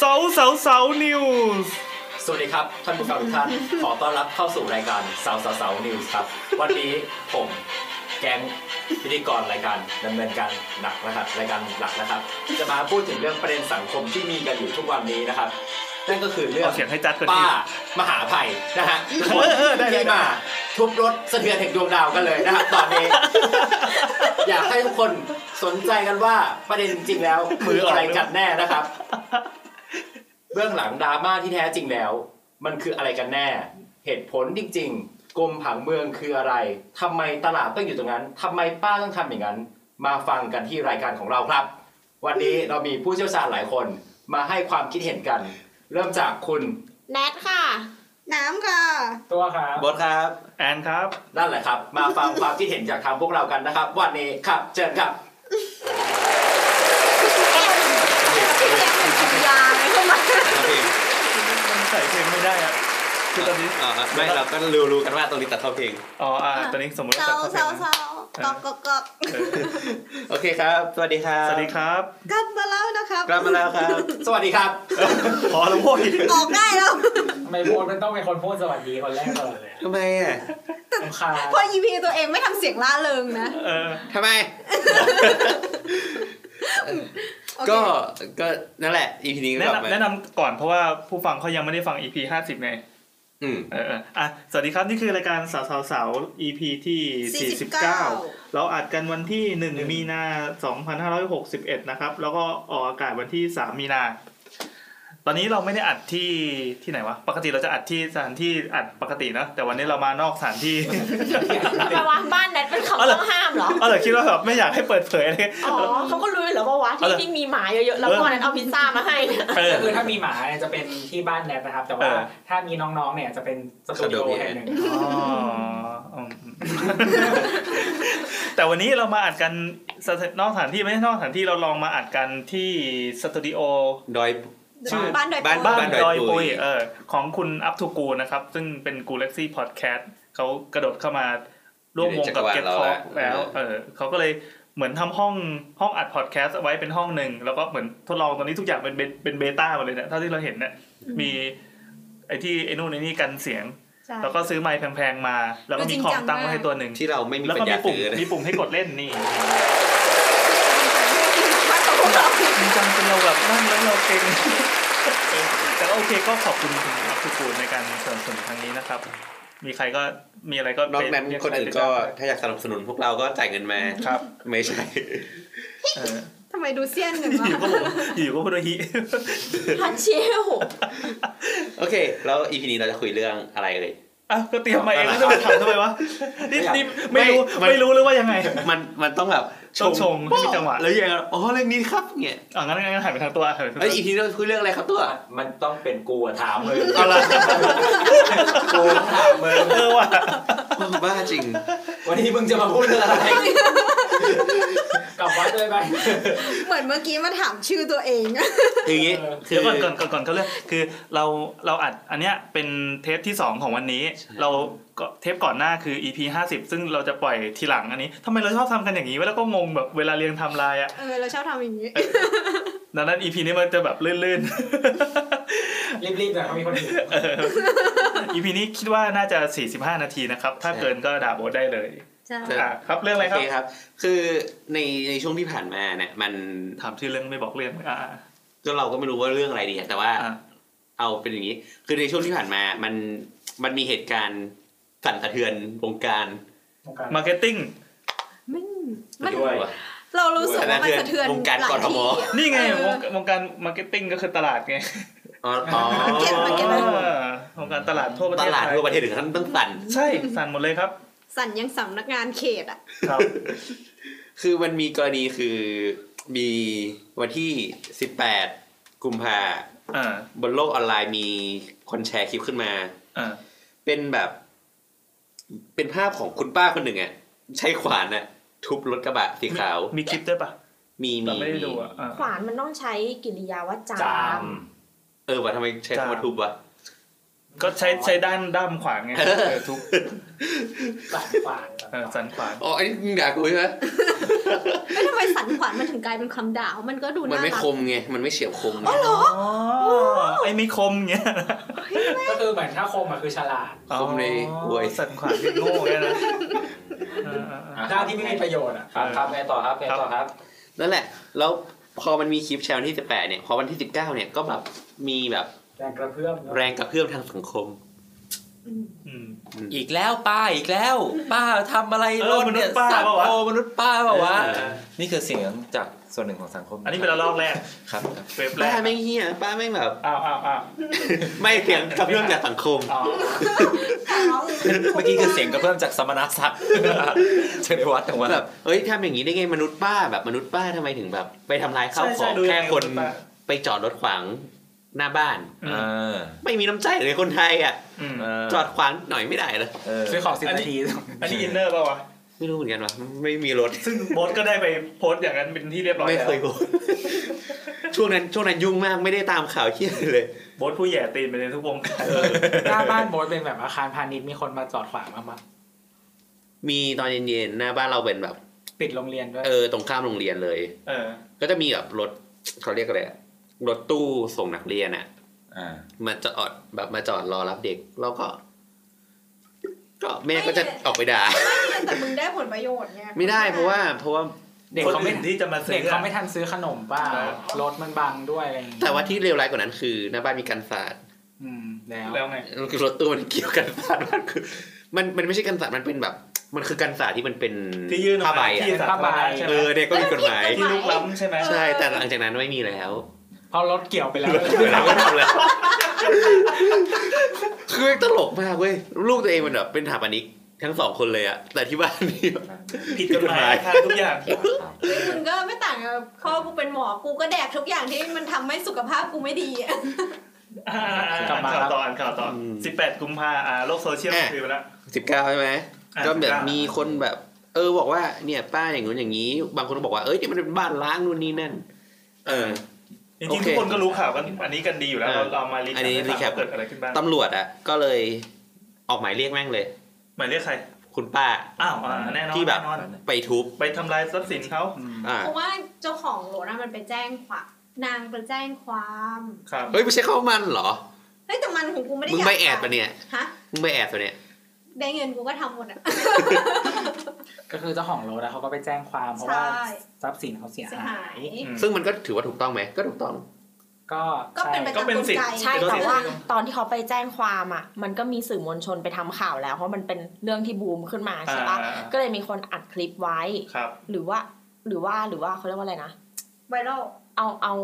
สาวสาวนิวส์ สวัสดีครับท่านผู้ฟังทุกท่าน ขอต้อนรับเข้าสู่รายการสาวสาวสาวนิวส์ครับ วันนี้ผมแกงพิธีกรรายการดำเนินการหนักนะครับรายการหลักนะครับ จะมาพูดถึงเรื่องประเด็นสังคมที่มีกันอยู่ทุกวันนี้นะครับ นั่นก็คือเรื่อง เอาเสียงให้จัดก่อน ป้า ที มหาภัยนะฮะทุกคน เออเออได้ได้ ที่มาทุบรถสะเทือนแห่งดวงดาวกันเลย นะครับตอนนี้ อยากให้ทุกคนสนใจกันว่าประเด็นจริงๆแล้วคืออะไรกันแน่นะครับ เบื้องหลังดราม่าที่แท้จริงแล้ว มันคืออะไรกันแน่ เหตุผลจริงๆกรมผังเมืองคืออะไรทำไมตลาดต้องอยู่ตรงนั้นทำไมป้าต้องทำอย่างนั้น มาฟังกันที่รายการของเราครับ วันนี้เรามีผู้เชี่ยวชาญหลายคนมาให้ความคิดเห็นกัน เริ่มจากคุณ แนทค่ะ น้ำค่ะ ตัวครับ บอสครับ ่แอนครับ นั่นแหละครับ มาฟังความคิดเห็นจากทางพวกเรากันนะครับ วันนี้ครับเชิญครับ พี่เลี้ยงเป็นกินยาไหมเข้ามา ครับพี่ ใส่เพลงไม่ได้อะคือตอนนี้ าฮะไม่เราก็รู้รู้กันว่าตรงนี้ตัดเข้าเพลง อ๋ออ่าตอนนี้สมมติ เซา ว่า เซาเซา ตั ก็ ด ก็ก็ เข้าเพลง โอเคครับ สวัสดีครั นะ บ สวัสดีครับ กลับมาแล้วนะครับ กลับมาแล้วครับ สวัสดีครับ พอแล้วโว้ย ออกได้แล้ว ทำไมโพสมันต้องเป็นคนพูดสวัสดีคนแรกตลอดเลย ทำไมอ่ะ รำคาญ พอ EP ตัวเองไม่ทำเสียงล่าเริงนะ เออ ทำไม โอเค ก็ ก็นั่นแหละ EP นี้ก็ แนะ กลับมาน ำแนะนำก่อนเพราะว่าผู้ฟังเขายังไม่ได้ฟัง EP 50ไง อืม เออเอออ่ะสวัสดีครับนี่คือรายการสาวสาวสาว EP ที่ 49 เราอัดกันวันที่ 1 มีนา 2561 นะครับ แล้วก็ออกอากาศวันที่ 3 มีนา ตอนนี้เราไม่ได้อัดที่ที่ไหนวะ ปกติเราจะอัดที่สถานที่อัดปกตินะแต่วันนี้เรามานอกสถาน ที่ ทำไมวะบ้านแนทเป็น เอา คำ เหร ต้ อ องห้ามเหรอ เออเหรอคิดว่าแบบไม่อยากให้เปิดเผยอะไร อ๋อเขาก็รู้อยู่แล้วว่าวะ เอาเหร ที่ อ ที่มีหมาเยอะๆ แล้วก่อนนั้นเอาพิซซ่ามาให้เนี่ย เออ คือถ้ามีหมาเนี่ยจะเป็นที่บ้านแนทนะครับ แต่ เอ ว่า อ ถ้ามีน้องๆเนี่ยจะเป็นสตูดิโอแห่งหนึ่ง อ๋ออืม แต่วันนี้เรามาอัดกันสถานนอกสถานที่ไม่ใช่นอกสถานที่เราลองมาอัดกันที่สตูดิโอ ดอย ชื่อ บ้านโดอย บ้าน ปอ บ้าน ดอย ดอย ปุ ปุย ย เออของคุณอัพทูกูนะครับ ซึ่งเป็นกูเล็กซี่พอดแคสต์เขากระโดดเข้ามาร่วมวงกับเก็ตทอล์กแล้ว เออเขาก็เลยเหมือนทำห้องห้องอัดพอดแคสต์เอาไว้เป็นห้องหนึ่ง แล้วก็เหมือนทดลองตอนนี้ทุกอย่างเป็นเบเป็นเบต้าหมดเลยเนี่ยเท่าที่เราเห็นเนี่ยมีไอ้ที่ไอ้นู่นไอ้นี่กันเสียง ใช่ แล้วก็ซื้อไมค์แพงๆมา แล้วก็มีของตั้งไว้ให้ตัวหนึ่ง ที่เราไม่มี แล้ว ปั ก็ ญญา มีปุ่ม ซื้อนะ มีปุ่มให้กดเล่นนี่ บ้านของพวกเรา จริงจังจนเราแบบนั่งแล้วเราเก่งแต่ก็โอเคก็ขอบคุณคุณอัพสุกูลในการสนับสนุนครั้งนี้นะครับ มีใครก็มีอะไรก็ นอกนั้น เรีย คนอื่นก็ถ้าอยากสนับสนุนพวกเราก็จ่ายเงินมา ครับ ไม่ใช่ เออ ทำไมดูเซียนหนึ่ง อยู่ วะ ก็ผมอยู่ก็พูดว่าฮิ ฮัชเชล โอเค แล้ว EP นี้เราจะคุยเรื่องอะไรเลย อ่ะก็เตรียมมาเองแล้วจะมาถามทำไมวะนี่นี่ ไม่ ไม่รู้ มัน ไม่รู้หรือว่ายังไง มัน มันต้องแบบ ต้องชงให้มีจังหวะ แล้วยังไงอ๋อเรื่องนี้ครับเนี่ย อ่ะงั้นงั้นหันไปทางตัวหันไปทาง เอ้ย ตัว EP นี้เราคุยเรื่องอะไรครับตัว มันต้องเป็นกูอะถามเลย เอาละ กูถามมึง เออว่ะ บ้าจริง วันนี้มึงจะมาพูดเรื่องอะไร กลับวัดเลยไหม เหมือนเมื่อกี้มาถามชื่อตัวเอง คืออย่างงี้ เออ คื เดี๋ อ ยวก่อนก่อนก่อนก่อนเขาเรื่องคือเราเราอัดอันเนี้ยเป็นเทปที่ 2 ของวันนี้ ใช่ เราก็เทปก่อนหน้าคือ EP 50 ซึ่งเราจะปล่อยทีหลังอันนี้ทำไมเราชอบทำกันอย่างนี้วะแล้วก็งงแบบเวลาเรียงไทำลายอ่ะ เออเราชอบทำอย่างนี้ ดังนั้น EP นี้มันจะแบบลื่น รีบๆหน่อยเขามีคนอื่น ๆเออ EP นี้คิดว่าน่าจะ 45 นาทีนะครับ ถ้าเกินก็ด่าโบทได้เลย ใช่ อ่ะครับเรื่องอะไรค โอ รับ เคครับ คือในในช่วงที่ผ่านมาเนี่ยมัน ถามชื่อเรื่องไม่บอกเรื่องอ่ะ ก็เราก็ไม่รู้ว่าเรื่องอะไรดีอะแต่ว่า อ่ะอ่ะ เอาเป็นอย่างนี้ คือในช่วงที่ผ่านมามันมันมีเหตุการณ์สั่นสะเทือนวงการ ของการ มาร์เก็ตติ้ง มันมัน ด้วย เรารู้สึกว่ามันสะเทือน วงการ หล ก ย ทม ที่ นี่ไง เออ วงวงการมาร์เก็ตติ้งก็คือตลาดไง อ๋ออ๋อ เก็บมาเก็บมา อ่าวงการตลาดทั่วประเท ต ศ ลาด ไทย ทั่วประเทศถึงขั้นต้องสั่น ใช่สั่นหมดเลยครับ สั่นยังสำนักงานเขตอ่ะ ครับ คือมันมีกรณีคือมีวันที่ 18 กุมภา อ่า บนโลกออนไลน์มีคนแชร์คลิปขึ้นมา อ่า เป็นแบบ เป็นภาพของคุณป้าคนหนึ่งอ่ะใช้ขวานอ่ะ ทุบรถกระบะสีขาว มีคลิปด้วยปะ มี แต่ มี ไม่ได้ดูอ่ะอ่า ขวานมันต้องใช้กิริยาว่าจา จาม ม เออว่าทำไมใช้คำว่า จ้า ทุบวะ ก็ใช้ใช้ด้านด้ามขวานไง เออทุก สั่นขวาน เออสันขวาน อ๋อไอ้นี่มึงด่ากูใช่ไหม ไม่ทำไมสันขวัญมันถึงกลายเป็นคำด่าเพราะมันก็ดู มัน น่า ไม่ รัก คมไง มันไม่เฉียบคมไง อ๋อเหรอ อ๋อไอ้ไม่คมเงี้ยนะ ก็คือเหมือนถ้าคมอะคือฉลาด คมในอวย สันขวานที่โง่เนี่ยนะเออเออเออ ด้านที่ไม่มีประโยชน์อะ ครับครับไงต่อครับไงต่อครับ นั่นแหละ แล้วพอมันมีคลิปแชร์วันที่ 18 เนี่ย พอวันที่ 19 เนี่ย ก็แบบ มีแบบ แรงกระเพื่อมเนอะ แรงกระเพื่อมทางสังคม อืม อีกแล้วป้าอีกแล้ว ป้าทำอะไร เออ ล่นเนี่มยนุษย์ป้า สัตว์ เปล่าวะ โอ้มนุษย์ป้าเปล่าวะ เออ นี่คือเสียงจากส่วนหนึ่งของสังคม อันนี้เป็นระลอกแรก ครับ เว็บแร ป้าก แม่งเฮียป้าแม่งแบบ อ้าวอ้าวอ้าว ไม่เพียงกระเพื่อมจากสังคม อ้าว เมื่อกี้คือเสียงกระเพื่อมจากสมณศักดิ์ เชนวัฒน์แต่ว่า แบบเอ้ยทำอย่างนี้ได้ไงมนุษย์ป้าแบบมนุษย์ป้าทำไมถึงแบบ ไปทำลายข้าว ใช่ ขอ ใช่ ง ดู แค่ ยังไง คน บ้าง ไปจอดรถขวางหน้าบ้าน อืม อ่า ไม่มีน้ำใจเลยคนไทยอ่ะ อืม เ จอดขวางหน่อยไม่ได้เลย เออ ซื้อของสิบนาที อันนี้อินเนอร์ป่าวะ ไม่รู้เหมือนกันว่าไม่มีรถ ซึ่งโบทก็ได้ไปโพสต์อย่างนั้นเป็นที่เรียบร้อย ไม่ แล้ว เคยโกรธช่วงนั้นช่วงนั้นยุ่งมากไม่ได้ตามข่าวเที่ยเลย โบทผู้แหย่ตีนไปในทุกวงการ หน้าบ้านโบสเป็นแบบอาคารพาณิชย์มีคนมาจอดขวางมามา มีตอนเย็นๆหน้าบ้านเราเป็นแบบ ปิดโรงเรียนด้วย เออตรงข้ามโรงเรียนเลย เออ ก็จะมีแบบรถเขาเรียกอะไรอะรถตู้ส่งนักเรียนอะ อ่า มาจอดแบบมาจอดรอรับเด็กแล้วก็ ก็แม่ก็จะออกไปด่า แต่มึงได้ผลประโยชน์ไง ไม่ได้เพราะว่าเพราะว่า เด็ก คน เขาไม่ อื่นที่จะมาซื้ เด็ก อ เขา อะ ไม่ทันซื้อขนมเปล่า เออ รถมันบังด้วยอะไรอย่างงี้ แต่ว่าที่เลวร้ายกว่านั้นคือหน้าบ้านมีกันศาสตร์ อืมแล้ว แล้วไง รถตู้มันเกี่ยวกันศาสตร์มันคือมันมันไม่ใช่กันศาสตร์มันเป็นแบบ มันคือกันศาสตร์ที่มันเป็น ที่ยื่นออก ผ้า มา ใบอะ ที่สาธารณะใช่ไหม เออเนี่ยก็มีกฎหมาย ที่ลุกล้ำใช่ไหม ใช่แต่หลังจากนั้นไม่มีแล้ว พอรถเกี่ยวไปแล้ว เราก็ทำแล้วคือตลกมากเว้ยลูกตัวเองมันแบบเป็นสถาปนิกทั้งสองคนเลยอะแต่ที่บ้านนี่ ผิดกฎหมายทางทุกอย่าง มึงก็ไม่ต่างกับพ่อกูเป็นหมอ กูก็แดกทุกอย่างที่มันทำให้สุขภาพกูไม่ดีอะ อ่าอ่าอ่าก ลับมา ข่าวตอนข่าวตอน อืม สิบแปดกุมภาอ่าโลกโซเชียล อ่ะ คือไปแล้ว สิบเก้าใช่ไหม อ่ะ ก็แบบ 19 มีคนแบบ เออบอกว่าเนี่ย ป้าอย่างนู้นอย่างนี้ บางคนก็บอกว่าเอ้ยเนี่ยมันเป็นบ้านล้างนู่นนี่นั่น เออ จริง โอ ๆ เค ทุกคนก็รู้ข่าวกันอันนี้กันดีอยู่แล้ว เอ เรา อ เรามารี อันนี้ ให้ฟัง recap ว่าเกิดอะไรขึ้นบ้าง ตำรวจอะก็เลยออกหมายเรียกแม่งเลย หมายเรียกใคร คุณป้า อ้าวอ่าแน่นอน ที่แบบ น่นอน ไปทุบ ไปทำลายทรัพย์สินเขา อ่า เพราะว่าเจ้าของรถน่ะมันไปแจ้งความนางไปแจ้งความ ครับ เฮ้ยไม่ใช่ข้าวมันเหรอ เฮ้ยแต่มันของกูไม่ได้ มึง ยาก ไปแอบปะเนี่ย ฮะ มึงไปแอบปะเนี่ย ได้เงินกูก็ทำหมดอ่ะ ก็คือเจ้าของรถอะเขาก็ไปแจ้งความเพราะว่า ใช่ ทรัพย์สินเขาเสีย เสีย หา หาย ย อืม ซึ่งมันก็ถือว่าถูกต้องไหมก็ถูกต้อง ก็ ก็เป็นไปก็เป็ตามใช่น กล สิทธิ์ ไก ใช่แต่ว่าตอนที่เขาไปแจ้งความอ่ะ มันก็มีสื่อมวลชนไปทำข่าวแล้ว เพราะมันเป็นเรื่องที่บูมขึ้นมาใช่ปะ อ่า ก็เลยมีคนอัดคลิปไว้ ครับ หรือว่าหรือว่าหรือว่าเขาเรียกว่าอะไรนะ ไวรัล เอาเอา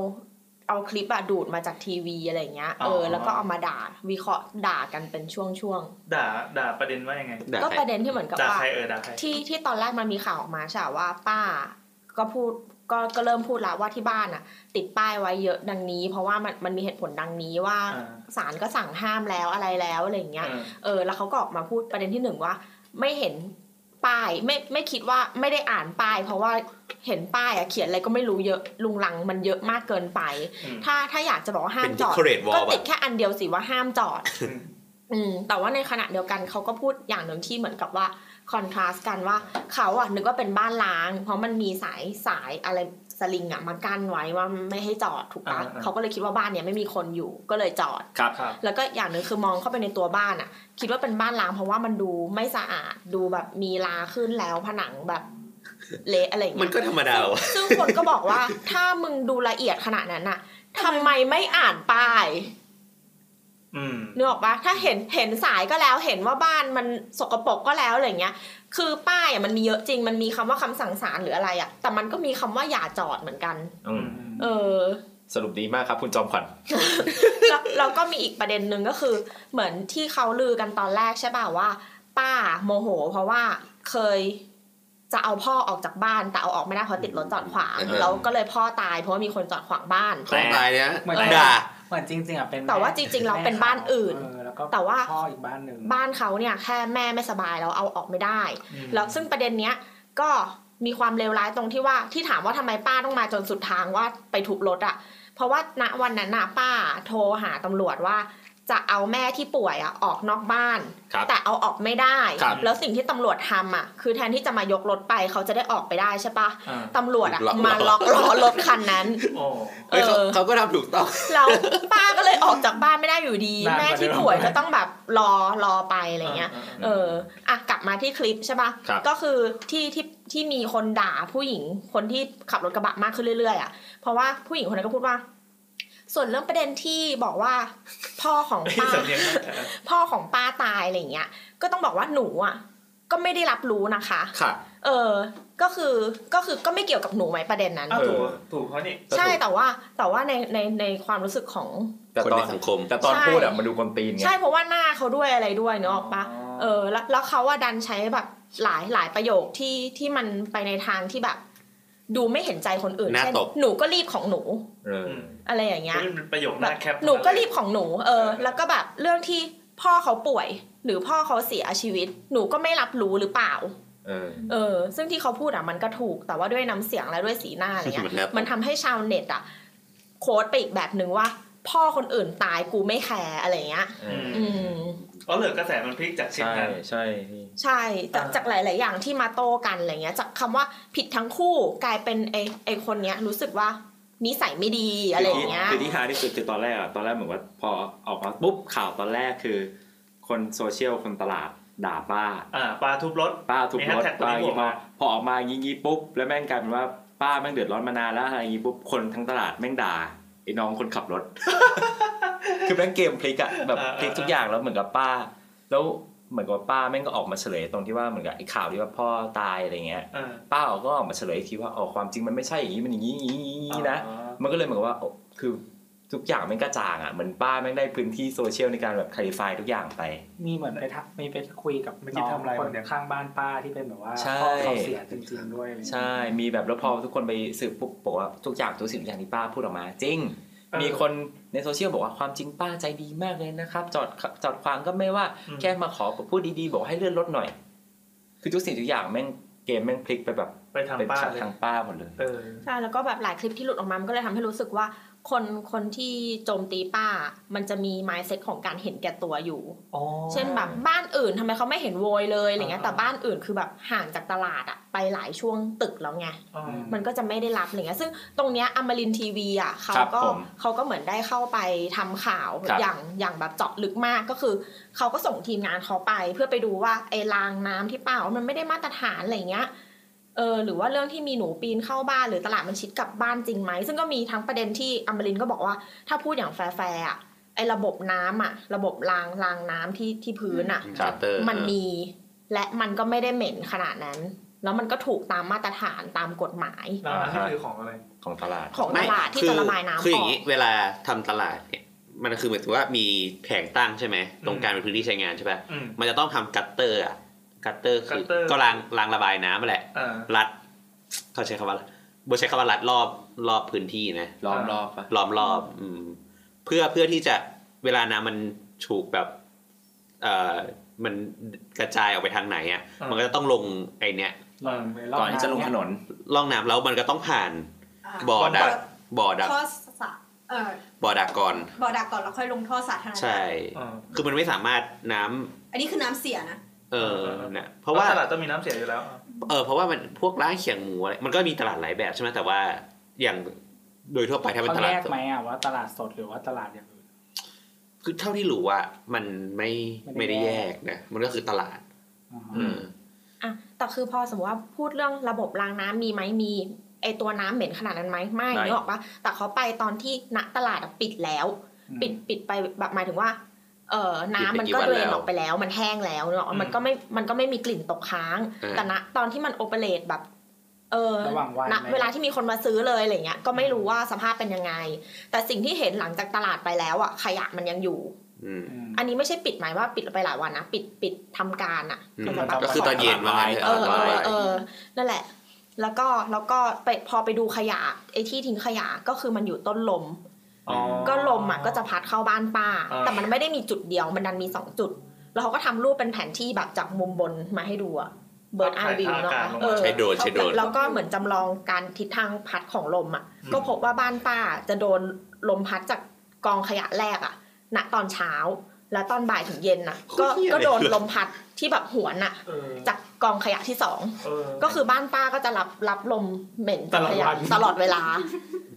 เอาคลิปอะดูดมาจากทีวีอะไรอย่างเงี้ย อ๋อ เออแล้วก็เอามาด่าวิเคราะห์ด่ากันเป็นช่วง ด่าด่าประเด็นว่ายังไง ๆ ก็ประเด็นที่เหมือนกับ ด่า ว่า ใครเออด่าใคร ที่ที่ตอนแรกมันมีข่าวออกมาใช่ปะว่าป้าก็พูดก็ก็เริ่มพูดแล้วว่าที่บ้านอ่ะ ติดป้ายไว้เยอะดังนี้ เพราะว่ามันมันมีเหตุผลดังนี้ว่า อ่า ศาลก็สั่งห้ามแล้วอะไรแล้วอะไรอย่างเงี้ย เออ เออแล้วเขาก็ออกมาพูดประเด็นที่หนึ่งว่า ไม่เห็นป้ายไม่ไม่คิดว่าไม่ได้อ่านป้าย เพราะว่าเห็นป้ายอะเขียนอะไรก็ไม่รู้เยอะลุงลังมันเยอะมากเกินไป อืม ถ้าถ้าอยากจะบอกว่าห้า เป็ ม น จอด decorate wall ก็ ปะ ติดแค่อันเดียวสิว่าห้ามจอด อืม อืมแต่ว่าในขณะเดียวกันเขาก็พูดอย่างหนึ่งที่เหมือนกับว่าคอนทราสต์กันว่าเขาอะนึกว่าเป็นบ้านล้าง เพราะมันมีสายสายอะไรสลิงอะมากั้นไว้ว่าไม่ให้จอดถูกปะ อ่าอ่า เขาก็เลยคิดว่าบ้านเนี้ยไม่มีคนอยู่ก็เลยจอด ครับครับ แล้วก็อย่างหนึ่งคือมองเข้าไปในตัวบ้านอะคิดว่าเป็นบ้านล้างเพราะว่ามันดูไม่สะอาดดูแบบมีราขึ้นแล้วผนังแบบเละอะไรอย่าง มัน เงี้ย ก็ธรรมดาวะ ซึ่งคนก็บอกว่า ถ้ามึงดูละเอียดขนาดนั้นอะทำไมไม่อ่านป้าย อืม นึกออกปะถ้าเห็นเห็นสายก็แล้วเห็นว่าบ้านมันสกปรกก็แล้วอะไรอย่างเงี้ย คือป้ายอะมันมีเยอะจริง มันมีคำว่าคำสั่งศาลหรืออะไรอะแต่มันก็มีคำว่าอย่าจอดเหมือนกัน อืม เออ สรุปดีมากครับคุณจอมขวัญ แล้วแล้วก็มีอีกประเด็นหนึ่งก็คือ เหมือนที่เขาลือกันตอนแรกใช่ป่าวว่า ป้าโมโห เพราะว่าเคยจะเอาพ่อออกจากบ้านแต่เอาออกไม่ได้เพราะติดรถจอดขวาง เออ แล้วก็เลยพ่อตายเพราะว่ามีคนจอดขวางบ้าน ของตายเนี่ย เหมือน ด่า เหมือนจริงๆอะเป็น แต่ว่าจริงๆเราเป็นบ้านอื่น เแล้วก็ แต่ว่า พ่ออีกบ้านหนึ่ง บ้านเขาเนี่ยแค่แม่ไม่สบายแล้วเอาออกไม่ได้ แล้วซึ่งประเด็นเนี้ยก็มีความเลวร้ายตรงที่ว่าที่ถามว่าทำไมป้าต้องมาจนสุดทางว่าไปทุบรถอะ่ะ เพราะว่าณวันนั้นน่ะป้าโทรหาตำรวจว่า จะเอาแม่ที่ป่วยอ่ะออกนอกบ้าน ครับ แต่เอาออกไม่ได้ ครับ แล้วสิ่งที่ตำรวจทำอ่ะ คือแทนที่จะมายกรถไปเขาจะได้ออกไปได้ใช่ปะ อ่า ตำรวจอ่ะ ล็อกล้อ มาล็อกล้อรถคันนั้น โอ้ เฮ้ยเขา เออ เขาก็ทำถูกต้อง แล้ว ป้าก็เลยออกจากบ้านไม่ได้อยู่ดี นานกว่า แม่ที่ เดิม ป่วยก็ต้องแบบรอรอไปอะไรเงี้ย เอออ่ะกลับมาที่คลิปใช่ปะ ครับ ก็คือที่ที่ที่มีคนด่าผู้หญิงคนที่ขับรถกระบะมากขึ้นเรื่อยๆอ่ะ เพราะว่าผู้หญิงคนนั้นก็พูดว่า ส่วนเรื่องประเด็นที่บอกว่าพ่อของ ที่ ป้า สำเนียงนั้นอ่ะ พ่อของป้าตายอะไรอย่างเงี้ย ก็ต้องบอกว่าหนูอ่ะ ก็ไม่ได้รับรู้นะคะ ค่ะ เออ ก็คือ ก็คือ ก็ไม่เกี่ยวกับหนูไหมประเด็นนั้น อ้าวถูก เออ ถูกเขานี่ ใช่ แต่ว่า แต่ว่าใน ใน ในความรู้สึกของ แต่ คน ตอ ใน น สังคม แต่ตอน ใช่ พูดอะมันดูคนตีนไง ใช่ เพราะว่าหน้าเขาด้วยอะไรด้วยเนกอะปะ อ๋อ เออ แล้ว แล้วเขาว่าดันใช้แบบ หลาย หลายประโยคที่ ที่มันไปในทางที่แบบ ดูไม่เห็นใจคนอื่น หน้า เช่น ตบ หนูก็รีบของหนู เออ อะไรอย่างเงี้ย เป็นประโยคหน้าแคป หนูก็รีบของหนู เออ เออ แล้วก็แบบเรื่องที่พ่อเขาป่วย หรือพ่อเขาเสียชีวิต หนูก็ไม่รับรู้หรือเปล่า เออ เออ ซึ่งที่เขาพูดอ่ะมันก็ถูก แต่ว่าด้วยน้ำเสียงและด้วยสีหน้าอะไรเงี้ย มันแล้ว มันทำให้ชาวเน็ตอ่ะ โค้ดไปอีกแบบหนึ่งว่า พ่อคนอื่นตายกูไม่แคร์อะไรเงี้ย อืม อืม อ๋อเหลือกระแสมันพลิกจากชิ้น ใช่ นั้น ใช่พี่ ใช่ จากจากหลาย ๆ อย่างที่มาโต้กันอะไรเงี้ย จากคำว่าผิดทั้งคู่กลายเป็นไอไอคนเนี้ยรู้สึกว่านิสัยไม่ดีอะไรอย่างเงี้ย คือที่ฮาที่สุดคือตอนแรกอะตอนแรกเหมือนว่าพอออกมาปุ๊บข่าวตอนแรกคือ คนโซเชียลคนตลาดด่าป้า อ่าปลาทุบรถ ป้าถูก มี รถ hashtag ป้าอ ตัวนี้ ย่าง บว งี้พอกมา พอออกมาอย่างงี้ปุ๊บ แล้วแม่งกลายเป็นว่าป้าแม่งเดือดร้อนมานานแล้วอะไรอย่างงี้ปุ๊บคนทั้งตลาดแม่งด่าไอ้น้องคนขับ รถ คือแม่งเกมพลิกอะแบบ อ่า พลิกทุกอย่างแล้วเหมือนกับป้า แล้วเหมือนกับป้าแม่งก็ออกมาเฉลยตรงที่ว่าเหมือนกับไอ้ข่าวที่ว่าพ่อตายอะไรเงี้ย อ่า ป้าก็ออกมาเฉลยอีกทีว่าอ๋อความจริงมันไม่ใช่อย่างนี้มันอย่างนี้อย่างนี้อย่างนี้นะ มันก็เลยเหมือนกับว่าโอ้คือทุกอย่างแม่งกระจ่างอ่ะเหมือนป้าแม่งได้พื้นที่โซเชียลในการแบบคลีฟายทุกอย่างไป มีเหมือนไปทักมีไปคุยกับ เมื่อกี้ทำอะไร ค วัน นเนี้ย ข้างบ้านป้าที่เป็นแบบว่า ใช่ พ่อเขาเสียจริงๆด้วย ใช่ มีแบบแล้วพอทุกคนไปสืบปุ๊บบอกว่าทุกอย่างทุกสิ่งทุกอย่างที่ป้าพูดออกมา จริง เออ มีคนในโซเชียลบอกว่าความจริงป้าใจดีมากเลยนะครับ จอดจอดขวางก็ไม่ว่า อืม แค่มาขอพูดดีๆ บอกให้เลื่อนรถหน่อย คือทุกสิ่งทุกอย่างแม่งเกมแม่งพลิกไปแบบ ไปทาง ไป ป้า ทาง เลย ทางป้าหมดเลย เออ ใช่แล้วก็แบบหลายคลิปที่หลุดออกมา มันก็เลยทำให้รู้สึกว่า คนคนที่โจมตีป้า มันจะมี mindset ของการเห็นแก่ตัวอยู่ เช่นแบบบ้านอื่นทำไมเขาไม่เห็นโวยเลยอะไรเงี้ย อ่า แต่บ้านอื่นคือแบบห่างจากตลาดอะไปหลายช่วงตึกแล้วไง อ๋อ มันก็จะไม่ได้รับอะไรเงี้ย ซึ่งตรงเนี้ยอมรินทีวีอ่ะเขา ครับ ก็ ผม เขาก็เหมือนได้เข้าไปทำข่าว ครับ อย่างอย่างแบบเจาะลึกมากก็คือ เขาก็ส่งทีมงานเขาไป เพื่อไปดูว่าไอ้รางน้ำที่เปล่ามันไม่ได้มาตรฐานอะไรเงี้ย เออหรือว่าเรื่องที่มีหนูปีนเข้าบ้านหรือตลาดมันชิดกับบ้านจริงไหม ซึ่งก็มีทั้งประเด็นที่อมรินทร์ก็บอกว่า ถ้าพูดอย่างแฟร์ๆอ่ะไอ้ระบบน้ำอ่ะ ระบบรางรางน้ำที่ที่พื้นอ่ะ ชาเตอร์ มันมีและมันก็ไม่ได้เหม็นขนาดนั้น แล้วมันก็ถูกตามมาตรฐานตามกฎหมาย ร้านที่คือของอะไร ของตลาด ของตลาดที่ คื จะระบายน้ำอ คืออย่า อง ก นี้เวลาทำตลาดเนี่ยมันคือเหมือนว่ามีแผงตั้งใช่ไหมตรงกลางเป็นพื้นที่ใช้งานใช่ป่ะ อืม มันจะต้องทำกัตเตอร์อะกัตเตอร์คือ gutter ก็รางรางระบายน้ำนั่นแหละ อ่า รัดเขาใช้คำว่าโบใช้คำว่ารัดรอบรอบพื้นที่นะ ล้อม อ่าร รอบปะ ล้อมรอบอืมเพื่อเพื่อที่จะเวลาน้ำมันถูกแบบเอ่อมันกระจายออกไปทางไหนอ่ะ อ่ามั มันก็จะต้องลงไอเนี้ย ลองไปรบ ก่อนที่จะลงถนน ล่องน้ำแล้วมันก็ต้องผ่านบ่อดักบ่อดัก ท่อสะเอ่อ บ่อดักก่อน บ่อดักก่อนแล้วค่อยลงท่อสาธารณะ ใช่ อ่า คือมันไม่สามารถน้ำ อันนี้คือน้ำเสียนะ เออเนี่ยเพราะว่า ตลาดต้องมีน้ำเสียอยู่แล้ว เออเพราะว่ามันพวกร้านเขียงหมูอะไรมันก็มีตลาดหลายแบบใช่ไหมแต่ว่าอย่างโดยทั่วไปถ้าเป็นตเขาแย ลาด กไหมอ่ะว่าตลาดสดหรือว่าตลาดอย่างอื่น คือเท่าที่รู้อ่ะมันไม่ ไม่ ไม่ ได้ ได้ แย แย ก กนะมันก็คือตลาด อ่าฮะ อืม อ่ะแต่คือพอสมมติว่าพูดเรื่องระบบรางน้ำมีไหมมีไอตัวน้ำเหม็นขนาดนั้นไหมไม่ ไม่ นึกออกปะแต่เขาไปตอนที่ณตลาดอะปิดแล้ว ปิดปิดไปแบบหมายถึงว่า เอ่อน้ำมันก็เดรนออกไปแล้ว มันแห้งแล้วเนาะมันก็ไม่มันก็ไม่มีกลิ่นตกค้าง อ่า แต่ณตอนที่มันโอเปเรตแบบ เออ ระหว่างวัน ณ ไหม เวลาที่มีคนมาซื้อเลยอะไรเงี้ยก็ไม่รู้ว่าสภาพเป็นยังไง แต่สิ่งที่เห็นหลังจากตลาดไปแล้วอ่ะขยะมันยังอยู่ อืม อืม อันนี้ไม่ใช่ปิดหมายว่าปิดไปหลายวันนะปิดปิดทำการอ่ะ อืม เข้าใจปะ ก็คือตอนเย็นว่างั้นเถ เอ อะ อ ตอเอนบ่าอย เออนั่นแหละ แล้วก็แล้วก็ไปพอไปดูขยะไอ้ที่ทิ้งขยะก็คือมันอยู่ต้นลม ก็ลมอ่ะก็จะพัดเข้าบ้านป้า อ่า แต่มันไม่ได้มีจุดเดียวมันดันมีสองจุด แล้วเขาก็ทำรูปเป็นแผนที่แบบจากมุมบนมาให้ดูอะเบิร์ดไอวิวเนาะเออ ใช้โดรนใช้โดรน แล้วก็เหมือนจำลองการทิศทางพัดของลมอ่ะ ก็พบว่าบ้านป้าจะโดนลมพัดจากกองขยะแรกอ่ะ ณตอนเช้า แล้วตอนบ่ายถึงเย็นน่ะ ก็ก็โดนลมพัดที่แบบหวนน่ะ เออ จากกองขยะที่สอง เออ ก็คือบ้านป้าก็จะรับรับลมเหม็นจากขยะ ตลอดวัน ตลอดเวลา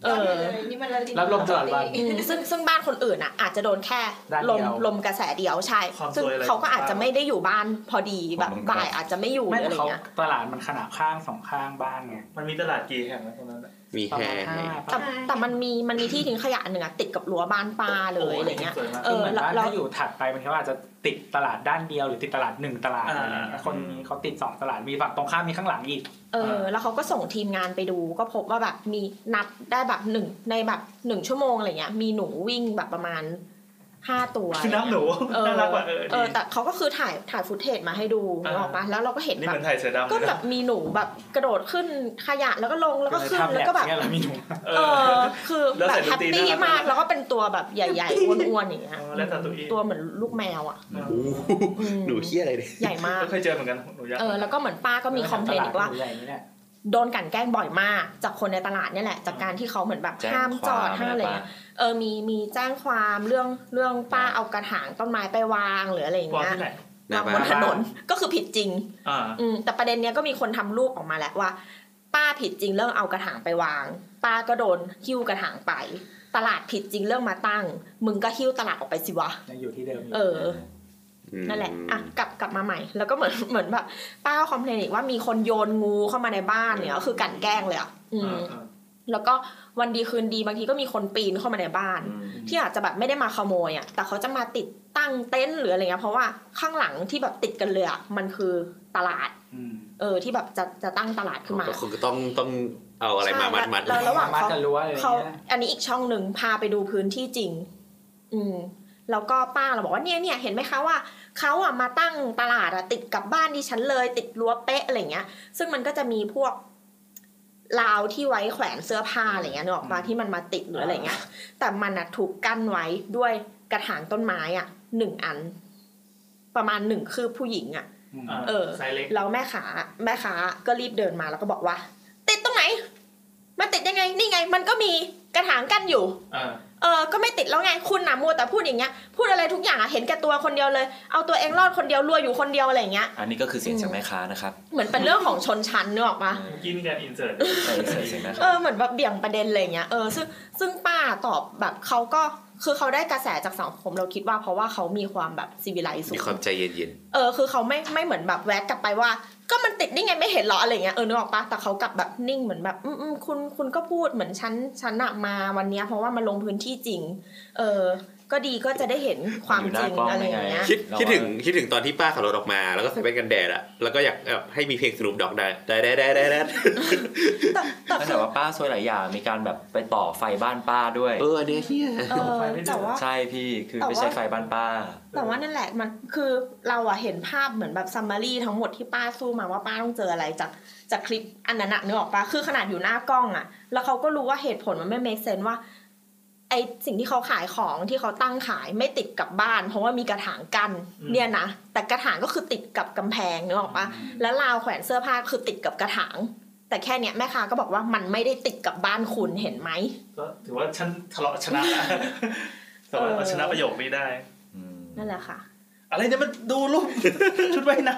เอ ก็ อ เลยนี่มันะ รับลมตลอดวัน อืมซึ่งซึ่งบ้านคนอื่นอ่ะอาจจะโดนแค่ ด้านเดี ล ยว มลมกระแสเดียวใช่ ความ ซึ่ง ซวยอะไร เขาก็อาจจะ ของบ้าน ไม่ได้อยู่บ้านพอดีแบบ ผม บ่ายอาจจะไม่อยู่ห ไม่ รืออะไร เขา เงี้ย ตลาดมันขนาดข้างสองข้างบ้านไง มันมีตลาดกี่แห่งนะตรงนั้นน่ะ มี ประ แฮ มาณ ร์ ห้า แต่แต่มันมีมันมีที่ทิ้งขยะหนึ่งอะติดกับรั้วบ้านป้าเลยอะไรเงี้ย โสวมาก เอ คือ อ เหมือนว่า เรา ถ้าอยู่ถัดไปมันเขาอาจจะติดตลาดด้านเดียวหรือติดตลาดหนึ่งตลาด อ่า อะไรเงี้ยคนนี้เขาติดสองตลาดมีฝั่งตรงข้ามมีข้างหลังอีก เออแล้วเขาก็ส่งทีมงานไปดู ก็พบว่าแบบมีนับได้แบบหนึ่งในแบบหนึ่งชั่วโมงอะไรเงี้ยมีหนูวิ่งแบบประมาณห้าตัวอะไร คือ เงี้ย น้ำหนู เออ น่ารักกว่าเออ เอ ดี อ แต่เขาก็คือถ่ายถ่ายฟุตเทจมาให้ดู อ่า นึกออกปะแล้วเราก็เห็น นี่ แบ เหมือบนไทยเสือดำ ก็ เลย แบ นะ บมีหนูแบบกระโดดขึ้นขยะแล้วก็ลงแล้วก็ขึ้น ทำ แล้วก็แบบ เนี่ยเหรามีหนู เอ เออ อ คือ แล้ว แบบ ใส่ แฮป ดนตรี ปี้ น่ารัก มาก แล้วก็เป็นตัวแบบใหญ่ๆ อ้วนๆอย่างเงี้ย อ๋อและ Tatooine ตัวเหมือนลูกแมวอ่ะ เออ โอ้โห อืม หนูเฮี้ยอะไรเนี่ย ใหญ่มาก ก็เคยเจอเหมือนกันหนูยักษ์ เออ แล้วก็เหมือนป้าก็มีคอมเพลนอีกว่า ตลดหใหญ่นี่แหละ โดนกลันแกล้งบ่อยมาก จากคนในตลาดเนี่ยแหละ จากการที่เขาเหมือนแบบ แจ้ง ห้ามจอด ความ ห้ามอะไร อะไร เงี้ยเออมีมีแจ้งความเรื่องเรื่องป้าเอากระถางต้นไม้ไปวางหรืออะไรอย่าง วาง เงี้ย ที่ไหน หน้าบ้าน วางบนถนนก็คือผิดจริง อ่า อืมแต่ประเด็นเนี้ยก็มีคนทำรูปออกมาแหละว่า ป้าผิดจริงเรื่องเอากระถางไปวาง ป้าก็โดนหิ้วกระถางไป ตลาดผิดจริงเรื่องมาตั้ง มึงก็หิ้วตลาดออกไปสิวะ ยังอยู่ที่เดิมอยู่ เออ นั่นแหละ อ่ะ กลับกลับมาใหม่ แล้วก็เหมือนเหมือนแบบป้าก็คอมเพลนอีกว่ามีคนโยนงูเข้ามาในบ้านเนี่ยก็คือกลันแกล้งเลยอ่ะอืม แล้วก็วันดีคืนดีบางทีก็มีคนปีนเข้ามาในบ้าน ที่อาจจะแบบไม่ได้มาขโมยอ่ะ แต่เขาจะมาติดตั้งเต็นท์หรืออะไรเงี้ย เพราะว่าข้างหลังที่แบบติดกันเลยอ่ะ มันคือตลาด อืม เออที่แบบจะจะตั้งตลาดขึ้นมา ก็คงจะต้องต้องเอาอะไรมามัดมัด แล้วระหว่าง มัด เขา กันรั้วอะไร เขา เงี้ย อันนี้อีกช่องหนึ่งพาไปดูพื้นที่จริง อืมแล้วก็ป้าเราบอกว่าเนี่ยเนี่ยเห็นไหมคะว่าเขาอ่ะมาตั้งตลาดอ่ะติดกับบ้านดิฉันเลย ติดรั้วเป๊ะอะไรเงี้ย ซึ่งมันก็จะมีพวกราวที่ไว้แขวนเสื้อผ้าอะไรเงี้ยนึกออกมาที่มันมาติดหรืออะไรเงี้ย แต่มันอ่ะถูกกั้นไว้ด้วยกระถางต้นไม้อ่ะหนึ่งอัน ประมาณหนึ่งคือผู้หญิงอ่ะ อืม เออ ไซส์เล็ก แล้วแม่ค้าแม่ค้าก็รีบเดินมาแล้วก็บอกว่า ติดตรงไหน มันติดยังไง นี่ไง มันก็มีกระถางกั้นอยู่ เออ เออ ก็ไม่ติดแล้วไงคุณนะมัวแต่พูดอย่างเงี้ย พูดอะไรทุกอย่างอะเห็นแก่ตัวคนเดียวเลย เอาตัวเองรอดคนเดียวรัวอยู่คนเดียวอะไรอย่างเงี้ย อันนี้ก็คือเสียงจากแม่ค้านะครับ เหมือนเป็นเรื่องของชนชั้นนึกออกปะ กินกันอินเสิร์ต ใช่เสียงจากแม่ เอ ค้า อ เหมือนแบบเบี่ยงประเด็นอะไรอย่างเงี้ย เออ ซึ่งซึ่งป้าตอบแบบเขาก็ คือเขาได้กระแสจากสังคมเราคิดว่าเพราะว่าเขามีความแบบซีวิไลซ์สู มี ง ความใจเย็น เออคือเขาไม่ไม่เหมือนแบบแวะกลับไปว่า ก็มันติดนี่ไงไม่เห็นเหรออะไรเงี้ยเออนึกออกปะแต่เขากลับแบบนิ่งเหมือนแบบอืมอืมคุณคุณก็พูดเหมือนฉันฉันอะมาวันเนี้ย เพราะว่ามาลงพื้นที่จริง เออ ก็ดีก็จะได้เห็นความ อยู่ห จ น้า ริง กล้อง อะไร ได้ อ ไง ย่างเงี้ย คิดคิดถึงคิดถึงตอนที่ป้าขับรถออกมา แล้วก็ใส่แว่นกันแดดอะแล้วก็อยากแบบให้มีเพลงสนุปดอกได้ได้ได้ได้ได้ แต่แต่ ตั้ง คื แต่ อ ว่าป้าซวยหลายอย่างมีการแบบไปต่อไฟบ้านป้าด้วย เออเนี่ยเฮีย เออแต่ว่า ใช่พี่คือไปใช้ไฟบ้านป้า แต่ว่านั่นแหละมันคือเราอะเห็นภาพเหมือนแบบซัมมารีทั้งหมดที่ป้าสู้มาว่าป้าต้องเจออะไรจากจากคลิปอันนั้นอะนึกออกปะคือขนาดอยู่หน้ากล้องอะแล้วเขาก็รู้ว่าเหตุผลมันไม่ make sense ว่าไอสิ่งที่เขาขายของที่เขาตั้งขายไม่ติดกับบ้าน เพราะว่ามีกระถางกันเนี่ยนะแต่กระถางก็คือติดกับกำแพงนึกออกปะแล้วราวแขวนเสื้อผ้าคือติดกับกระถาง แต่แค่เนี้ยแม่ค้าก็บอกว่ามันไม่ได้ติดกับบ้านคุณเห็นไหม ก็ถือว่าฉันทะเลาะชนะแต่ว่าเอาชนะประโยคนี้ได้ นั่นแหละค่ะ อะไรเนี่ยมันดูรูป ชุดว่ายน้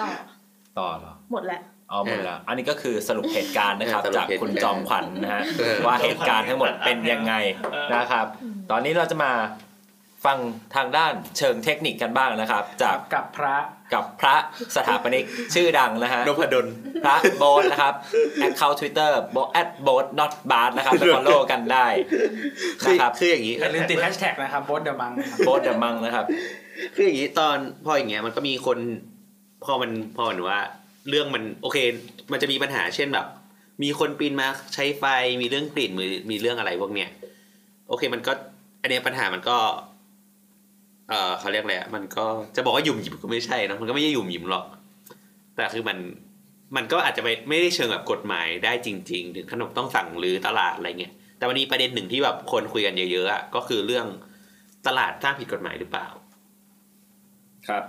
อ่ะต่อ ต่อเหรอ หมดแล้ว อ๋อหมดแล้วอันนี้ก็คือสรุปเหตุการณ์นะครับ สรุป จากคุณ เหตุการณ์ จอมขวัญนะฮะ เออ ว่าเหตุการณ์ทั้งหมดเป็นยังไงนะครับ ตอนนี้เราจะมาฟังทางด้านเชิงเทคนิคกันบ้างนะครับ จาก กับพระ กับพระสถาปนิกชื่อดังนะฮะ นพดล พระโบสนะครับแอคเคาท์ทวิตเตอร์โบแอดโบส not bad นะครับไปฟอลโล่กันได้ คือ นะครับ คืออย่างนี้ อย่าลืมติดแฮชแท็กนะครับโบสเดอะมังนะครับ โบสเดอะมังนะครับ คืออย่างนี้ตอนพออย่างเงี้ยมันก็มีคนพอมันพอเหมือนว่า เรื่องมันโอเค มันจะมีปัญหาเช่นแบบ มีคนปีนมาใช้ไฟมีเรื่องกลิ่นมีมีเรื่องอะไรพวกเนี้ยโอเคมันก็ อันเนี้ยปัญหามันก็ เออเขาเรียกอะไรอะมันก็จะบอกว่าหยุ่มหยิมก็ไม่ใช่นะมันก็ไม่ได้หยุ่มหยิมหรอก แต่คือมันมันก็อาจจะไม่ไม่ได้เชิงแบบกฎหมายได้จริง ๆ ถึงขนมต้องสั่งหรือตลาดอะไรเงี้ยแต่วันนี้ประเด็นหนึ่งที่แบบคนคุยกันเยอะๆอะก็คือเรื่องตลาดสร้างผิดกฎหมายหรือเปล่า ครับ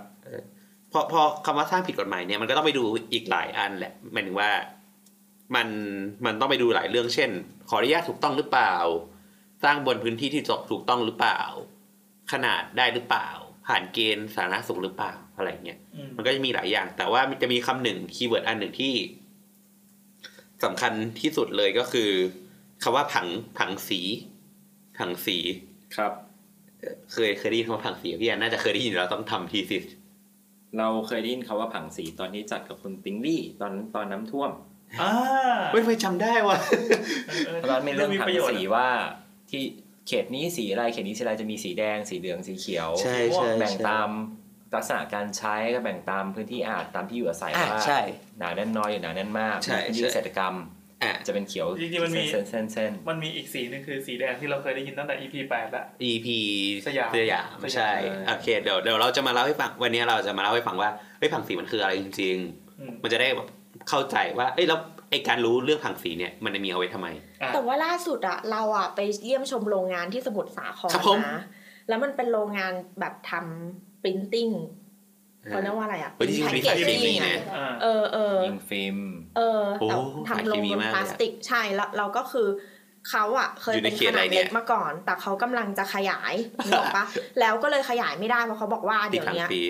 พอพอคำว่าสร้างผิดกฎหมายเนี่ยมันก็ต้องไปดูอีกหลายอันแหละหมายถึงว่ามันมันต้องไปดูหลายเรื่องเช่น ขออนุญาตถูกต้องหรือเปล่า สร้างบนพื้นที่ที่ถูกต้องหรือเปล่า ขนาดได้หรือเปล่า ผ่านเกณฑ์สาธารณสุขหรือเปล่าอะไรเงี้ย อืม มันก็จะมีหลายอย่าง แต่ว่ามันจะมีคำหนึ่งคีย์เวิร์ดอันหนึ่งที่สำคัญที่สุดเลยก็คือคำว่าผังผังสี ผังสี ครับ เคยเคยได้ยินคำว่าผังสีพี่แอนน่าจะเคยได้ยินเราต้องทำทีสิส เราเคยได้ยินคำว่าผังสีตอนที่จัดกับคุณปิงลี่ตอนตอนน้ำท่วม อ่า เฮ้ยไปจำได้ว่ะ เออ ตอนนั้นมีเรื่อง มี ผั ป ง ระโยชน์ สีว่าที่เขตนี้สีอะไรเขตนี้สีอะไรจะมีสีแดง สีเหลืองสีเขียว ใช่ สีม่วง ใช่ แบ่ง ใช่ ตามลักษณะการใช้ก็แบ่งตามพื้นที่อาจตามที่อยู่อาศัย อ่ะ ว่า ใช่ หนาแน่นน้อยหรือหนาแน่นมาก ใช่ พื้นที่ ใช่ เกษตรกรรม อ่ะ จะเป็นเขียว จริงๆมันมี เส้นๆเส้นๆเส้น มันมีอีกสีหนึงคือสีแดงที่เราเคยได้ยินตั้งแต่ EP แปดละ EP สยาม สยามไม่ใช่โอเคเดี๋ยวเดี๋ยวเราจะมาเล่าให้ฟังวันนี้เราจะมาเล่าให้ฟังว่าเฮ้ยผังสีมันคืออะไรจริง อืม ๆ มันจะได้แบบเข้าใจว่าเอ้ยแล้วไอการรู้เรื่องผังสีเนี่ยมันจะมีเอาไว้ทำไม อ่ะ แต่ว่าล่าสุดอะเราอะไปเยี่ยมชมโรงงานที่สมุทรสาคร ครับผม นะแล้วมันเป็นโรงงานแบบทำ printing เขาเรียกว่าอะไรอะ เฮ้ยจริงๆมีสายเคมีนะ อ่า เออเออ ๆยิงฟิล์ม เออแต่ โอ้ ทำลขายงเคมีมาก พลาสติกใช่แล้วเราก็คือเขาอะเคย อยู่ใน เป็น เข ข ตอะไร นาด เนี่ เล็ ย กมาก่อน แต่เขากำลังจะขยายนึกออกปะ แล้วก็เลยขยายไม่ได้เพราะเขาบอกว่า ติด เดี๋ยว ผัง เนี้ย สี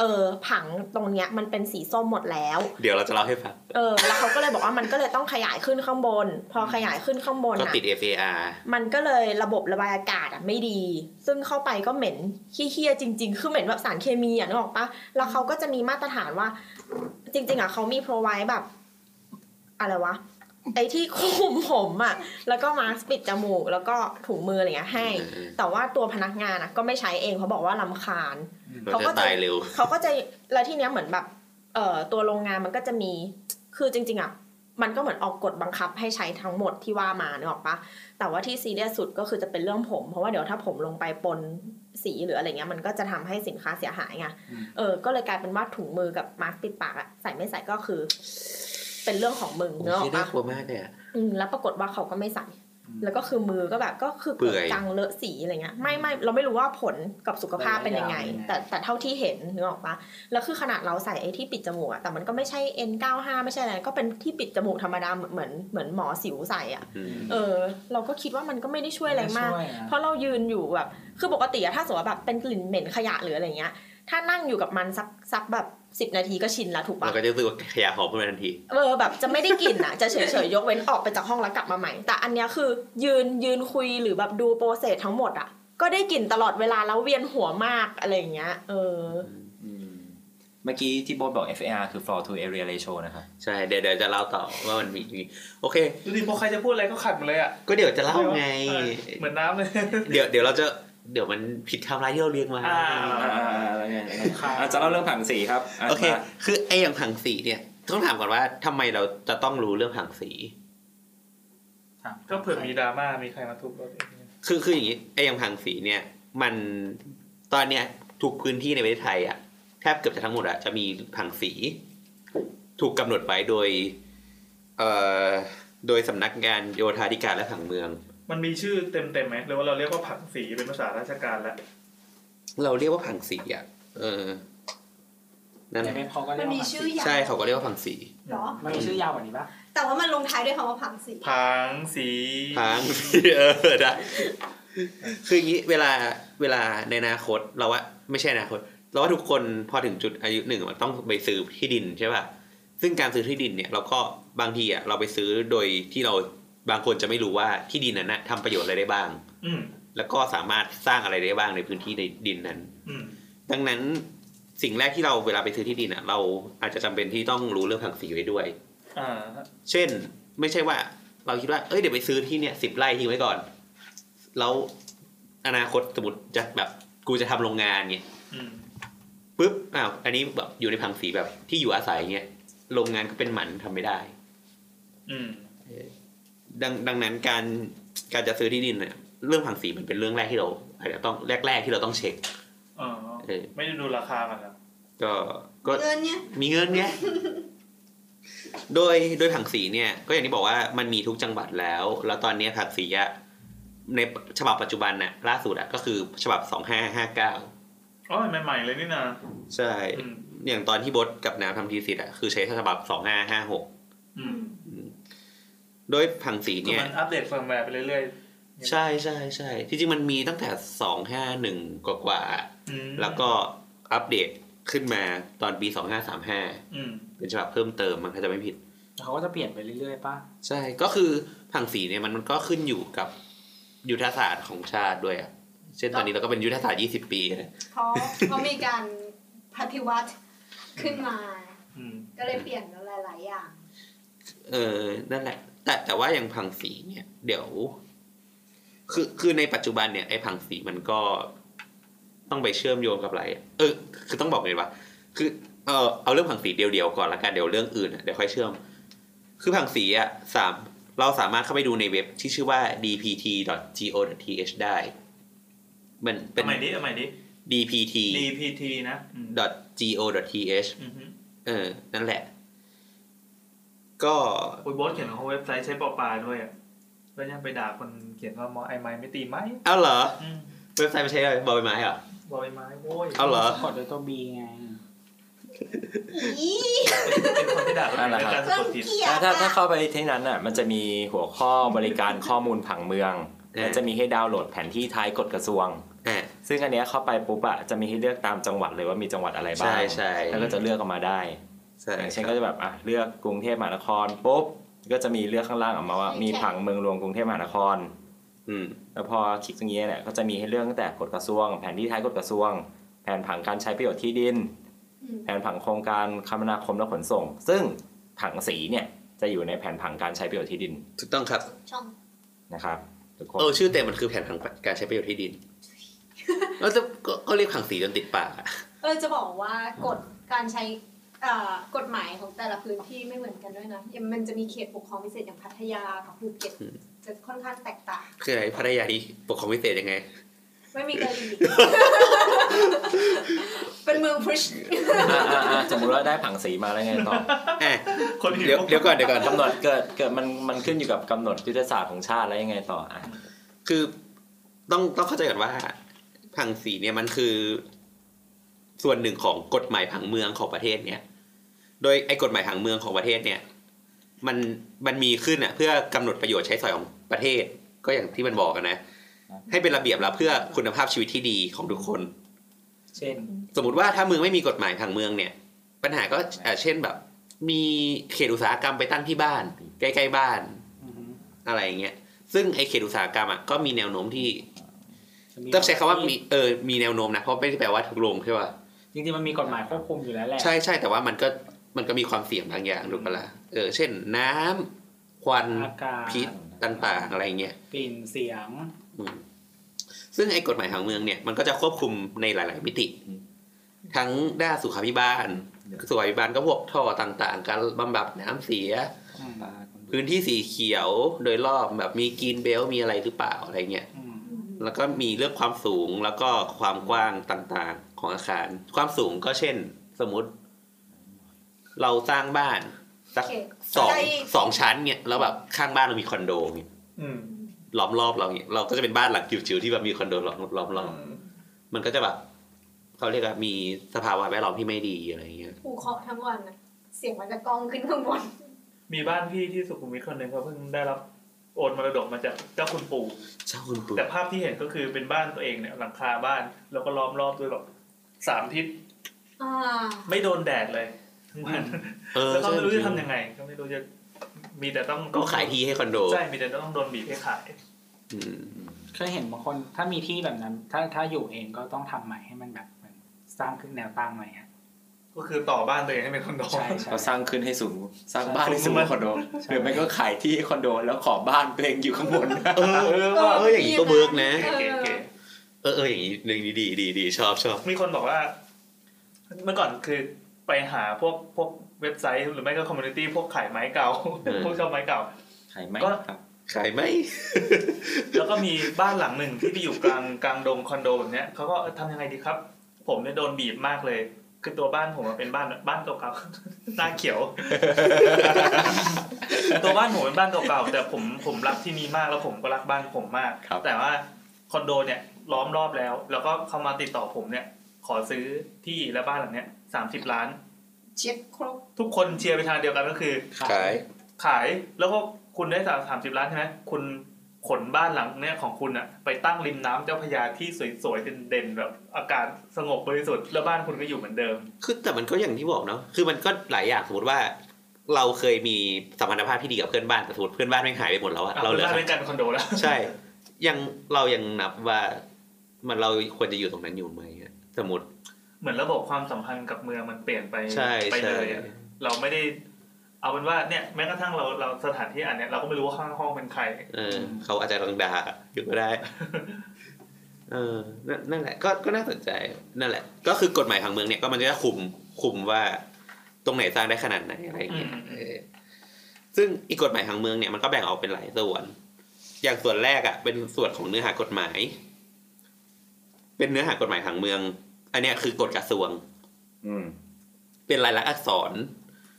เออผังตรงเนี้ยมันเป็นสีส้มหมดแล้ว เดี๋ยวเราจะเล่าให้ฟัง เออ แล้วเขาก็เลยบอกว่ามันก็เลยต้องขยายขึ้นข้างบน พอขยายขึ้นข้างบน ก็ อะ ติด FAR มันก็เลยระบบระบายอากาศอะไม่ดี ซึ่งเข้าไปก็เหม็นขี้เคี้ยจริง ๆ คือเหม็นแบบสารเคมีอะนึกออกปะแล้วเขาก็จะมีมาตรฐานว่า จริง ๆอะเขามี provide แบบ อะไรวะ ไอ้ที่คุมผมอะแล้วก็มาสก์ปิดจมูก แล้วก็ถุงมืออะไรเงี้ยให้ เออ แต่ว่าตัวพนักงานอะก็ไม่ใช้เองเขาบอกว่าลำคาญ เราจะตายเร็ว เขาก็จะแล้วที่เนี้ยเหมือนแบบเอ่อตัวโรงงานมันก็จะมีคือจริงๆอ่ะมันก็เหมือนออกกฎบังคับให้ใช้ทั้งหมดที่ว่ามาเนกออกปะแต่ว่าที่ซีเรียสสุดก็คือจะเป็นเรื่องผม เพราะว่าเดี๋ยวถ้าผมลงไปปนสีหรืออะไรเงี้ยมันก็จะทำให้สินค้าเสียหายไงเออก็เลยกลายเป็นว่าถุงมือกับมาสก์ปิดปากอะใส่ไม่ใส่ก็คือ เป็นเรื่องของมึงเนก โอ้ ออย ก น่า ปะ กลัวมากเลยอะ อืมแล้วปรากฏว่าเขาก็ไม่ใส่ แล้วก็คือมือก็แบบก็คือ เปื่อย กังเลอะสีอะไรเงี้ยไม่ไม่เราไม่รู้ว่าผลกับสุขภาพเป็นยังไง ระยะยาว แต่แต่เท่าที่เห็นนึกออกปะแล้วคือขนาดเราใส่ไอ้ที่ปิดจมูกอะแต่มันก็ไม่ใช่ N95 ไม่ใช่อะไรก็เป็นที่ปิดจมูกธรรมดาเหมือนเหมือนหมอสิวใส่อะ อืม เออ เราก็คิดว่ามันก็ไม่ได้ช่วยอะไรมาก ช่วยนะ เพราะเรายืนอยู่แบบคือปกติอะถ้าสมมติว่าแบบเป็นกลิ่นเหม็นขยะหรืออะไรเงี้ย ถ้านั่งอยู่กับมันสักสักแบบสิบนาทีก็ชินละถูกปะ เราก็จะรู้สึกว่าขยะหอมขึ้นมาทันที เออแบบจะไม่ได้กลิ่นอ่ะ จะเฉยๆ ยกเว้นออกไปจากห้องแล้วกลับมาใหม่ แต่อันเนี้ยคือยืนยืนคุยหรือแบบดูโปรเซสทั้งหมดอ่ะ ก็ได้กลิ่นตลอดเวลาแล้วเวียนหัวมากอะไรอย่างเงี้ย เออ เมื่อกี้ที่โบทบอก FAR คือ floor to area ratio นะครับ ใช่เดี๋ยวเดี๋ยวจะเล่าต่อว่ามันมีมีโอเค ดูดิพอใครจะพูดอะไรก็ขัดหมดเลยอ่ะ ก็เดี๋ยวจะเล่าไง เออเหมือนน้ำเลย เดี๋ยวเดี๋ยวเราจะเดี๋ยวมันผิดไทำลายที่เราเรียนมา อ่า อ่าอะไรเงี้ยอาจจะเล่าเรื่องผังสีครับะ โอเค มา คือไอ้อย่างผังสีเนี่ย ต้องถามก่อนว่าทำไมเราจะต้องรู้เรื่องผังสี ถาม ก็เผื่อมีดราม่ามีใครมาทุบรถอีก คือคืออย่างนี้ไอ้อย่างผังสีเนี่ย มันตอนเนี้ยทุกพื้นที่ในประเทศไทยอ่ะแทบเกือบจะทั้งหมดอ่ะจะมีผังสี ถูกกำหนดไว้โดยเอ่อโดยสำนักงานโยธาธิการและผังเมือง มันมีชื่อเต็มๆไหมหรือว่าเราเรียกว่าผังสีเป็นภาษาราชการแล้ว เราเรียกว่าผังสีอ่ะเออนั่น ในเว็บเขาก็เรี มั ย น ก มี ว่า ชื่อยาว ใช่เขาก็เรียกว่าผังสี เหรอ มันมีชื่อยาวกว่านี้ปะ แต่ว่ามันลงท้ายด้วยคำว่าผังสี ผังสี ผังสีเออได้คืออย่างนี้เวลาเวลาในอนาคตเราว่าไม่ใช่อนาคต เราว่าทุกคนพอถึงจุดอายุหนึ่งมันต้องไปซื้อที่ดินใช่ป่ะซึ่งการซื้อที่ดินเนี่ย เราก็บางทีอ่ะเราไปซื้อโดยที่เราบางคนจะไม่รู้ว่าที่ดินนั้นนะทำประโยชน์อะไรได้บ้าง อืม แล้วก็สามารถสร้างอะไรได้บ้างในพื้นที่ในดินนั้น อืม ดังนั้นสิ่งแรกที่เราเวลาไปซื้อที่ดินอ่ะ เราอาจจะจำเป็นที่ต้องรู้เรื่องผังสีไว้ด้วย อ่า เช่น ไม่ใช่ว่า เราคิดว่าเอ้ยเดี๋ยวไปซื้อที่เนี่ยสิบไร่ทิ้งไว้ก่อน แล้วอนาคตสมมติจะแบบกูจะทำโรงงานเนี่ย อืม ปุ๊บอ้าวอันนี้แบบอยู่ในผังสีแบบที่อยู่อาศัยเนี่ยโรงงานก็เป็นหมันทำไม่ได้ อืม ดังดังนั้นการการจะซื้อที่ดินเนี่ยเรื่องผังสีมันเป็นเรื่องแรกที่เราอาจจะต้องแรก ๆ ที่เราต้องเช็ค อ๋อ เออ ไม่ได้ดูราคามันแล้ว ก็ก็ เงินเนี่ย มีเงินไง โดยโดยผังสีเนี่ย ก็อย่างที่บอกว่ามันมีทุกจังหวัดแล้ว แล้วตอนเนี้ยผังสีอะในฉบับปัจจุบันน่ะล่าสุดอะก็คือฉบับสองห้าห้าเก้า อ๋อใหม่ๆเลยนี่นะ ใช่ อืม อย่างตอนที่บดกับน้ำทำทีสิทธ์อ่ะ คือใช้ฉบับสองห้าห้าหก อืม โดยผังสี คือ เนี่ย มันอัปเดตเฟิร์มแวร์ไปเรื่อยๆ ใช่ใช่ใช่ที่จริงมันมีตั้งแต่สองห้าหนึ่งกว่ากว่า อืม ๆแล้วก็อัปเดตขึ้นมาตอนปีสองห้าสามห้า อืม เป็นฉบับเพิ่มเติมมันถ้าจะไม่ผิด แล้วเขาก็จะเปลี่ยนไปเรื่อยๆป่ะ ใช่ก็คือผังสีเนี่ยมันมันก็ขึ้นอยู่กับยุทธศาสตร์ของชาติด้วยอ่ะเช่นตอนนี้เราก็เป็นยุทธศาสตร์ยี่สิบปีนะ เขาเขามีการปฏิวัติขึ้นมา อืม ก็เลยเปลี่ยนหลาย ๆ อย่าง เออนั่นแหละ แต่แต่ว่าอย่างผังสีเนี่ย เดี๋ยว คือคือในปัจจุบันเนี่ยไอ้ผังสีมันก็ต้องไปเชื่อมโยงกับอะไรอะเออ คือต้องบอกเลยว่าคือเออเอาเรื่องผังสีเดียวๆก่อนละกันเดี๋ยวเรื่องอื่นอะเดี๋ยวค่อยเชื่อม คือผังสีอ่ะสามเราสามารถเข้าไปดูในเว็บที่ชื่อว่า dpt.go.th ได้ มันเป็ เป็น น ใหม่นี้ใหม่นี้ dpt DPT นะอืม go.th อือฮึ เออ นั่นแหละ ก็ โอ้ยโบอสเขียนของเว็บไซต์ใช้ปอปลาด้วยอ่ะแล้วยังไปด่าคนเขียนว่ามอไอไม้ไม่ตีไหม เอ้าเหรอ อืม เว็บไซต์ไม่ใช่อะไรบอใบไม้เหรอบ อไอไม้โว้ย เอ้าเหรอ กดด้วยตัวบีไง อี เป็นคนที่ด่าคนอื่นด้วยการสะกดผิด เกลีย ถ้า ด ถ้า อะ ถ้าเข้าไปที่นั้นน่ะ มันจะมีหัวข้อบริการข้อมูลผังเมือง เออ มันจะมีให้ดาวน์โหลดแผนที่ท้ายกฎกระทรวง อ่ะ ซึ่งอันเนี้ยเข้าไปปุ๊บอะจะมีให้เลือกตามจังหวัดเลยว่ามีจังหวัดอะไรบ้าง ใช่ใช่ แล้วก็จะเลือกออกมาได้ ใช่ อย่าง ใช่ เช่นก็จะแบบอ่ะเลือกกรุงเทพมหานครปุ๊บก็จะมีเลือกข้างล่างออกมาว่า ใช่ มีผังเมืองรวมกรุงเทพมหานคร อืม แล้วพอคลิกตรงนี้เนี่ยก็จะมีให้เลือกตั้งแต่กฎกระทรวง แผนที่ท้ายกฎกระทรวง แผนผังการใช้ประโยชน์ที่ดิน อืม แผนผังโครงการคมนาคมและขนส่ง ซึ่งผังสีเนี่ยจะอยู่ในแผนผังการใช้ประโยชน์ที่ดิน ถูกต้องครับ ช่อง นะครับทุกคน เออ ชื่อเต็มมันคือแผนผังการใช้ประโยชน์ที่ ดิน แล้วจะก็ก็เรียกผังสีจนติดปากอะ เออจะบอกว่ากฎการใช้เอ่อกฎหมายของแต่ละพื้นที่ไม่เหมือนกันด้วยนะยังมันจะมีเขตปกครองพิเศษอย่างพัทยากับภูเก็ตจะค่อนข้างแตกต่าง คืออะไรภรรยาที่ปกครองพิเศษยังไง ไม่มีกะหรี่ เป็นเมืองพุช อ่ะอ่ะอ่ะสมมติว่าได้ผังสีมาแล้วไงต่อ อ่ะ คนอื่น เดี๋ยว พวก เดี๋ยวก่อนเดี๋ยวก่อน กำหนดเกิดเกิดมันมันขึ้นอยู่กับกำหนดยุทธศาสตร์ของชาติแล้วยังไงต่ออ่ะ คือต้องต้องเข้าใจก่อนว่าผังสีเนี่ยมันคือ ส่วนหนึ่งของกฎหมายผังเมืองของประเทศเนี่ย โดยไอ้กฎหมายผังเมืองของประเทศเนี่ย มันมันมีขึ้นอ่ะ เพื่อกำหนดประโยชน์ใช้สอยของประเทศ ก็อย่างที่มันบอกกันนะ ให้เป็นระเบียบแล้วเพื่อคุณภาพชีวิตที่ดีของทุกคน เช่น สมมติว่าถ้าเมืองไม่มีกฎหมายผังเมืองเนี่ย ปัญหาก็อ่ะเช่นแบบ มีเขตอุตสาหกรรมไปตั้งที่บ้าน ใกล้ๆบ้าน อือฮึ อะไรอย่างเงี้ย ซึ่งไอเขตอุตสาหกรรมอ่ะก็มีแนวโน้มที่ จะมี ต้องใช้คำว่ามีเออมีแนวโน้มนะเพราะไม่ได้แปลว่าทุกโรงใช่ป่ะ จริงๆมันมีกฎหมายควบคุมอยู่แล้วแหละ ใช่ใช่แต่ว่ามันก็มันก็มีความเสี่ยงบางอย่างถูกปะล่ะเออเช่นน้ำควัน อากาศ พิษต่างๆ อะไรเงี้ย กลิ่นเสียง อืมซึ่งไอ้กฎหมายผังเมืองเนี่ยมันก็จะควบคุมในหลาย ๆ มิติ ทั้งด้านสุขาภิบาล สุขาภิบาลก็พวกท่อต่างๆ การบำบัดน้ำเสีย อืม พื้นที่สีเขียวโดยรอบแบบมีกรีนเบลมีอะไรหรือเปล่าอะไรเงี้ย อืม แล้วก็มีเรื่องความสูงแล้วก็ความกว้างต่างๆของอาคาร ความสูงก็เช่น สมมติ เราสร้างบ้านสัก เขต สอง ใกล้ สองชั้นเนี่ยแล้วแบบข้างบ้านเรามีคอนโดเนี่ย อืม ล้อมรอบเราเนี่ยเราก็จะเป็นบ้านหลังจิ๋วๆที่แบบมีคอนโดล้อมล้อมรอบมันก็จะแบบเขาเรียกว่ามีสภาวะแวดล้อมที่ไม่ดีอะไรเงี้ย ภูเคาะทั้งวันนะเสียงมันจะกล้องขึ้นข้างบน มีบ้านพี่ที่สุขุมวิทคนหนึ่งเขาเพิ่งได้รับโอนมรดกมาจากเจ้าคุณปู่ เจ้าคุณปู่ แต่ภาพที่เห็นก็คือเป็นบ้านตัวเองเนี่ยหลังคาบ้าน แล้วก็ล้อมรอบด้วยแบบสามทิศ อ่า ไม่โดนแดดเลยทั้งวัน เอ อแล้วก็ ใช่ ไม่รู้จะทำยังไง ก็ไม่รู้จะมีแต่ต้อง ก็ขายที่ให้คอนโด ใช่มีแต่ต้องโดนบีบให้ขาย อืม เคยเห็นบางคนถ้ามีที่แบบนั้น ถ้าถ้าอยู่เองก็ต้องทำใหม่ให้มันแบบเหมือนสร้างขึ้นแนวตั้งอะไรเงี้ย ก็คือต่อบ้านตัวเองให้เป็นคอนโด ใช่ใช่ เราสร้างขึ้นให้สูงสร้างบ้านให้สูง ใช่ กว่าคอนโดหรือไม่ก็ขายที่คอนโดแล้วขอบ้านตัวเองอยู่ข้างบน เออเออว่าเอออย่างนี้ก็เบิร์กนะ เก๋ๆเก๋ เออเอออย่างนี้อย่างนี้ดีดีดีชอบชอบ ๆมีคนบอกว่า เมื่อก่อนคือไปหาพวกพวกเว็บไซต์ หรือไม่ก็คอมมูนิตี้พวกขายไม้เก่า เออ พวกเชอบไม้เก่า ขายไหม ก็ ครับ ขายไหม แล้วก็มีบ้านหลังหนึ่งที่ไปอยู่กลางกลางดงคอนโดแบบเนี้ยเขาก็เออทำยังไงดีครับ ผมเนี่ยโดนบีบมากเลย คือตัวบ้านผมอะเป็นบ้านบ้านเก่าๆ หน้าเขียว ตัวบ้านผมเป็นบ้านเก่าๆแต่ผมผมรักที่นี่มากแล้วผมก็รักบ้านผมมาก ครับ แต่ว่าคอนโดเนี่ยล้อมรอบแล้ว แล้วก็เขามาติดต่อผมเนี่ย ขอซื้อที่และบ้านหลังเนี้ยสามสิบล้าน เช็ดครบ ทุกคนเชียร์ไปทางเดียวกันก็คือ ขาย ขายแล้วก็คุณได้สามสิบล้านใช่ไหมคุณ ขนบ้านหลังเนี้ยของคุณอะไปตั้งริมน้ำเจ้าพระยาที่สวยๆเด่นๆแบบอากาศสงบบริสุทธิ์แล้วบ้านคุณก็อยู่เหมือนเดิม คือแต่มันก็อย่างที่บอกเนาะ คือมันก็หลายอย่างสมมติว่า เราเคยมีสัมพันธภาพที่ดีกับเพื่อนบ้านแต่สมมติเพื่อนบ้านแม่งหายไปหมดแล้วอะเราเหลือ บ้านเป็นกันคอนโดแล้ว ใช่ ยังเรายังนับว่า มันเราควรจะอยู่ตรงนั้นอยู่ไหมอะสมมติ เหมือนระบบความสัมพันธ์กับเมืองมันเปลี่ยนไป ใช่ ไป ใช่ เลยอะเราไม่ได้ เอาเป็นว่าเนี่ยแม้กระทั่งเราเราสถานที่อันเนี้ยเราก็ไม่รู้ว่าข้างห้องเป็นใคร เออเขาอาจจะรังดาอยู่ก็ได้ เออนั่นนั่นแหละ ก็ก็น่าสนใจ นั่นแหละ ก็คือกฎหมายผังเมืองเนี่ยก็มันจะคุมคุมว่าตรงไหนสร้างได้ขนาดไหนอะไรอย่างเงี้ย อืม เออซึ่งอีกกฎหมายผังเมืองเนี่ยมันก็แบ่งออกเป็นหลายส่วน อย่างส่วนแรกอ่ะ เป็นส่วนของเนื้อหากฎหมาย เป็นเนื้อหากฎหมายผังเมือง อันเนี้ยคือกฎกระทรวง อืม เป็นลายลักษณ์อักษร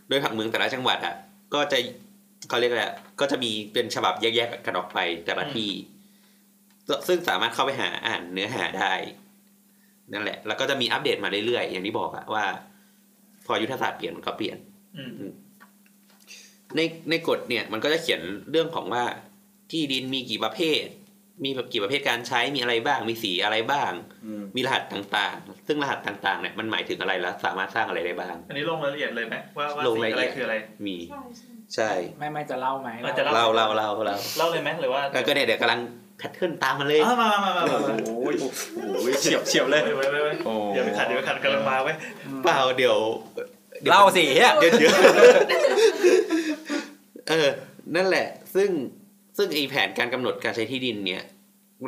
โดยผังเมืองแต่ละจังหวัดอ่ะ ก็จะเขาเรียกอะไรอะก็จะมีเป็นฉบับแยกๆกันออกไปแต่ละที่ ซึ่งสามารถเข้าไปหาอ่านเนื้อหาได้ นั่นแหละ แล้วก็จะมีอัปเดตมาเรื่อยๆ อย่างที่บอกอะว่า พอยุทธศาสตร์เปลี่ยนมันก็เปลี่ยน อืม ในในกฎเนี่ยมันก็จะเขียนเรื่องของว่าที่ดินมีกี่ประเภท มีแบบกี่ประเภทการใช้มีอะไรบ้าง มีสีอะไรบ้าง อืม มีรหัสต่างๆ ซึ่งรหัสต่างๆเนี่ยมันหมายถึงอะไรแล้วสามารถสร้างอะไรได้บ้าง อันนี้ลงรายละเอียดเลยไหมว่าว่า ลง สิ่ง รายละ อะไร เอียด คืออะไร มี ใช่ใช่ ใช่ ไม่ไม่จะเล่าไหม เออจะ เราเราเราเรา เล่าเลยไหมหรือว่า แล้วก็เนี่ยเดี๋ยวกำลังแพทเทิร์นตามมาเลย อ้าวมามามามามามา โอ้ยโอ้ยเฉียบเฉียบเลย เว้ยเว้ยเว้ยเว้ย โอ้ เดี๋ยวไปขัดเดี๋ยวไปขัดกำลังมาเว้ย เปล่าเดี๋ยวดี๋ยว เล่าสิเฮีย เดี๋ยวเดี๋ยวเออ นั่นแหละ ซึ่งซึ่งไอแผนการกำหนดการใช้ที่ดินเนี่ย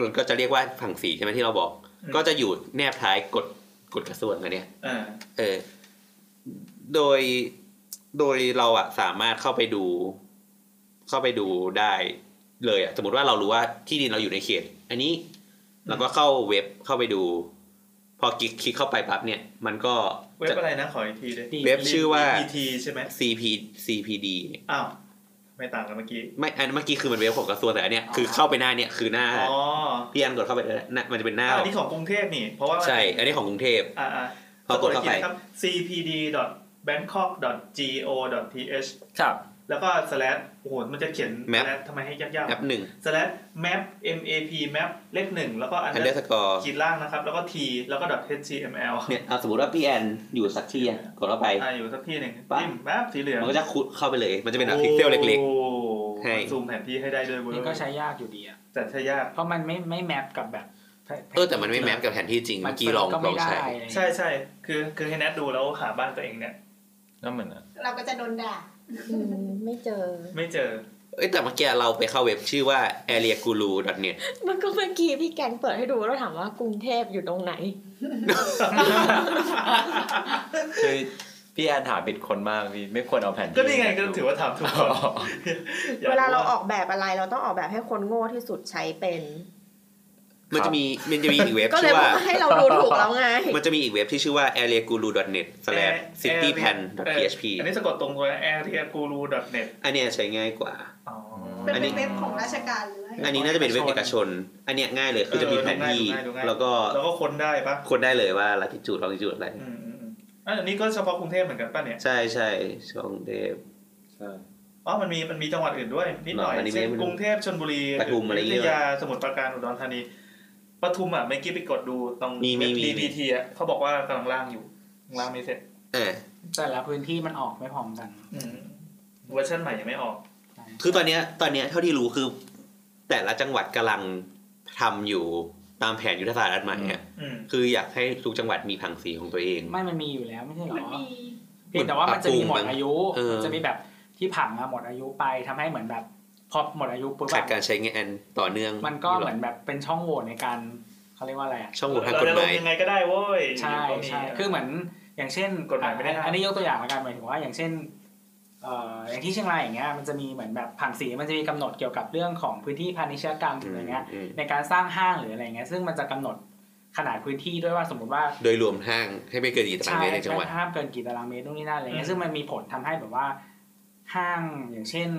มันก็จะเรียกว่าผังสีใช่ไหมที่เราบอก ก็จะอยู่แนบท้ายกฎกฎกระทรวงอันเนี้ย อ่า เออ โดย โดยเราอะสามารถเข้าไปดู เข้าไปดูได้เลยอะสมมติว่าเรารู้ว่าที่ดินเราอยู่ในเขต อันนี้เราก็เข้าเว็บเข้าไปดู พอคลิกคลิกเข้าไปปั๊บเนี่ย มันก็ เว็บ จะ อะไรนะขออีกทีเลย เว็บชื่อว่า ทีใช่ไหม CP CPD เนี่ย อ้าวไม่ต่างกันเมื่อกี้ ไม่อันเมื่อกี้คือมันเว็บของกระทรวงแต่อันเนี้ยคือเข้าไปหน้าเนี่ยคือหน้า อ๋อ พี่อันกดเข้าไปเลยนะหน้ามันจะเป็นหน้า อ่ะอันนี้ของกรุงเทพนี่ เพราะว่ามัน ใช่ อันนี้ของกรุงเทพ อ่าอ่า พอกดเข้าไป สะกอีทีนะครับ cpd.bangkok.go.th ครับ แล้วก็ slash โอ้โหมันจะเขียน Map slash ทำไมให้ยาก แอปหนึ่ง ๆ slash map map map เลขหนึ่งแล้วก็ อันเดอ under ร์สกอร์ ขีดล่างนะครับ แล้วก็ t แล้วก็ .html เนี่ยเอาสมมติว่าพี่แอนอยู่สักที่อะกดเข้าไป อ่าอยู่สักที่หนึ่ง ปั๊บ จิ้มแป๊บสีเหลือง มันก็จะคุดเข้าไปเลย มันจะเป็นแบบพิกเซลเล็ก โอ้ ให้ มันซูมแผนที่ให้ได้ด้วยเว้ย นี่ก็ใช้ยากอยู่ดีอะ แต่ใช้ยาก เพราะมันไม่ไม่แมปกับแบบ ๆ เออแต่มันไม่แมปกับแผนที่จริง เมื่อกี้ลองลองใช้ ใช่ใช่คือคือให้แนทดูแล้วหาบ้านตัวเองเนี่ย นั่นเหมือนอะ เราก็จะโดนด่า อืมไม่เจอ ไม่ เจอ เอ้ยแต่เมื่อกี้เราไปเข้าเว็บชื่อว่า areaguru.net มันก็เมื่อกี้พี่แกนเปิดให้ดูแล้วถามว่ากรุงเทพอยู่ตรงไหน คือพี่แอนถามผิดคนมากพี่ไม่ควรเอาแผ่น ก็นี่ไงก็ถือว่าถามถูกคน เวลาเราออกแบบอะไรเราต้องออกแบบให้คนโง่ที่สุดใช้เป็น มันจะมี มันจะมีอีกเว็บ ก็เล ชื่ ย อ บอก ว่า ว่าให้เราดูถูกแล้วไง มันจะมีอีกเว็บที่ชื่อว่า areaguru.net slash citypan.php อันนี้สะกดตรงตัว a i r t a g u r u n e t อันเนี้ยใช้ง่ายกว่า อ๋อ เป็น อันนี้ เว็บของราชการหรืออะไร อันนี้น่าจะเป็นเว็บเอกชน อันเนี้ยง่ายเลยคือจะมีแผนที่ เออดูง่ายดูง่าย แล้วก็ แล้วก็ค้นได้ปะ คนได้เลยว่า latitude longitude อะไร อืมอืมอืมอะอันนี้ก็เฉพาะกรุงเทพเหมือนกันป่ะเนี่ย ใช่ใช่ช่องเดฟ อ๋อ มันมีมันมีจังหวัดอื่นด้วย นิดหน่อย อันนี้ไม่ เช่น ไม่รู้ กรุงเทพชลบุรี ปทุมอะไร อ เงี้ ยุ ย ธยาสมุทรปราการอุดรธานีปทุมอ่ะเมื่อกี้ไปกดดูตรง มีมีมี DPT อ่ะเขาบอกว่ากำลังล่างอยู่กำลังล่างไม่เสร็จ อ่า แต่ละพื้นที่มันออกไม่พร้อมกัน อืมเวอร์ชันใหม่ยังไม่ออก คือตอนเนี้ยตอนเนี้ยเท่าที่รู้คือ แต่ละจังหวัดกำลังทำอยู่ตามแผนยุทธศาสตร์อันใหม่อะ อืม คืออยากให้ทุกจังหวัดมีผังสีของตัวเอง ไม่มันมีอยู่แล้วไม่ใช่เหร มัน อ มี เพียงแต่ว่ามันจะมีหมดอายุ เออ มันจะมีแบบที่ผังอะหมดอายุไปทำให้เหมือนแบบ พอหมดอายุปุ๊บ ขาด อะ การใช้งานต่อเนื่อง มันก็เหมือนแบบเป็นช่องโหว่ในการเขาเรียกว่าอะไรอะ ช่องโหว่ทาง เรา กฎ จะ ห ลง มาย ยังไงก็ได้เว้ย ใช่ ก็มี ใช่คือเหมือนอย่างเช่น กฎหมายไม่ได้ห้าม อันนี้ยกตัวอย่างละกันหมายถึงว่าอย่างเช่นเอ่ออย่างที่เชียงรายอย่างเงี้ยมันจะมีเหมือนแบบผังสีมันจะมีกำหนดเกี่ยวกับเรื่องของพื้นที่พาณิชยกรรม อืม อะไรเงี้ย อืม ในการสร้างห้างหรืออะไรเงี้ยซึ่งมันจะกำหนดขนาดพื้นที่ด้วยว่าสมมติว่า โดยรวมห้างให้ไม่เกินกี่ตารางเมตรในจังหวัด ห้ามเกินกี่ตารางเมตรนู่นนี่นั่นอะไรเงี้ อื ย ม ซึ่งมันมีผลทำให้แบบว่าห้างอย่างเช่น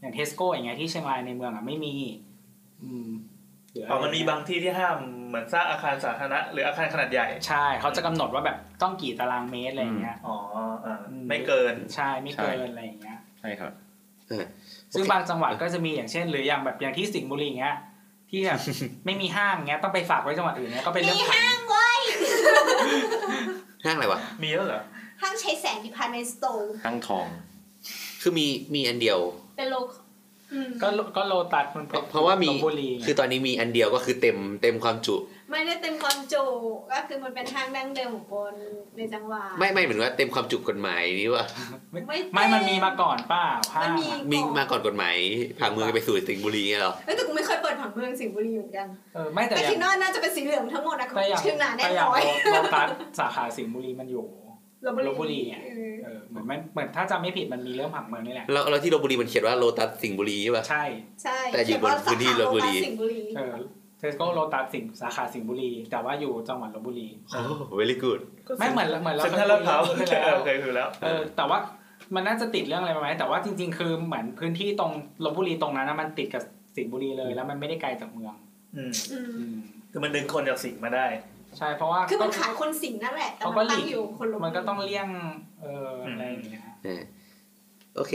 อย่างเทสโก้อย่างเงี้ยที่เชียงรายในเมืองอ่ะไม่มีอืมหรืออะไร อ๋อมันมีบางที่ที่ห้ามเหมือนสร้างอาคารสาธารณะหรืออาคารขนาดใหญ่ ใช่เขาจะกำหนดว่าแบบต้องกี่ตารางเมตรอะไรเงี้ย อ๋ออ่า อืม ไม่เกิน ใช่ไม่เกินอะไรอย่างเงี้ย ใช่ครับ ซึ่งบางจังหวัดก็จะมีอย่างเช่น หรืออย่างแบบอย่างที่สิงห์บุรีอย่างเงี้ยที่ แบบ ไม่มีห้างเงี้ยต้องไปฝากไว้จังหวัดอื่นเงี้ยก็เป็นเรื่องขัน ห้างอะไรวะ มีแล้วเหรอ ห้างใช้แสงดิพาร์ตเมนต์สโตร์ ข้างทอง คือมีมีอันเดียว เป็นโลอืม ก็โลก็โลตัสมัน เพ ป็น ราะเพราะว่ามี ลพบุรีไง คือตอนนี้มีอันเดียวก็คือเต็มเต็มความจุ ไม่ได้เต็มความจุก็คือมันเป็นห้างดั้งเดิมของคนในจังหวัด ไม่ไม่เหมือนว่าเต็มความจุกฎหมายนี่ว่า เต็ ไม่มันมีมาก่อนเปล่าห้า มั ง นมี อะ มีมาก่อนกฎหมายผ่าเมืองไปสู่สิงห์บุรีไงเหรอ เอ้ยแต่กูไม่เคยเปิดผังเมืองสิงห์บุรีเหมือนกัน เออไม่แต่ แต่ อย่าง คิดว่าน่าจะเป็นสีเหลืองทั้งหมดนะ แต่อย่าง ชื่อหนาแน่ แต่อน ย่าง อน โลตัสสาขาสิงห์บุรีมันอยู่ ลพ ลพบุรี เอ อะ อ เออเหมือนมันเหมือนถ้าจำไม่ผิดมันมีเรื่องผังเมืองนี่แหละ แล้วแล้วที่ลบบุรีมันเขียนว่าโลตัสสิงห์บุรีใช่ปะ ใช่ ใช่ แต่อยู่บนพื้นที่ลพบุรี เขียนว่าสาขาโตัสสิงห์บุรี เออเทสโก้โลตัสสิงห์สาขาสิงห์บุรี แต่ว่าอยู่จังหวัดลบบุรี โอ้ very good ไม่เหมือนเหมือนเรา เซ็นทรัลลาดพร้าว เคยเคย เคยคุยเรื่องนี้ไปแล้วคุยแล้ว เออแต่ว่ามันน่าจะติดเรื่องอะไรไหมแต่ว่าจริง ๆ คือเหมือนพื้นที่ตรงลบบุรีตรงนั้นนะมันติดกับสิงห์บุรีเลยแล้วมันไม่ได้ไกลจากเมือง อืม อืม อืม คือมันดึงคนจากสิงห์มาได้ ใช่เพราะว่า คือมันขายคนสิงห์นั่นแหละ แต่ เขาก็ มัน ห ตั้ ลี ง ก อยู่คนลพบุรี มันก็ต้องเลี่ยงเอออะไรอย่างเงี้ย เออโอเค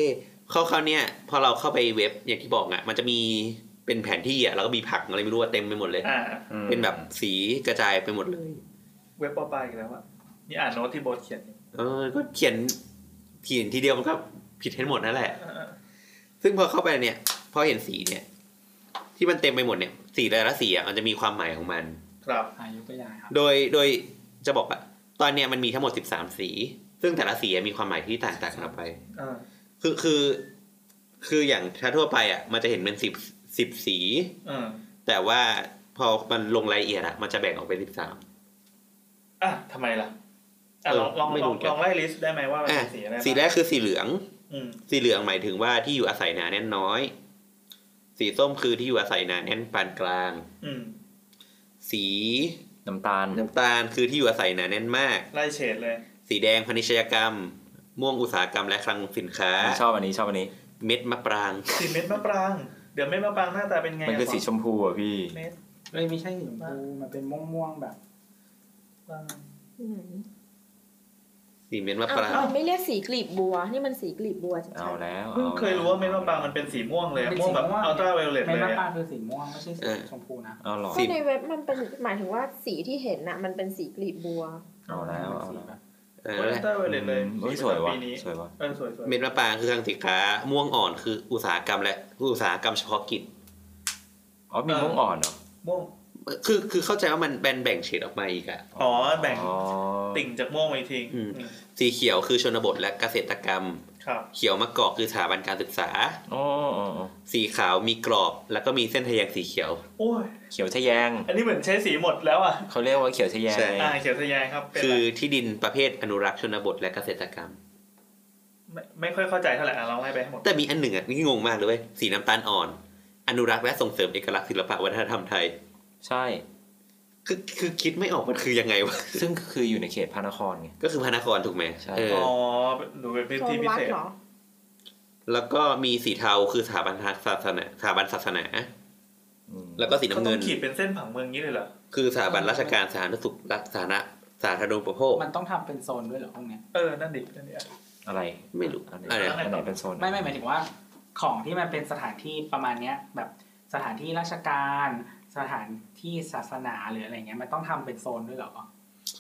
คร่าวๆเนี่ยพอเราเข้าไปเว็บอย่างที่บอกอ่ะมันจะมีเป็นแผนที่อ่ะแล้วก็มีผังอะไรไม่รู้อะเต็มไปหมดเลย อ่า เป็นแบบสีกระจายไปหมดเลย เว็บปอปายอีกแล้วอ่ะนี่อ่านโน้ตที่โบทเขียนอยู่ เออก็เขียนเขียนทีเดียวมันก็ผิดทั้งหมดนั่นแหละ เออ ซึ่งพอเข้าไปเนี่ย พอเห็นสีเนี่ย ที่มันเต็มไปหมดเนี่ย สีแต่ละสีอ่ะมันจะมีความหมายของมัน ครับ อายุตัวอย่างครับ โดยโดยจะบอกว่าตอนเนี้ยมันมีทั้งหมด 13 สี ซึ่งแต่ละสีอ่ะมีความหมายที่ต่างต่างกันออกไป เออ คือคือคืออย่างถ้าทั่วไปอ่ะมันจะเห็นเป็นสิบสิบสี เออ แต่ว่าพอมันลงรายละเอียดอ่ะมันจะแบ่งออกเป็นสิบสาม อ่ะทำไมล่ะอ่ะ เออ ลองลอง ไม่ ล รู้ อง เหมือนกัน ลองไล่ลิสต์ได้ไหมว่ามันเป็อ่ะนสีอะไรบ้าง สีแรกคือสีเหลือง อืม สีเหลืองหมายถึงว่าที่อยู่อาศัยหนาแน่นน้อย สีส้มคือที่อยู่อาศัยหนาแน่นปานกลาง อืม สี น้ำตาล น้ำตาลคือที่อยู่อาศัยหนาแน่นมาก ไล่เฉดเลย สีแดงพนิชยกรรม ม่วงอุตสาหกรรมและคลังสินค้า ชอบอันนี้ชอบอันนี้ เม็ดมะปราง สีเม็ดมะปราง เดี๋ยวเม็ดมะปรางหน้าตาเป็นไง มันคือสีชมพูอ่ะพี่ เม็ด เลยไม่ใช่สีชมพูมันเป็นม่วงๆแบบ ปราง สีเม็ดมะ อ้าว ปราง มันไม่เรียกสีกลีบบัว นี่มันสีกลีบบัวชัดๆ เอาแล้ว เพิ่ง อา เคยรู้ว่าเม็ดมะปรางมันเป็นสีม่วงเลยอะม่วงแบบอัลตราไวโอเลต ไม่ เลย มาปลา อะ คือสีม่วงไม่ใช่สี เออ ชมพูนะ เอาหรอ ก็ในเว็บมันเป็นหมายถึงว่าสีที่เห็นน่ะมันเป็นสีกลีบบัว เอาแล้วเอา สี แล้ว แบบ เออ อัลตราไวโอเลตเลย เฮ้ยสวยว่ะ ปีนี้ สวยว่ะ เออสวยสวย เม็ดมะปรางคือคลังสินค้า ม่วงอ่อนคืออุตสาหกรรมและอุตสาหกรรมเฉพาะกิจ อ๋อมีม่วงอ่อนเหรอ ม่วง คือคือเข้าใจว่ามันแบนแบ่งเฉดออกมาอีกอะ อ๋อแบ่ง อ๋อ ติ่งจากม่วงไปทิ้ง อืม สีเขียวคือชนบทและเกษตรกรรม ครับ เขียวมะกอกคือสถาบันการศึกษา อ๋ออ๋ออ๋อ สีขาวมีกรอบแล้วก็มีเส้นทะแยงสีเขียว โอ้ย เขียวทะแยง อันนี้เหมือนใช้สีหมดแล้วอ่ะ เขาเรียกว่าเขียวทะแยง ใช่ อ่าเขียวทะแยานครับเป็น คื ไร อที่ดินประเภทอนุรักษ์ชนบทและเกษตรกรรม ไม่ไม่ค่อยเข้าใจเท่าไหร่อ่ะลองไล่ไปให้หมด แต่มีอันหนึ่งอ่ะนี่งงมากเลยเว้ยสีน้ำตาลอ่อน อนุรักษ์และส่งเสริมเอกลักษณ์ศิลปะวัฒนธรรมไทย ใช่ คือคือคิดไม่ออกมันคือยังไงวะ ซึ่งคืออยู่ในเขตพระนครไง ก็คือพระนครถูกไหม ใช่ เออ อ๋อหนูเป็นพื้น โซน ที่พิ วัด เศษ เหรอ แล้วก็มีสีเทาคือสถาบันทางศาสนาสถาบันศาสนา อืม แล้วก็สี เขาต้น้ำเงิ อน งขีดเป็นเส้นผังเมืองนี้เลยเหรอ คือสถาบันราชการสาธารณสุขและสาธารณสาธารณูปโภค มันต้องทำเป็นโซนด้วยเหรอพวกเนี้ย เออ นั่นดินั่นดิอ่ะ อะไร ไม่รู้ อันไหน อะไร ะ นะ อันไหนเป็นโซน ไม่ไม่หมายถึงว่าของที่มันเป็นสถานที่ประมาณเนี้ยแบบสถานที่ราชการ สถานที่ศาสนาหรืออะไรเงี้ยมันต้องทำเป็นโซนด้วยเหรอ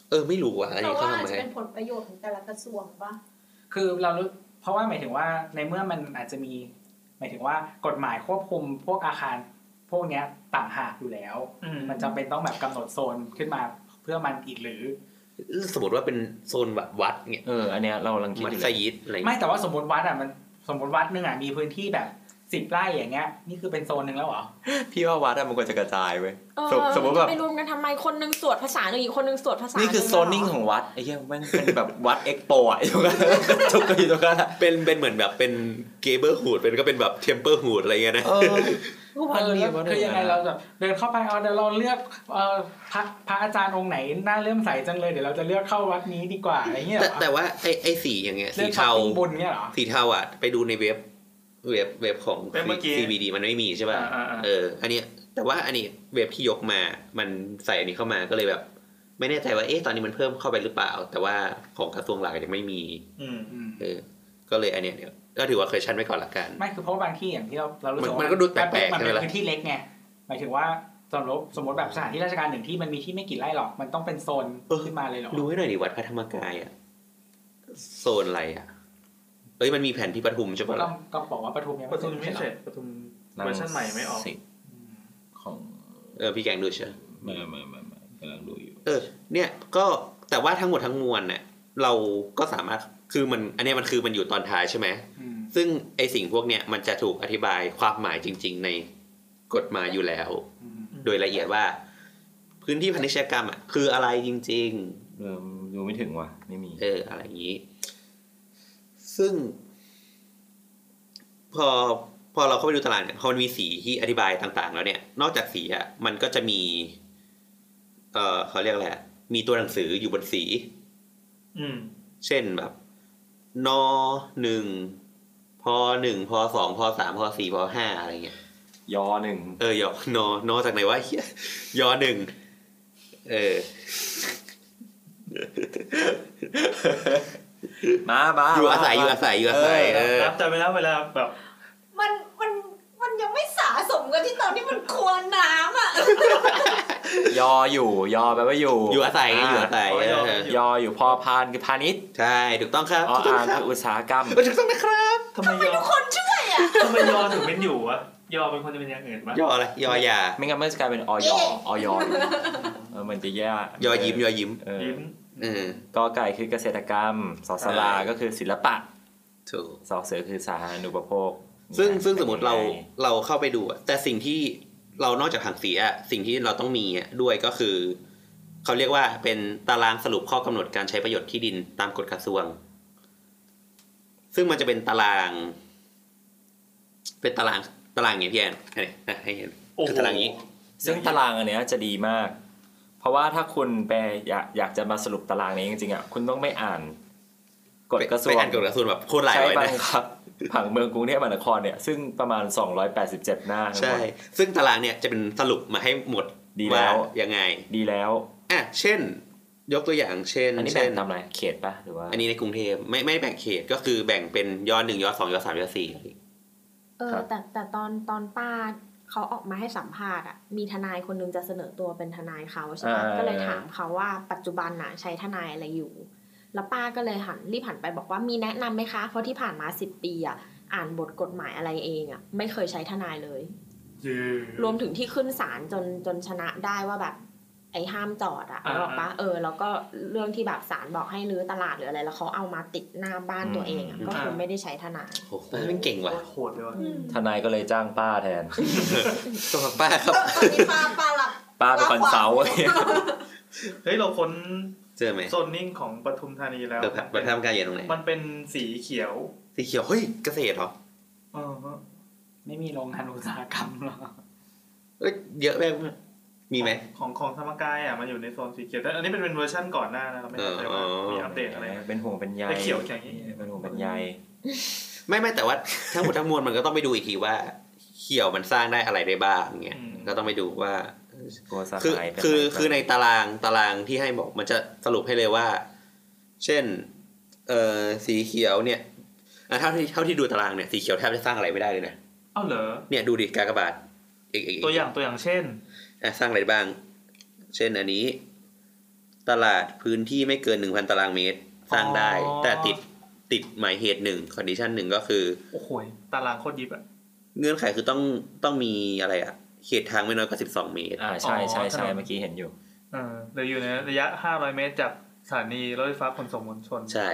เออไม่รู้อ่ะอัน เพ นี้ ราะ เขา ว่าอาทำจ มา จะ ให้ เป็นผลประโยชน์ของแต่ละกระทรวงป่ะ คือเรารู้เพราะว่าหมายถึงว่าในเมื่อมันอาจจะมี หมายถึงว่ากฎหมายควบคุมพวกอาคาร พวกเนี้ยต่างหากอยู่แล้ว อืม มันจำเป็นต้องแบบกำหนดโซนขึ้นมาเพื่อมันอีกหรือ สมมติว่าเป็นโซนแบบวัดเงี้ย เออ อันเนี้ยเรากำลังคิด มั อ ส ยู่ ยิดอะไร ไม่แต่ว่าสมมติวัดอ่ะมันสมมติวัดหนึงอ่ะมีพื้นที่แบบสิบไร่อย่างเงี้ยนี่คือเป็นโซนหนึ่งแล้วเหรอ พี่ว่าวัดอะมันควรจะกระจายเว้ย เออ สมสมมติแบบ จะไปรวมกันทำไมคนหนึงสวดภาษาหนึ่งอีกคนหนึงสวดภาษา นี่คือ ห โซ เหร นนิ่งของวัดไอ้เหี้ยแมันเป็นแบบวัดเอ็กโปอ่ะอยู่กันจุกกันอยู่ตรงนั้นอะ เป็นเป็นเหมือนแบบเป็นเกเบอร์ฮูดเป็นก็เป็นแบบเทมเปอร์ฮูดอะไรเงี้ยนะ เออ วัด เออ เรียนวัด แล้วคือยังไง เรียน เราแบบเดินเข้าไปเอาเดี๋ยวเราเลือกเอ่อพระพระอาจารย์องค์ไหนน่าเลื่อมใสจังเลยเดี๋ยวเราจะเลือกเข้าวัดนี้ดีกว่าอะไรเงี้ยเหร แต่ อ แต่ว่าไอ้ไอ้สีอย่างเงี้ย เลื สี อก เทา ช้อปปิ้งบุญเงี้ยเหรอ สีเทาอ่ะ ไปดูในเว็บเว็บเว็บของ เว็บเมื่อกี้ CBD มันไม่มีใช่ป่ะ อ่าอ่าอ่า เออ อันเนี้ยแต่ว่าอันนี้เว็บที่ยกมามันใส่อันนี้เข้ามาก็เลยแบบ ไม่แน่ใจว่าเอ๊ะตอนนี้มันเพิ่มเข้าไปหรือเปล่า แต่ว่าของกระทรวงหลักยังไม่มี อืม อืม เออ ก็เลยอันเนี้ยเดี๋ยวเ ก็ถือว่าเคยชั่นไว้ก่อนละกัน ไม่คือเพราะว่าบางที่อย่างที่เราเรารู้สึก มัน ว่า ก็ดูแปลกๆ เป็นมัน ใช่ไหม เป็น ล่ะ พื้นที่เล็กไงหมายถึงว่าสมมติสมมติแบบสถานที่ราชการหนึ่งที่มันมีที่ไม่กี่ไร่หรอกมันต้องเป็นโซนขึ้นมาเลยเหรอ ดูให้หน่อยดิวัดพระธรรมกายอะโซนอะไรอะเอ้ยมันมีแผนที่ปฐุมใช่ปะ ก็ ล่ะ ก็บอกว่าปทุมยัง ปทุมไม่ หรอ เสร็จปทุมเวอร์ชันใหม่ไม่ออก สิบของ เออพี่แกงดูใช่ไหม ไม่ไม่ไม่ไม่กำลังดูอยู่ เออเนี่ยก็แต่ว่าทั้งหมดทั้งมวลเนี่ยเราก็สามารถคือมันอันเนี้ยมันคือมันอยู่ตอนท้ายใช่ไหม อืม ซึ่งไอสิ่งพวกเนี้ยมันจะถูกอธิบายความหมายจริง ๆ ในกฎหมายอยู่แล้ว อืม โดยละเอียดว่า พื้นที่พันธุกรรมอ่ะคืออะไรจริง เออดูไม่ถึงว่ะ ไม่มี ๆ เอออะไรอย่างนี้ ซึ่ง พอพอเราเข้าไปดูตลาดเนี่ยพอมันมีสีที่อธิบายต่างๆ แล้วเนี่ย นอกจากสีอ่ะมันก็จะมี เออเขาเรียกอะไรอะมีตัวหนังสืออยู่บนสี อืม เช่นแบบนอหนึ่งพอหนึ่งพอสองพอสามพอสี่พอห้าอะไรเงี้ย ยอหนึ่ง เออยอนอนอจากไหนวะ เหี้ยยอหนึ่งเออ มามา อยู่อาศัย ม อยู่อาศัยอยู่อาศัยเออ รับแต่เวลาเวลาแบบ มันมันมันยังไม่สะสมกันที่ตอนที่มันควรน้ำอ่ะ ยออยู่ ยอแปลว่าอยู่ อยู่อาศัยไงอยู่อาศัยเออย ออยู่พอพานคือพาณิชย์ ใช่ ถูกต้องครับ อ ถูกต้อ อ่าง น ครั คื บ ออุตสาหกรรม เออถูกต้องนะครับ ทำไมยอ ทุกคนช่วยอ่ะ ทำไมยอถึงเป็นอยู่วะยอเป็นคนจะเป็นอย่างอื่นปะ ยออะไรยอยา ไม่งั้นมันจะกลายเป็นออย เย่ ออยเออมันจะแย่ ยอยิ้มยอยิ้ม เออ ยิ้ม เออ กอไก่คือเกษตรกรรมสอสลา เออ ก็คือศิลปะ ถูก สอเสือคือสาธารณูปโภค ซึ่ง นี่ย ซึ่งสมมติเรา ป็นยังไง เราเข้าไปดูอะแต่สิ่งที่เรานอกจากถังสีอะสิ่งที่เราต้องมีอะด้วยก็คือ เขาเรียกว่าเป็นตารางสรุปข้อกำหนดการใช้ประโยชน์ที่ดินตามกฎกระทรวง ซึ่งมันจะเป็นตาราง เป็นตารางตารางอย่างเงยพี่แอนอันนี้อ่ะให้เห็น โอ้ คือ โห ตารางนี้ ซึ่งตารางอันเนี้ยจะดีมาก เพราะว่าถ้าคุณไปอยากอยากจะมาสรุปตารางนี้จริงๆอ่ะคุณต้องไม่อ่านกฎกระทรว ไป ง อ่านกฎกระทรวงแบบโคตรหลาย ใช่ ร้อย บั นะ งคับผังเมืองกรุงเทพมหานครเนี่ย ซึ่งประมาณ 287 หน้าทั้งหมด ใช่ ซึ่งตารางเนี่ยจะเป็นสรุปมาให้หมด ดีแล้ว ายังไง ดีแล้ว อ่ะเช่น ยกตัวอย่างเช่น อันนี้แบ่ เช่น งทำอะไรเขตปะหรือว่า อันนี้ในกรุงเทพไม่ไม่แบ่งเขตก็คือแบ่งเป็นยอหนึ่งยอสองยอสามยอสี่ เออ ครับ แต่แต่ตอนตอนป้าเขาออกมาให้สัมภาษณ์อ่ะมีทนายคนหนึงจะเสนอตัวเป็นทนายเขาใช่ปะ อ่า ก็เลยถามเขาว่าปัจจุบันน่ะใช้ทนายอะไรอยู่ แล้วป้าก็เลยหันรีบหันไปบอกว่ามีแนะนำไหมคะ เพราะที่ผ่านมาสิบปีอ่ะอ่านบทกฎหมายอะไรเองอ่ะไม่เคยใช้ทนายเลย เยืด รวมถึงที่ขึ้นศาลจนจนชนะได้ว่าแบบ ไอ้ห้ามจอดอะ อ่า หรอกปะเออ แล้วก็เรื่องที่แบบศาลบอกให้รื้อตลาดหรืออะไรแล้วเขาเอามาติดหน้าบ้านตัวเองอะก็คือไม่ได้ใช้ทนาย โอ้โหมันเก่งว่ะ โหดเลยว่ะ ทนายก็เลยจ้างป้าแทน ก็ป้าครับ ตอนนี้ปลาปลาหลับ ป้าเป็นคอน เซิลท์ เฮ้ยเราค้น เจอไหม โซนนิ่งของปทุมธานีแล้ว เออปฏิทำการอยู่ตรงไหน มันเป็นสีเขียว สีเขียวเฮ้ยเกษตรเหรอ เออฮะ ไม่มีโรงงานอุตสาหกรรมหรอ เอ้ยเยอะแม่งมีไหม ของของธรรมกายอ่ะมันอยู่ในโซนสีเขียวแต่อันนี้เป็นเป็นเวอร์ชั่นก่อนหน้านะครับไม่แน่ใจว่า เออ มีอัปเดตอะไรไหม เป็นห่วงเป็นใย ไอ้เขียวอย่างนี้ เป็นห่วงเป็นใย ไม่ไม่แต่ว่าทั้งหมดทั้งมวลมันก็ต้องไปดูอีกทีว่า เขียวมันสร้างได้อะไรได้บ้างเงี้ย อืม ก็ต้องไปดูว่า กลัวส คือ หายเป็น คือ หายไป คือในตารางตารางที่ให้บอกมันจะสรุปให้เลยว่า เช่น เอ่อสีเขียวเนี่ยอ่ะเท่าที่เท่าที่ดูตารางเนี่ยสีเขียวแทบจะสร้างอะไรไม่ได้เลยนะ เอ้าเหรอ เนี่ยดูดิกากบาทเอกเอก ตัวอย่างตัวอย่างเช่น อ่ะสร้างอะไรบ้าง เช่นอันนี้ ตลาดพื้นที่ไม่เกินหนึ่งพันตารางเมตร สร้างได้ อ๋อ แต่ติดติดหมายเหตุหนึ่งคอนดิชันหนึ่งก็คือ โอ้โหยตารางโคตรยิบอ่ะ เงื่อนไขคือต้องต้องมีอะไรอะเขตทางไม่น้อยกว่าสิบสองเมตร อ่าใช่ใช่อ๋ใช่อถนน เมื่อกี้เห็นอยู่ เออหรืออยู่ในระยะ 500 เมตรจากสถานีรถไฟฟ้าขนส่งมวลชน ใช่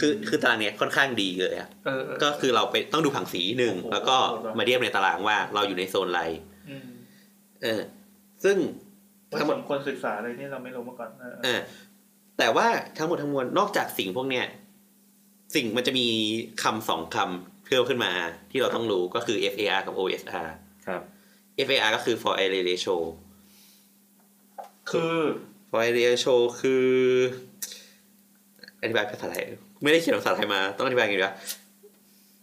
คือคือตารางเนี้ยค่อนข้างดีเลยอะ เออเออ ก็คือเราไปต้องดูผังสีหนึ่ง โอ้โห แล้วก็ โหดว่ะ มาเรียบในตารางว่าเราอยู่ในโซนอะไร อืม เออ ซึ่ง ทั้งหมดคนศึกษาเลยนี่เราไม่รู้มาก่อนเออเออ เออแต่ว่าทั้งหมดทั้งมวลนอกจากสิ่งพวกเนี้ยสิ่งมันจะมีคำสองคำเพิ่มขึ้นมาที่เราต้องรู้ก็คือ FAR กับ OSR ครับ FAR ก็คือ for area ratio คือ for area ratio คือ อธิบายภาษาไทยไม่ได้เขียนภาษาไทยมาต้องอธิบายไงดีวะ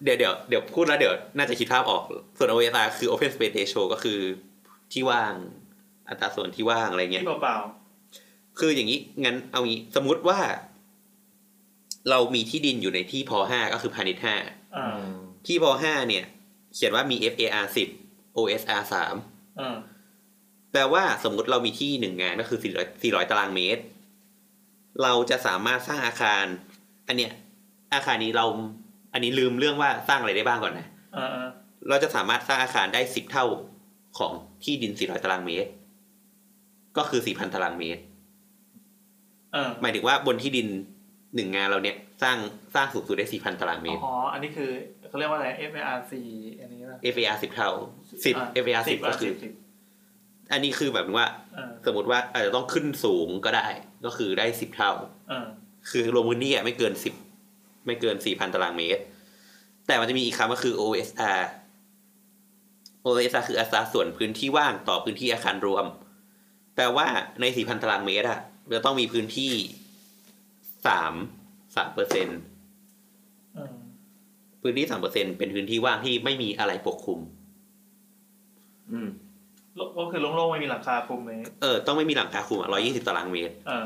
เดี๋ยวเดี๋ยวเดี๋ยวพูดแล้วเดี๋ยวน่าจะคิดภาพออก ส่วน OSR คือ open space ratio ก็คือที่ว่างอัตราส่วนที่ว่างอะไรเงี้ย ที่เปล่า คืออย่างนี้งั้นเอางี้สมมติว่า เรามีที่ดินอยู่ในที่พห้าก็คือพาณิชย์ห้า อ่า ที่พห้าเนี่ย เขียนว่ามี FAR สิบ OSR สาม อ่า แปลว่าสมมุติเรามีที่หนึ่งงานก็คือสี่ร้อยสี่ร้อยตารางเมตร เราจะสามารถสร้างอาคาร อันเนี้ยอาคารนี้เรา อันนี้ลืมเรื่องว่าสร้างอะไรได้บ้างก่อนนะ อ่าอ่า เราจะสามารถสร้างอาคารได้สิบเท่าของที่ดิน 400 ตารางเมตร ก็คือ 4,000 ตารางเมตร อ่า หมายถึงว่าบนที่ดินหนึ่งงานเราเนี่ยสร้างสร้างสูงสุดได้ 4,000 ตารางเมตร อ๋ออันนี้คือเขาเรียกว่าอะไร F R C อันนี้ป่ะ FAR 10 เท่า อ่ะ 10 FAR 10ก็คือ สิบ อันนี้คือแบบว่า อ่า สมมติว่าอาจจะต้องขึ้นสูงก็ได้ ก็คือได้ 10 เท่า อ่า คือรวมพื้นที่อะไม่เกิน 10 ไม่เกิน 4,000 ตารางเมตร แต่มันจะมีอีกคำก็คือ OSR OSR คืออัตราส่วนพื้นที่ว่างต่อพื้นที่อาคารรวม แปลว่าใน 4,000 ตารางเมตรอะจะต้องมีพื้นที่ 3 3เปอร์เซ็น อ่า พื้นที่ 3เปอร์เซ็นเป็นพื้นที่ว่างที่ไม่มีอะไรปกคลุม อืม ก็คือโล่งๆไม่มีหลังคาคลุมเลย เออ ต้องไม่มีหลังคาคลุมอะ120 ตารางเมตร อ่า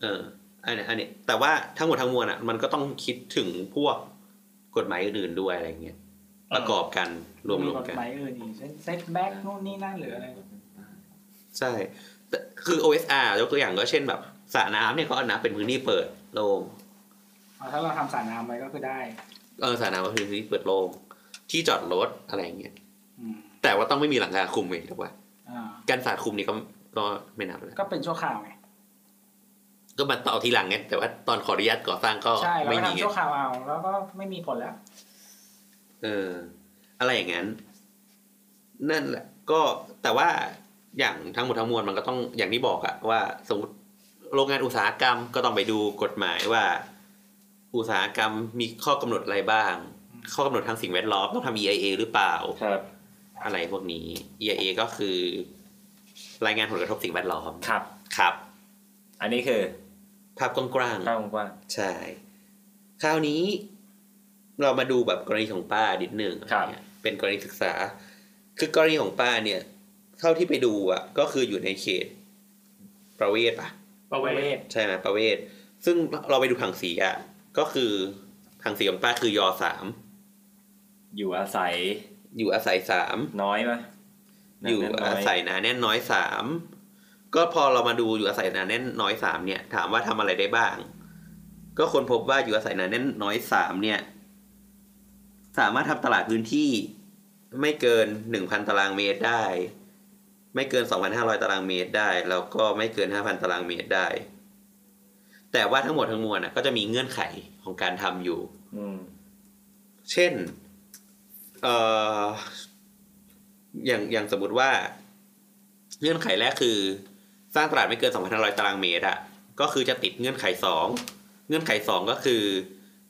เออ อันเนี้ยอันเนี้ยแต่ว่าทั้งหมดทั้งมวลอ่ะ มันก็ต้องคิดถึงพวกกฎหมายอื่นๆด้วยอะไรเงี้ย ประกอบกันร มี ว ก ม ฎ ๆกัน หมายอื่นอีกเช่นเซตแบ็กนู่นนี่นั่นหรืออะไร ใช่แต่คือ OSR ยกตัวอย่างก็เช่นแบบสระน้ำเนี่ยเขาเอาน้ำเป็นพื้นที่เปิดโล่ง อ๋อถ้าเราทำสระน้ำไว้ก็คือได้ เออสระน้ำเป็นพื้นที่เปิดโล่งที่จอดรถอะไรอย่างเงี้ย อืม แต่ว่าต้องไม่มีหลังคาคลุมเองถูกป่ะ อ่า การสาดคลุมนี่ก็ก็ไม่นับแล้ว ก็เป็นชั่วคราวไง ก็มาต่อทีหลังไงแต่ว่าตอนขออนุญาตก่อสร้างก็ ใช่เรา ไม่ ก็ มี ทำชั่วคราวเอา แล้วก็ไม่มีผลแล้ว เออ อะไรอย่างนั้น นั่นแหละ ก็แต่ว่าอย่างทั้งหมดทั้งมวลมันก็ต้องอย่างที่บอกอะว่าสมมติโรงงานอุตสาหกรรมก็ต้องไปดูกฎหมายว่า อุตสาหกรรมมีข้อกำหนดอะไรบ้าง ข้อกำหนดทางสิ่งแวดล้อมต้องทำ EIA หรือเปล่า ครับ อะไรพวกนี้ EIA ก็คือ รายงานผลกระทบสิ่งแวดล้อม ครับ ครับ อันนี้คือ ภาพกว้าง ข้าวกว้าง ๆใช่ คราวนี้ เรามาดูแบบกรณีของป้าดิดหนึ่งอะไรเงี้ยเป็นกรณีศึกษา คือกรณีของป้าเนี่ย เท่าที่ไปดูอ่ะ ก็คืออยู่ในเขต ประเวศป่ะ ประเว ประเว ศ ศ ใช่ไหมประเวศ ซึ่งเราไปดูผังสีอ่ะ ก็คือผังสีของป้าคือยอสาม อยู่อาศัย อยู่อาศัยสาม น้อยไหม อยู่ น้ อาศัยหนาแน่นน้อยสามก็พอเรามาดูอยู่อาศัยหนาแน่นน้อยสามเนี่ย ถามว่าทำอะไรได้บ้าง ก็คนพบว่าอยู่อาศัยหนาแน่นน้อยสามเนี่ย สามารถทำตลาดพื้นที่ ไม่เกินหนึ่งพันตารางเมตรได้ ไม่เกินสองพันห้าร้อยตารางเมตรได้ แล้วก็ไม่เกินห้าพันตารางเมตรได้ แต่ว่าทั้งหมดทั้งมวลน่ะก็จะมีเงื่อนไขของการทำอยู่ อืม เช่น เอ่อ อย่างอย่างสมมติว่า เงื่อนไขแรกคือ สร้างตลาดไม่เกิน 2,500 ตารางเมตรอะก็คือจะติดเงื่อนไข 2 เงื่อนไข 2 ก็คือ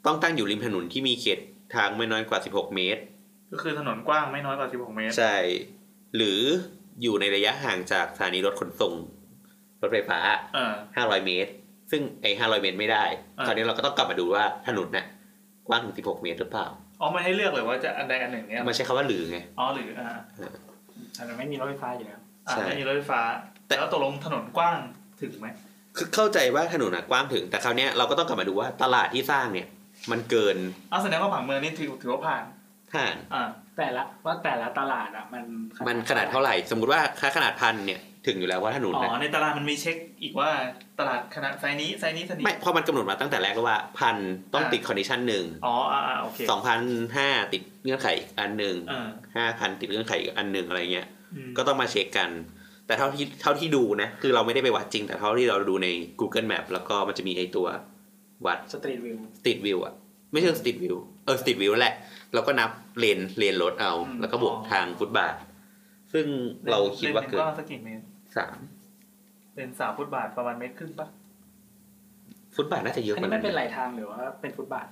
ต้องตั้งอยู่ริมถนนที่มีเขตทางไม่น้อยกว่า 16 เมตร ก็คือถนนกว้างไม่น้อยกว่าสิบหกเมตร ใช่ หรืออยู่ในระยะห่างจากสถานีรถขนส่ง รถไฟฟ้า อ่า 500 เมตร ซึ่งไอ้500 เมตรไม่ได้ อ่า คราวนี้เราก็ต้องกลับมาดูว่าถนนน่ะกว้างถึง 16 เมตรหรือเปล่า อ๋อไม่ให้เลือกเลยว่าจะอันใดอันหนึ่งเนี่ย มันใช้คำว่าหรือไง อ๋อหรืออ่า แต่เราไม่มีรถไฟฟ้าอยู่แล้ว อ่า ใช่ ไม่มีรถไฟฟ้า แต่ แล้วตกลงถนนกว้างถึงไหม คือเข้าใจว่าถนนน่ะกว้างถึง แต่คราวเนี้ยเราก็ต้องกลับมาดูว่าตลาดที่สร้างเนี่ย มันเกิน อ้าวแสดงว่าผังเมืองนี่ถือถือว่าผ่าน ท่าน อ่า แต่ละว่าแต่ละตลาดอ่ะมัน มันขนาดเท่าไหร่ สมมุติว่าค่าขนาดพันเนี่ยถึงอยู่แล้วว่าถนน อ๋ นะ อในตารางมันมีเช็คอีกว่าตลาดขนาดไซส์นี้ไซส์นี้ไซส์นี้ ไม่เพราะมันกำหนดมาตั้งแต่แรกแล้วว่าพันต้อง อ่า ติดคอนดิชันหนึ่ง อ๋ออ่าอ่าโอเค สองพันห้าติดเงื่อนไขอีกอันหนึ่ง อ่า ห้าพันติดเงื่อนไขอีกอันหนึ่งอะไรเงี้ย อืม ก็ต้องมาเช็คกัน แต่เท่าที่เท่าที่ดูนะ คือเราไม่ได้ไปวัดจริง แต่เท่าที่เราดูใน Google Map แล้วก็มันจะมีไอตัววัด สตรีทวิว สตรีทวิวอะไม่เชิงสตรีทวิวเออสตรีทวิวแหละเราก็นับเลนเลนรถเอา อืม แล้วก็บวกทางฟุตบาท ซึ่งเราคิดว่าเกิ ลนหนึ่งนสักกี่เมตร สาม เป็นสามฟุตบาทประมาณเมตรครึ่งปะ ฟุตบาทน่าจะเยอะ อัน กว่า นี้ นั้นไม่เป็นไหลทางหรือว่าเป็นฟุตบาท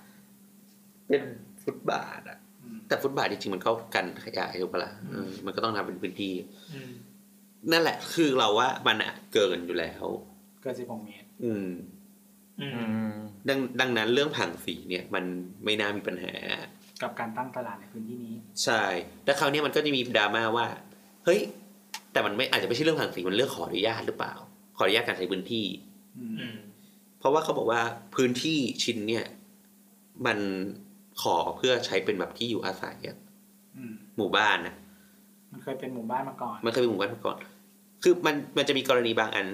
เป็นฟุตบาทอะ อืม แต่ฟุตบาทจริงๆมันเข้ากันขยายถูกปะล่ะเออมันก็ต้องทำเป็นพื้นที่ อืม นั่นแหละ คือเราว่ามันอะเกินอยู่แล้ว เกินสิบหกเมตร อืม อืม อืม ดังดังนั้นเรื่องผังสีเนี่ย มันไม่น่ามีปัญหา กับการตั้งตลาดในพื้นที่นี้ ใช่ แต่คราวเนี้ยมันก็จะมีดราม่าว่า เฮ้ย แต่มันไม่อาจจะไม่ใช่เรื่องผังสีมันเรื่องขออนุญาตหรือเปล่า ขออนุญาตการใช้พื้นที่ อืม อืม เพราะว่าเขาบอกว่าพื้นที่ชิ้นเนี่ย มันขอเพื่อใช้เป็นแบบที่อยู่อาศัยอะ อืม หมู่บ้านนะ มันเคยเป็นหมู่บ้านมาก่อน มันเคยเป็นหมู่บ้านมาก่อน คือมันมันจะมีกรณีบางอัน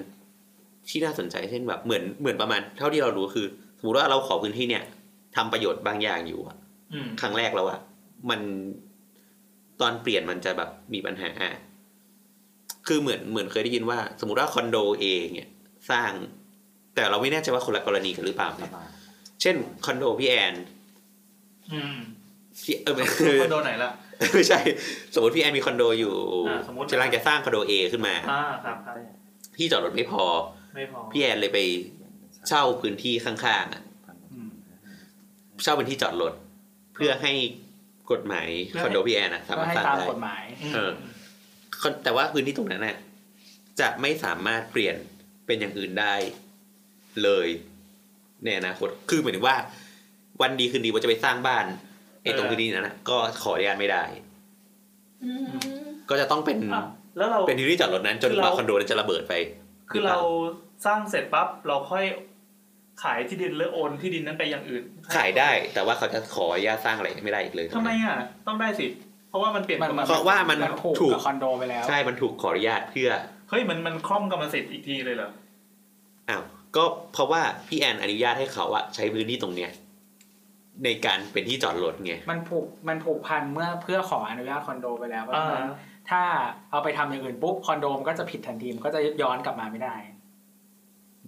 ที่น่าสนใจเช่นแบบเหมือนเหมือนประมาณ เท่าที่เรารู้คือ สมมติว่าเราขอพื้นที่เนี่ยทำประโยชน์บางอย่างอยู่อะ อืม ครั้งแรกแล้วอะมันตอนเปลี่ยนมันจะแบบมีปัญหา คือเหมือนเหมือนเคยได้ยินว่า สมมติว่าคอนโดเองเนี่ย สร้าง แต่เราไม่แน่ใจว่าคนละกรณีกันหรือเปล่าเนี่ยเช่นคอนโดพี่แอน อืม พี่ เออ คอนโดไหนล่ะ ไม่ใช่ สมมติพี่แอนมีคอนโดอยู่ อ่าสมมุติ กำลังจะสร้างคอนโดเอขึ้นมา อ่าครับครับ พี่จอดรถไม่พอ ไม่พอ พี่แอนเลยไปเช่าพื้นที่ข้างๆอะ อืม เช่าเป็นที่จอดรถเพื่อให้กฎหมายคอนโดพี่แอนอะสา ก็ มารถ ให้ สร้าง ตาม ได้ กฎหมาย เออ คนแต่ว่าพื้นที่ตรงนั้นน่ะจะไม่สามารถเปลี่ยนเป็นอย่างอื่นได้เลยในอนาคตคือเหมือนว่า วันดีคืนดีว่าจะไปสร้างบ้านไอ้ตรงพื้นที่นั้นนะก็ขออนุญาตไม่ได้ อืม ก็จะต้องเป็น อ่ะแล้วเรา เป็นที่ที่จอดรถนั้นจน คือเรา กว่าคอนโดนั้นจะระเบิดไป คือเราสร้างเสร็จปั๊บเราค่อยขายที่ดินหรือโอนที่ดินนั้นไปอย่างอื่น ขายได้ แต่ว่าเขาจะขออนุญาตสร้างอะไรไม่ได้อีกเลย ทำไมอ่ะ ต้องได้สิ เพราะว่ามันเปลี่ยน มัน กฎห มั มาน ย เพราะว่ามัน มันผูก ถูก กับคอนโดไปแล้ว ใช่มันถูกขออนุญาตเพื่อ เฮ้ยมันมันคล่อมกรรมสิทธิ์อีกทีเลยเหรอ อ้าวก็เพราะว่าพี่แอนอนุญาตให้เขาอะใช้พื้นที่ตรงเนี้ยในการเป็นที่จอดรถไง มันผูกมันผูกพันเมื่อเพื่อขออนุญาตคอนโดไปแล้วเพราะ อ่า ฉะนั้นถ้าเอาไปทำอย่างอื่นปุ๊บคอนโดมันก็จะผิดทันทีมันก็จะย้อนกลับมาไม่ได้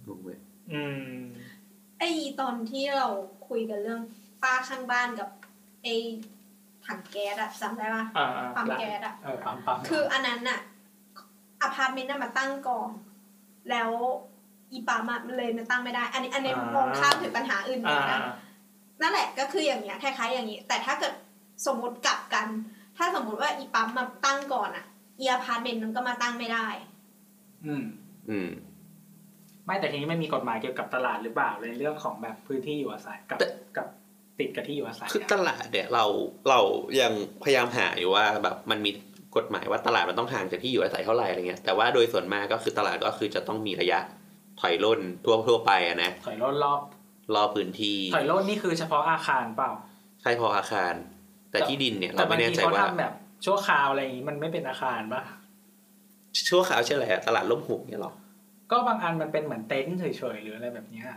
งงเว้ย อืม ไอตอนที่เราคุยกันเรื่องป้าข้างบ้านกับไอถังแก๊สอะจำได้ปะ อ่าอ่า ปั๊มแก๊สอะ เออปั๊มปั๊ม คืออันนั้นอะอพาร์ตเมนต์น่ะมาตั้งก่อนแล้วอีปั๊มอะมันเลยมันตั้งไม่ได้ อันนี้อันนี้มองข้ามถึงปัญหาอื่นไป อ่า นะ นั่นแหละก็คืออย่างเงี้ยคล้ายๆอย่างนี้ แต่ถ้าเกิดสมมติกลับกัน ถ้าสมมติว่าอีปั๊มมาตั้งก่อนอะอีอพาร์ตเมนต์นั้นก็มาตั้งไม่ได้ อืม อืม ไม่แต่ทีนี้ไม่มีกฎหมายเกี่ยวกับตลาดหรือเปล่าในเรื่องของแบบพื้นที่อยู่อาศัยกับ แต่ กับติดกับที่อยู่อาศัย คือ อะ ตลาดเนี่ยเราเรายังพยายามหาอยู่ว่าแบบมันมีกฎหมายว่าตลาดมันต้องห่างจากที่อยู่อาศัยเท่าไหร่อะไรเงี้ยแต่ว่าโดยส่วนมากก็คือตลาดก็คือจะต้องมีระยะถอยร่นทั่วทั่วไปอะนะ ถอยร่นรอบ รอบพื้นที่ ถอยร่นนี่คือเฉพาะอาคารเปล่า ใช่พออาคาร แต่ที่ดินเนี่ย แต่ เรา บา ไม่ ง แน่ ที ใจ เขา ว่า ทำแบบชั่วคราวอะไรอย่างนี้มันไม่เป็นอาคารปะ ชั่วคราวเช่นอะไรอะตลาดล่มหุบเนี่ยหรอ ก็บางอันมันเป็นเหมือนเต็นท์เฉยๆหรืออะไรแบบเนี้ย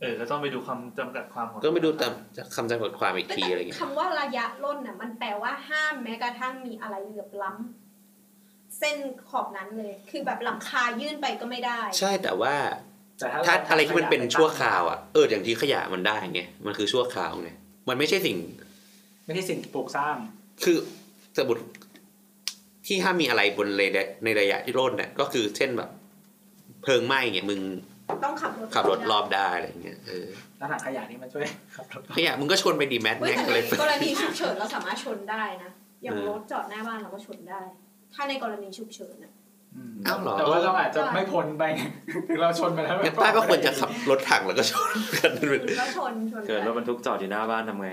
เออก็ต้องไปดูคำจำกัดความของ ก็ไปดูตามคำจำกัดความอีกทีอะไรเงี้ย คำว่าระยะร่นน่ะมันแปลว่าห้ามแม้กระทั่งมีอะไรเหลือบล้ำเส้นขอบนั้นเลย คือแบบหลังคายื่นไปก็ไม่ได้ ใช่แต่ว่า แต่ถ้า ถ้า า อะไรที่มันเป็น ขยะไ ชั่วคราวอ่ะเอออย่างที่ขยะมันได้ไงมันคือชั่วคราวไงมันไม่ใช่สิ่ง ไม่ใช่สิ่งปลูกสร้าง คือสมมติที่ถ้ามมีอะไรบนเลนในระยะที่ร่นเนี่ยก็คือเช่นแบบ เพลิงไหม้เงี้ยมึง ต้องขับรถ ขับรถรอบได้อะไรเงี้ยเออ แล้วถังขยะนี่มันช่วยขับรถ ขยะมึงก็ชนไปดีแมท เว้ย แม็ก แต่ อะในกไรรณีฉุกเฉินเราสามารถชนได้นะอย่างรถจอดหน้าบ้านเราก็ชนได้ ถ้าในกรณีฉุกเฉินน่ะ อืม อ้าวเหรอ แต่ว่าเราอาจจะไม่พ้นไป ถึงเราชนไปแล้ว งั้นป้าก็ควรจะขับรถถังแล้วก็ชนกัน คุณก็ชนชน เกิดรถ ไป บรรทุกจอดอยู่หน้าบ้านทำไง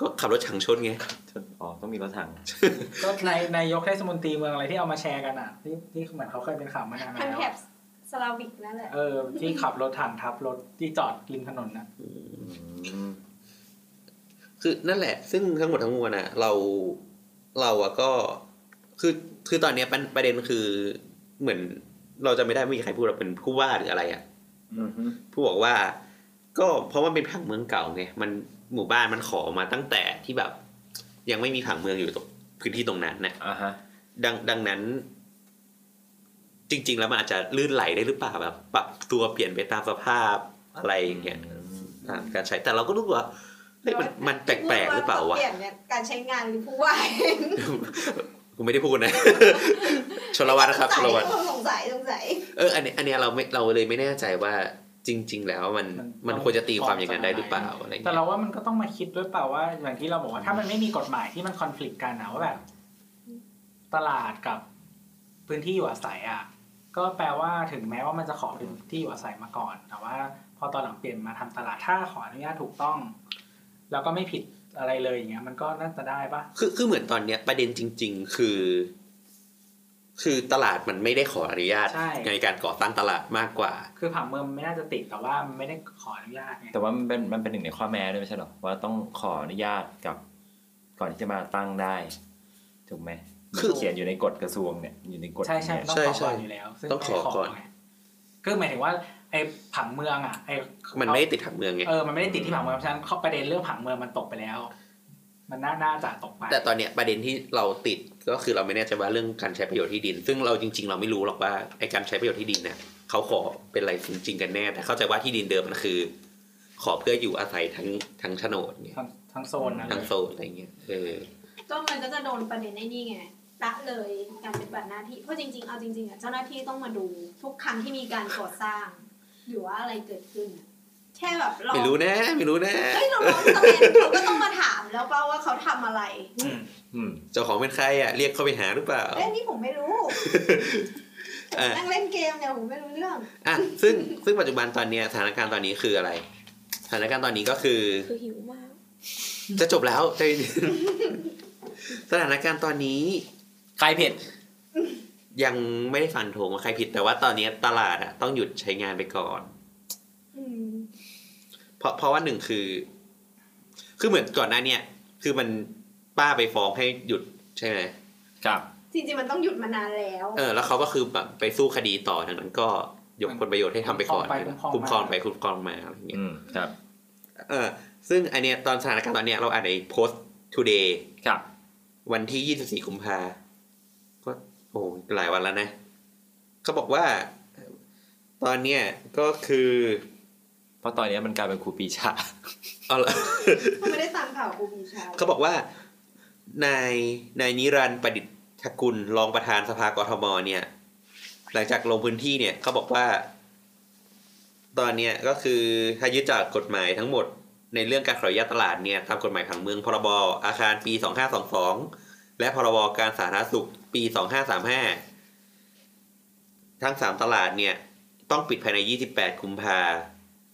ก็ขับรถถังชนไง อ๋อต้องมีรถถัง ก็ในนายกเทศมนตรีเมืองอะไรที่เอามาแชร์กันอ่ะที่ที่เหมือนเขาเคยเป็นข่าวมานาน พัน แล้ว แถบสลาวิกนั่นแหละ เออที่ขับรถถังทับรถที่จอดริมถนนนะ คือนั่นแหละ ซึ่งทั้งหมดทั้งมวลอ่ะ เราเราอะก็คือคือตอนเนี้ยปัญประเด็นคือเหมือนเราจะไม่ได้ไม่มีใครพูดเราเป็นผู้ว่าหรืออะไรอ่ะ ผู้บอกว่า ก็เพราะว่าเป็นผังเมืองเก่าไงมันหมู่บ้านมันขอมาตั้งแต่ที่แบบ ยังไม่มีผังเมืองอยู่ตรงพื้นที่ตรงนั้นนะ อ่าฮะ ดังดังนั้น จริง ๆ แล้วมันอาจจะลื่นไหลได้หรือเปล่าแบบปรับตัวเปลี่ยนไปตามสภาพอะไรอย่างเงี้ยตามการใช้แต่เราก็รู้ว่าเฮ้ยมันมันแปลกๆหรือเปล่าวะ เปลี่ยนเนี่ยการใช้งานหรือผู้ว่า กูไม่ได้พูดนะ ชลวัฒน์นะครับชลวัฒน์ สงสัยสงสัยสงสัย เอออันเนี้ยอันเนี้ยเราไม่เราเลยไม่แน่ใจว่าจริง ๆ แล้วมันมันควรจะตีความอย่างนั้นได้หรือเปล่าอะไรอย่าง แต่ เงี้ย เราว่ามันก็ต้องมาคิดด้วยเปล่าว่าอย่างที่เราบอกว่าถ้ามันไม่มีกฎหมายที่มันคอน FLICT กันนะว่าแบบตลาดกับพื้นที่อยู่อาศัยอ่ะก็แปลว่าถึงแม้ว่ามันจะขอพื้นที่อยู่อาศัยมาก่อน แต่ว่า พอตอนหลังเปลี่ยนมาทำตลาดถ้าขออนุญาตถูกต้อง แล้วก็ไม่ผิดอะไรเลยอย่างเงี้ย มันก็น่าจะได้ปะ คือคือเหมือนตอนเนี้ยประเด็นจริง ๆ คือ คือตลาดมันไม่ได้ขออนุญาต ใช่ ในการก่อตั้งตลาดมากกว่า คือผังเมืองไม่น่าจะติดแต่ว่ามันไม่ได้ขออนุญาตไง แต่ว่ามันเป็นมันเป็นหนึ่งในข้อแม้ด้วยไม่ใช่เหรอว่าต้องขออนุญาตกับก่อนที่จะมาตั้งได้ถูกไหม คือ เขียนอยู่ในกฎกระทรวงเนี่ยอยู่ในกฎ ใช่ใช่ เนี่ย ต้อง ใช่ใช่ขอก่อนอยู่แล้วซึ่ ต้องขอก่อน ไม่ได้ไงคือหมายถึงว่าไอ้ผังเมืองอ่ะไอ้ มันไม่ได้ติดทางเมืองไง เออมันไม่ได้ติดที่ผังเมืองเพราะฉะนั้นข้อประเด็นเรื่องผังเมืองมันตกไปแล้ว มันน่าน่าจะตกไป แต่ตอนเนี้ยประเด็นที่เราติดก็คือเราไม่แน่ใจว่าเรื่องการใช้ประโยชน์ที่ดิน ซึ่งเราจริง ๆ เราไม่รู้หรอกว่าไอการใช้ประโยชน์ที่ดินเนี่ยเขาขอเป็นอะไรจริงๆกันแน่แต่เข้าใจว่าที่ดินเดิมมันคือ ขอเพื่ออยู่อาศัยทั้งทั้งโฉนดเนี่ย ทั้งทั้งโซนนะ ทั้งโซนอะไรเงี้ยเออ ก็มันก็จะโดนประเด็นไอ้นี่ไงละเลยการปฏิบัติหน้าที่เพราะจริงๆ เอาจริงๆอ่ะเจ้าหน้าที่ต้องมาดูทุกครั้งที่มีการก่อสร้าง หรือว่าอะไรเกิดขึ้นอะแค่แบบเรา ไม่รู้นะไม่รู้นะ เฮ้ยเราลงตำแหน่งเราก็ต้องมาถามแล้วเปล่าว่าเขาทำอะไร อืม เจ้าของเป็นใครอ่ะเรียกเข้าไปหาหรือเปล่า เอ้ยนี่ผมไม่รู้ อ่ะ นั่งเล่นเกมเนี่ยผมไม่รู้เรื่อง อ่ะซึ่งซึ่งปัจจุบันตอนเนี้ยสถานการณ์ตอนนี้คืออะไร สถานการณ์ตอนนี้ก็คือ คือหิวมาก จะจบแล้ว ใจเย็นสถานการณ์ตอนนี้ ใครผิด ยังไม่ได้ฟันธงว่าใครผิดแต่ว่าตอนนี้ตลาดอะต้องหยุดใช้งานไปก่อน อืม เพราะเพราะว่าหนึ่งคือ คือเหมือนก่อนหน้าเนี่ยคือมันป้าไปฟ้องให้หยุดใช่ไหม ครับ จริงๆมันต้องหยุดมานานแล้ว เออแล้วเขาก็คือแบบไปสู้คดีต่อดังนั้น ก็ยกผลประโยชน์ให้ทำไปก่อน คุ้ คุ้ม ม ค ค ร ร อ อง ง ไป ไป คุ้มครองมาอะไรอย่างเงี้ย อืมครับ เออซึ่งอันเนี้ยตอนสถานการณ์ตอนเนี้ยเราอ่านในโพสต์ today ครับ วันที่ 24กุมภาก็โอ้หลายวันแล้วนะ เขาบอกว่า ตอนเนี้ยก็คือ เพราะตอนนี้มันกลายเป็นครูปรีชา เอาละ เขาไม่ได้ตามข่าวครูปีชา เขาบอกว่า นายนายนิรันดร์ประดิษฐกุลรองประธานสภากทมเนี่ย หลังจากลงพื้นที่เนี่ยเขาบอกว่า ตอนเนี้ยก็คือถ้ายึดจากกฎหมายทั้งหมดในเรื่องการขออนุญาตตลาดเนี่ยตามกฎหมายผังเมืองพรบอาคารปี 2522 และพรบการสาธารณสุขปี 2535 ทั้ง 3 ตลาดเนี่ย ต้องปิดภายใน 28 กุมภา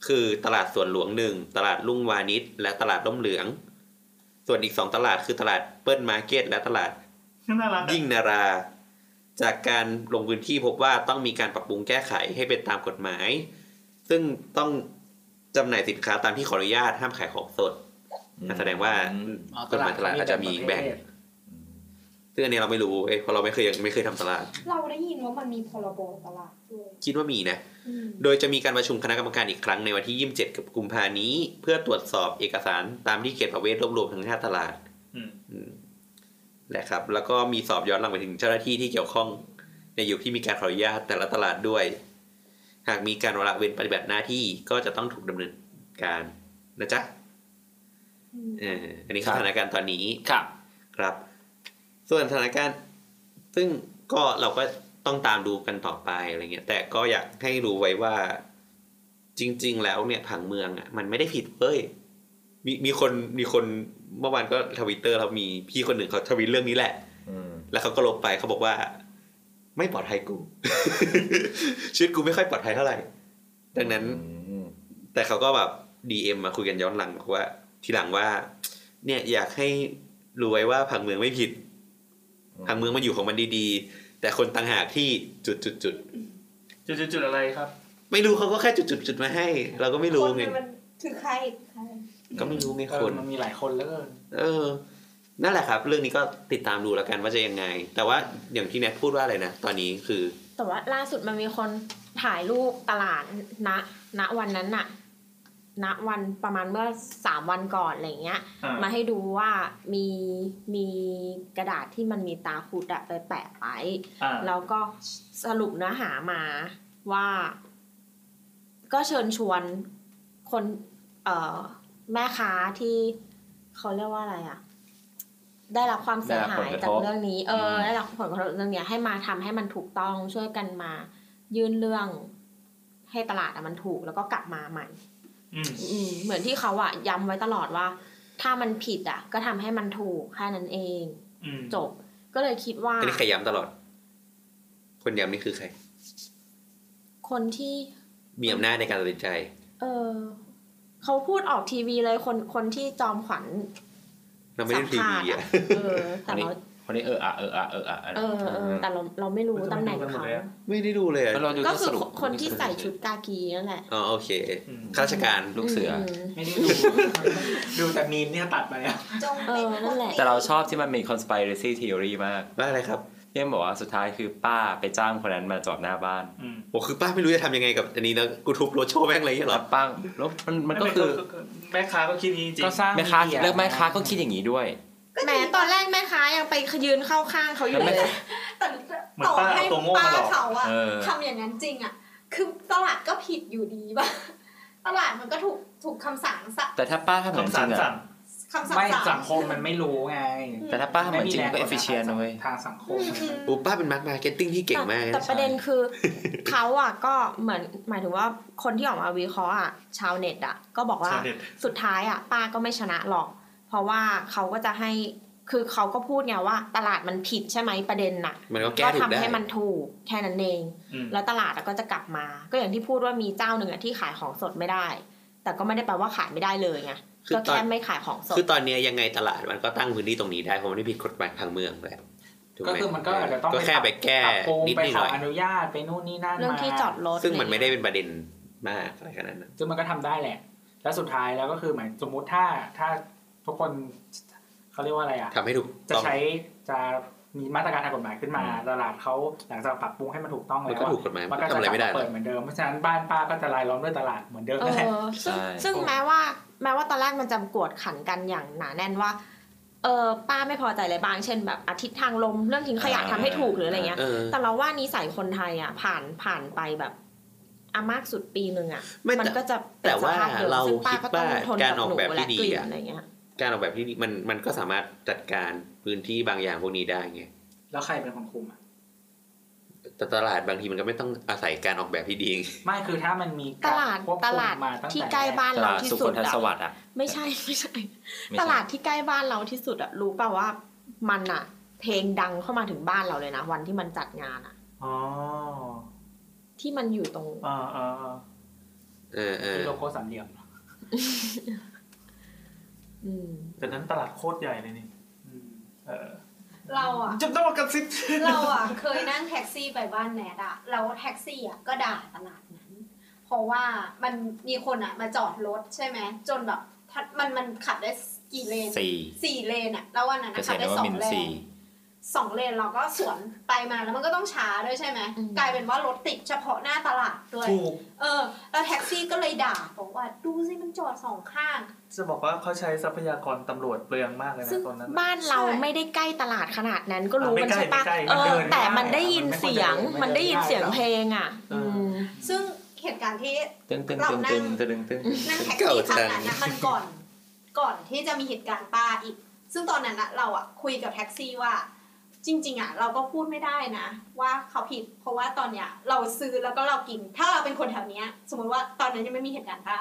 คือตลาดสวนหลวงหนึ่งตลาดลุ่งวานิชและตลาดร่มเหลือง ส่วนอีก 2 ตลาดคือตลาดเปิ้ลมาร์เก็ตและตลาด น่ารักอะ ยิ่งนารา จากการลงพื้นที่พบว่าต้องมีการปรับปรุงแก้ไขให้เป็นตามกฎหมาย ซึ่งต้องจำหน่ายสินค้าตามที่ขออนุญาตห้ามขายของสด แสดงว่า อ๋อก ฎหมายตลาดอาจจะมีแบ่ง ซึ่งอันนี้เราไม่รู้เอ้ยเพราะเราไม่เคยยังไม่เคยทำตลาด เราได้ยินว่ามันมีพรบตลาดด้วย คิดว่ามีนะ อืม โดยจะมีการประชุมคณะกรรมการอีกครั้งในวันที่ 27กับกุมภานี้ เพื่อตรวจสอบเอกสารตามที่เขตประเวศรวบรวมทั้ง5ตลาด อืม อืมนะครับ แล้วก็มีสอบย้อนหลังไปถึงเจ้าหน้าที่ที่เกี่ยวข้อง ในยุคที่มีการขออนุญาตแต่ละตลาดด้วย หากมีการละเว้นปฏิบัติหน้าที่ก็จะต้องถูกดำเนินการนะจ๊ะเอออันนี้คือ ครั ส บ ถานการณ์ตอนนี้ ครับ ครับ ส่วนสถานการณ์ ซึ่งก็เราก็ต้องตามดูกันต่อไปอะไรเงี้ย แต่ก็อยากให้รู้ไว้ว่า จริง ๆ แล้วเนี่ยผังเมืองอ่ะมันไม่ได้ผิดเว้ย มีมีคนมีคนเมื่อวานก็ทวิตเตอร์เรามีพี่คนหนึ่งเขาทวิตเรื่องนี้แหละ อืม แล้วเขาก็ลบไปเขาบอกว่า ไม่ปลอดภัยกู ชีวิตกูไม่ค่อยปลอดภัยเท่าไหร่ ดังนั้น อืม แต่เขาก็แบบดีเอ็มมาคุยกันย้อนหลังบอกว่า ทีหลังว่า เนี่ยอยากให้รู้ไว้ว่าผังเมืองไม่ผิด ผังเมืองมันอยู่ของมันดีๆ แต่คนต่างหากที่จุดจุดจุด จุดจุดจุดอะไรครับ ไม่รู้เขาก็แค่จุดจุดจุดมาให้ เราก็ไม่รู้ไง คนมันคือใครใคร ก็ไม่รู้ไง เอ ค อน มันมีหลายคนแล้วก็ เออ นั่นแหละครับ เรื่องนี้ก็ติดตามดูแล้วกันว่าจะยังไง แต่ว่าอย่างที่แนทพูดว่าอะไรนะ ตอนนี้คือ แต่ว่าล่าสุดมันมีคนถ่ายรูปตลาดณณวันนั้นน่ะ ณวันประมาณเมื่อสามวันก่อนอะไรอย่างเงี้ย อ่า มาให้ดูว่ามีมีกระดาษที่มันมีตาคุดอะไปแปะไว้ อ่า แล้วก็สรุปเนื้อหามาว่า ก็เชิญชวนคนเอ่อแม่ค้าที่เขาเรียกว่าอะไรอะได้รับความเสียหายจากเรื่องนี้ เออ ได้รับผลกระทบเรื่องเนี้ยให้มาทำให้มันถูกต้องช่วยกันมา ยื่นเรื่องให้ตลาดอะมันถูกแล้วก็กลับมาใหม่ อืม อืมเหมือนที่เขาอะย้ำไว้ตลอดว่า ถ้ามันผิดอะก็ทำให้มันถูกแค่นั้นเอง อืม จบ ก็เลยคิดว่า อันนี้ใครย้ำตลอด คนย้ำนี่คือใคร คนที่ มีอำนาจในการตัดสินใจ เออเขาพูดออกทีวีเลยคนคนที่จอมขวัญ เราไม่ได้ สัม ที ภา วี ษณ์ อ่ะ เออ แต่ อันนี้ เรา คนนี้เอออะเอออะเอออะอะไร เออเออแต่เราเราไม่รู้ตำแหน่งเขา ไม่ได้ดูเลยอะ แล้วเราดู ก็ ต้น คื ส อ รุป คนที่ใส่ชุดกากีนั่นแหละ อ๋อโอเคข้าราชการ ลูกเสืออ ม ไม่ ได้ดู ดูแต่มีนเนี่ยตัดไปแล้ว จงเป็น เออนั่นแหละ แต่เราชอบที่มันมี conspiracy theory มาก ว่าอะไรครับ เยี่ยมบอกว่าสุดท้ายคือป้าไปจ้างคนนั้นมาจอดหน้าบ้าน อืม โอ้คือป้าไม่รู้จะทำยังไงกับอันนี้แล้วกูทุบรถโชว์แม่งเลยเหร แล้ อ วป้าแล้วมันมันก็คือ แม่ค้าก็คิดอย่างนี้จริง ก็สร้าง แม่ค้า เดีย แล้วแม่ค้าก็คิดอย่างนี้ด้วย แหมตอนแรกแม่ค้ายังไปยืนเข้าข้างเขาอยู่เลย แต่ เหมือนป้าเอาตัวโง่ ป้า มาหลอก เขาอะ เออ ทำอย่างนั้นจริงอะคือตลาดก็ผิดอยู่ดีป่ะ ตลาดมันก็ถูกถูกคำสั่งสั่ง แต่ถ้าป้าทำเหมือน คำ จ สารงริอะ สั่ง คำสั่ง ไม่ สั่ สั ง งคมมันไม่รู้ไง แต่ถ้าป้าทำเหมือนจริงมันก็ efficient นะเว้ย ทางสังคม โอ้ป้าเป็นมาร์มาร์เก็ตติ้งที่เก่งมาก แต่ นะ แต่ประเด็นคือ เขาอ่ะก็เหมือนหมายถึงว่าคนที่ออกมาวิเคราะห์อ่ะชาวเน็ตอ่ะก็บอกว่า ชาวเน็ต สุดท้ายอ่ะป้าก็ไม่ชนะหรอก เพราะว่าเขาก็จะให้คือเขาก็พูดไงว่า ตลาดมันผิดใช่ไหมประเด็นน่ะ มันก็แก้ ก็ ถูกทำได้ ให้มันถูกแค่นั้นเอง อืม แล้วตลาดอะก็จะกลับมา ก็อย่างที่พูดว่ามีเจ้าหนึ่งอ่ะที่ขายของสดไม่ได้ แต่ก็ไม่ได้แปลว่าขายไม่ได้เลยไง คือ ก็ ตอน แค่ไม่ขายของสด คือตอนเนี้ยยังไงตลาดมันก็ตั้งพื้นที่ตรงนี้ได้เพราะมันไม่ผิดกฎหมายทางเมืองแล้วถูไห ก็คือมันก็อาจจะต้อง ก็แค่ไปแก้ ปรับปรุง นิด ไป นิด ข หน่ออย อนุญาตไปนู่นนี่นั่น เรื่องที่จอดรถ ซึ่งมันไม่ได้เป็นประเด็นมากอะไรขนาดนั้น ซึ่งมันก็ทำได้แหละ แล้วสุดท้ายแล้วก็คือเหมือนสมมุติถ้าถ้าทุกคนเขาเรียกว่าอะไรอ่ะ ทำให้ถูก จะ ต้อง ใช้จะมีมาตรการทางกฎหมายขึ้นมาตลาดเขาหลังจากปรับปรุงให้มันถูกต้อง มั แล้ น ว ก็ อะ ถูกกฎหมายมั มัน น ก็ทำก็จะ อะไรไม่ได้หรอเปิก ดเหมือนเดิมเพราะฉะนั้นบ้านป้าก็จะรายล้อมด้วยตลาดเหมือนเดิม เอ นั่นแหละ อซึ่ง ใช่ ซึ่งแม้ว่าแม้ว่าตอนแรกมันจะกวดขันกันอย่างหนาแน่นว่า เออป้าไม่พอใจอะไรบาง เช่นแบบอาทิตย์ทางลมเรื่องทิ้งขยะ อ่า ทำให้ถูกหรืออะไรเงี้ย เออ แต่เราว่านิสัยคนไทยอ่ะผ่านผ่านไปแบบอามากสุดปีหนึ่งอ่ะ ไม่แต่ มันก็จะเป็น แต่ว่า สภพดิม เรา ซึ่งป้ คิด ก็ต้อง ว่า ทน การ บ ออก หนู แบบที่ และ ดี กลิ่น อะ อะไรเงี้ย การออกแบบที่ดีมันมันก็สามารถจัดการพื้นที่บางอย่างพวกนี้ได้ไง แล้วใครเป็นคนคุมอะ แต่ตลาดบางทีมันก็ไม่ต้องอาศัยการออกแบบที่ดี ไม่คือถ้ามันมี ต กร ลาด ควบ ต คุม ลาด มตั้งแต่ ที่ใกล้บ้าน ต เรา ลาด ที่ สุข สุ น ด ทัศ อะ สวัสดิ์อะ ไม่ใช่ ไม่ใช่ ไม่ ต ใช่ ลาดที่ใกล้บ้านเราที่สุดอะรู้ป่าว่ามันอะเพลงดังเข้ามาถึงบ้านเราเลยนะ วันที่มันจัดงานอะ อ๋อ ที่มันอยู่ตรง อ่าอ่าอ่า เออเออ ที่โลโก้สามเหลี่ยม อืม แต่นั้นตลาดโคตรใหญ่เลยนี่เออ เราอะ จะต้องมากระซิบ เราอ่ะ เคยนั่งแท็กซี่ไปบ้านแนดอ่ะเราแท็กซี่อ่ะก็ด่าตลาดนั้น เพราะว่ามันมีคนอ่ะมาจอดรถใช่ไหมจนแบบถ้ามันมันขับได้กี่เลน สี่ สี่เลนอ่ะแล้ววันนั้น เก อะ ษ ขับ ตรน ได้ ว สอ มิ ง นท เล ร์สี่ นสองเลนเราก็สวนไปมาแล้วมันก็ต้องช้าด้วยใช่ไหมกลายเป็นว่ารถติดเฉพาะหน้าตลาดด้วย ถูก เออ แล้วแท็กซี่ก็เลยด่าบอกว่าดูสิมันจอดสองข้าง จะบอกว่าเขาใช้ทรัพยากรตำรวจเปลืองมากเลย ซึ่ นะ ง ตอนนั้น บ้านเราไม่ได้ใกล้ตลาดขนาดนั้นก็รู้ อ่ะไม่ใกมันล้ ใช่ปะ ไม่ใกล้ เอ มันเดิ อนแต่ ได้ มันได้ยิน มันไม่ควรจะ เสียง เดิน มันได้ยิน ไม่ได้ เสียง หรอก เพลงอ่ะ อืม ซึ่งเหตุการณ์ที่ ตึ้งตึ้งตึ้งตึ้งตึ้งตึ้ง นั่งแท็กซี่ครั้งนั้นนะมันก่อนก่อนที่จะมีเหตุการณ์ป้าอีก ซึ่งตอนนั้นนะเราอะคุยกับแท็กซี่ว่า จริง ๆอะเราก็พูดไม่ได้นะ ว่าเขาผิด เพราะว่าตอนเนี้ยเราซื้อแล้วก็เรากิน ถ้าเราเป็นคนแถวเนี้ย สมมติว่าตอนนั้นยังไม่มีเหตุการณ์ป้า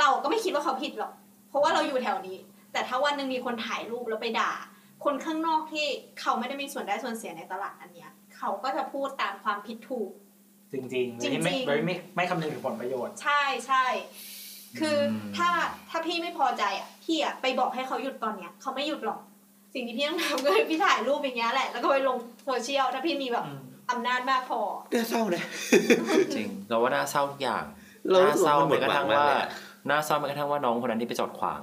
เราก็ไม่คิดว่าเขาผิดหรอก เพราะว่าเราอยู่แถวนี้ แต่ถ้าวันหนึ่งมีคนถ่ายรูปแล้วไปด่า คนข้างนอกที่เขาไม่ได้มีส่วนได้ส่วนเสียในตลาดอันเนี้ยเขาก็จะพูดตามความผิดถูก จริงจริงๆ จริงๆ ไม่ไม่ไม่ไม่คำนึงถึงผลประโยชน์ ใช่ใช่ คืออถ้าถ้าพี่ไม่พอใจอ่ะ พี่อ่ะไปบอกให้เขาหยุดตอนเนี้ยเขาไม่หยุดหรอก สิ่งที่พี่ต้องทำก็ คือพี่ถ่ายรูปอย่างเงี้ยแหละ แล้วก็ไปลงโซเชียล ถ้าพี่มีแบบ อืม อำนาจมากพอ น่าเศร้านะ จริงเราว่าน่าเศร้าทุกอย่าง เรา น่าเศร้า เราหม แม้ ด กระ หวั ทั่ ง ง มาก ว่า เลยอะ น่าเศร้าแม้กระทั่งว่าน้องคนนั้นที่ไปจอดขวาง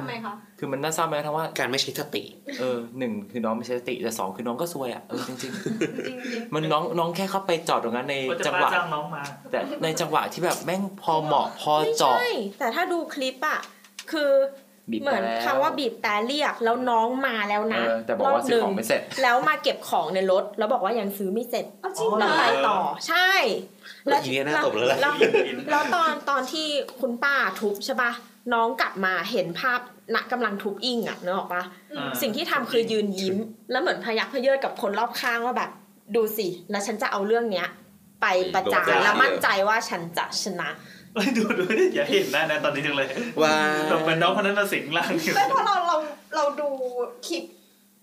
ทำไมคะ คือมันน่าเศร้าแม้กระทั่งว่า การไม่ใช้สติ เออหนึ่งคือน้องไม่ใช่สติแต่สองคือน้องก็ซวยอ่ะเออจริง จริงจริง ๆมันน้องน้องแค่เข้าไปจอดตรงนั้นใน ก็จะ จังป้าวหะ จ้างน้องมา แต่ในจังหวะที่แบบแม่งพอเหมาะพอ ไม่ เจาะ ใช่ แต่ถ้าดูคลิปอ่ะ คือ บีบ เหมือน แล้ คำว่าบีบแต่เรียกแล้วน้องมาแล้ว เอ นะ อแต่บอกว่าซื้อของไม่เสร็จ แล้วมาเก็บของในรถ แล้วบอกว่ายังซื้อไม่เสร็จ เอาจริงเหร แล้ อ วไปต่อใช่ อีเนี่ยน่าตบแล้วล่ะ แแล้วตอนตอนที่คุณป้าทุบใช่ปะน้องกลับมาเห็นภาพณกำลังทุบอิ่งอะนึกออกปะ อ่า สิ่งที่ทำคือยืนยิ้ม แล้วเหมือนพยักพะเยิดกับคนรอบข้างว่าแบบ ดูสิ แล้วฉันจะเอาเรื่องเนี้ย ไปประจาน โดนประจาน แล้วมั่นใจว่าฉันจะชนะ เอ้ยดูดูดิอย่าเห็นหน้านะตอนนี้จังเลย ว่า แบบเป็นน้องคนนั้นมาสิงร่างอยู่ ไม่เพราะเราเราเราดูคลิป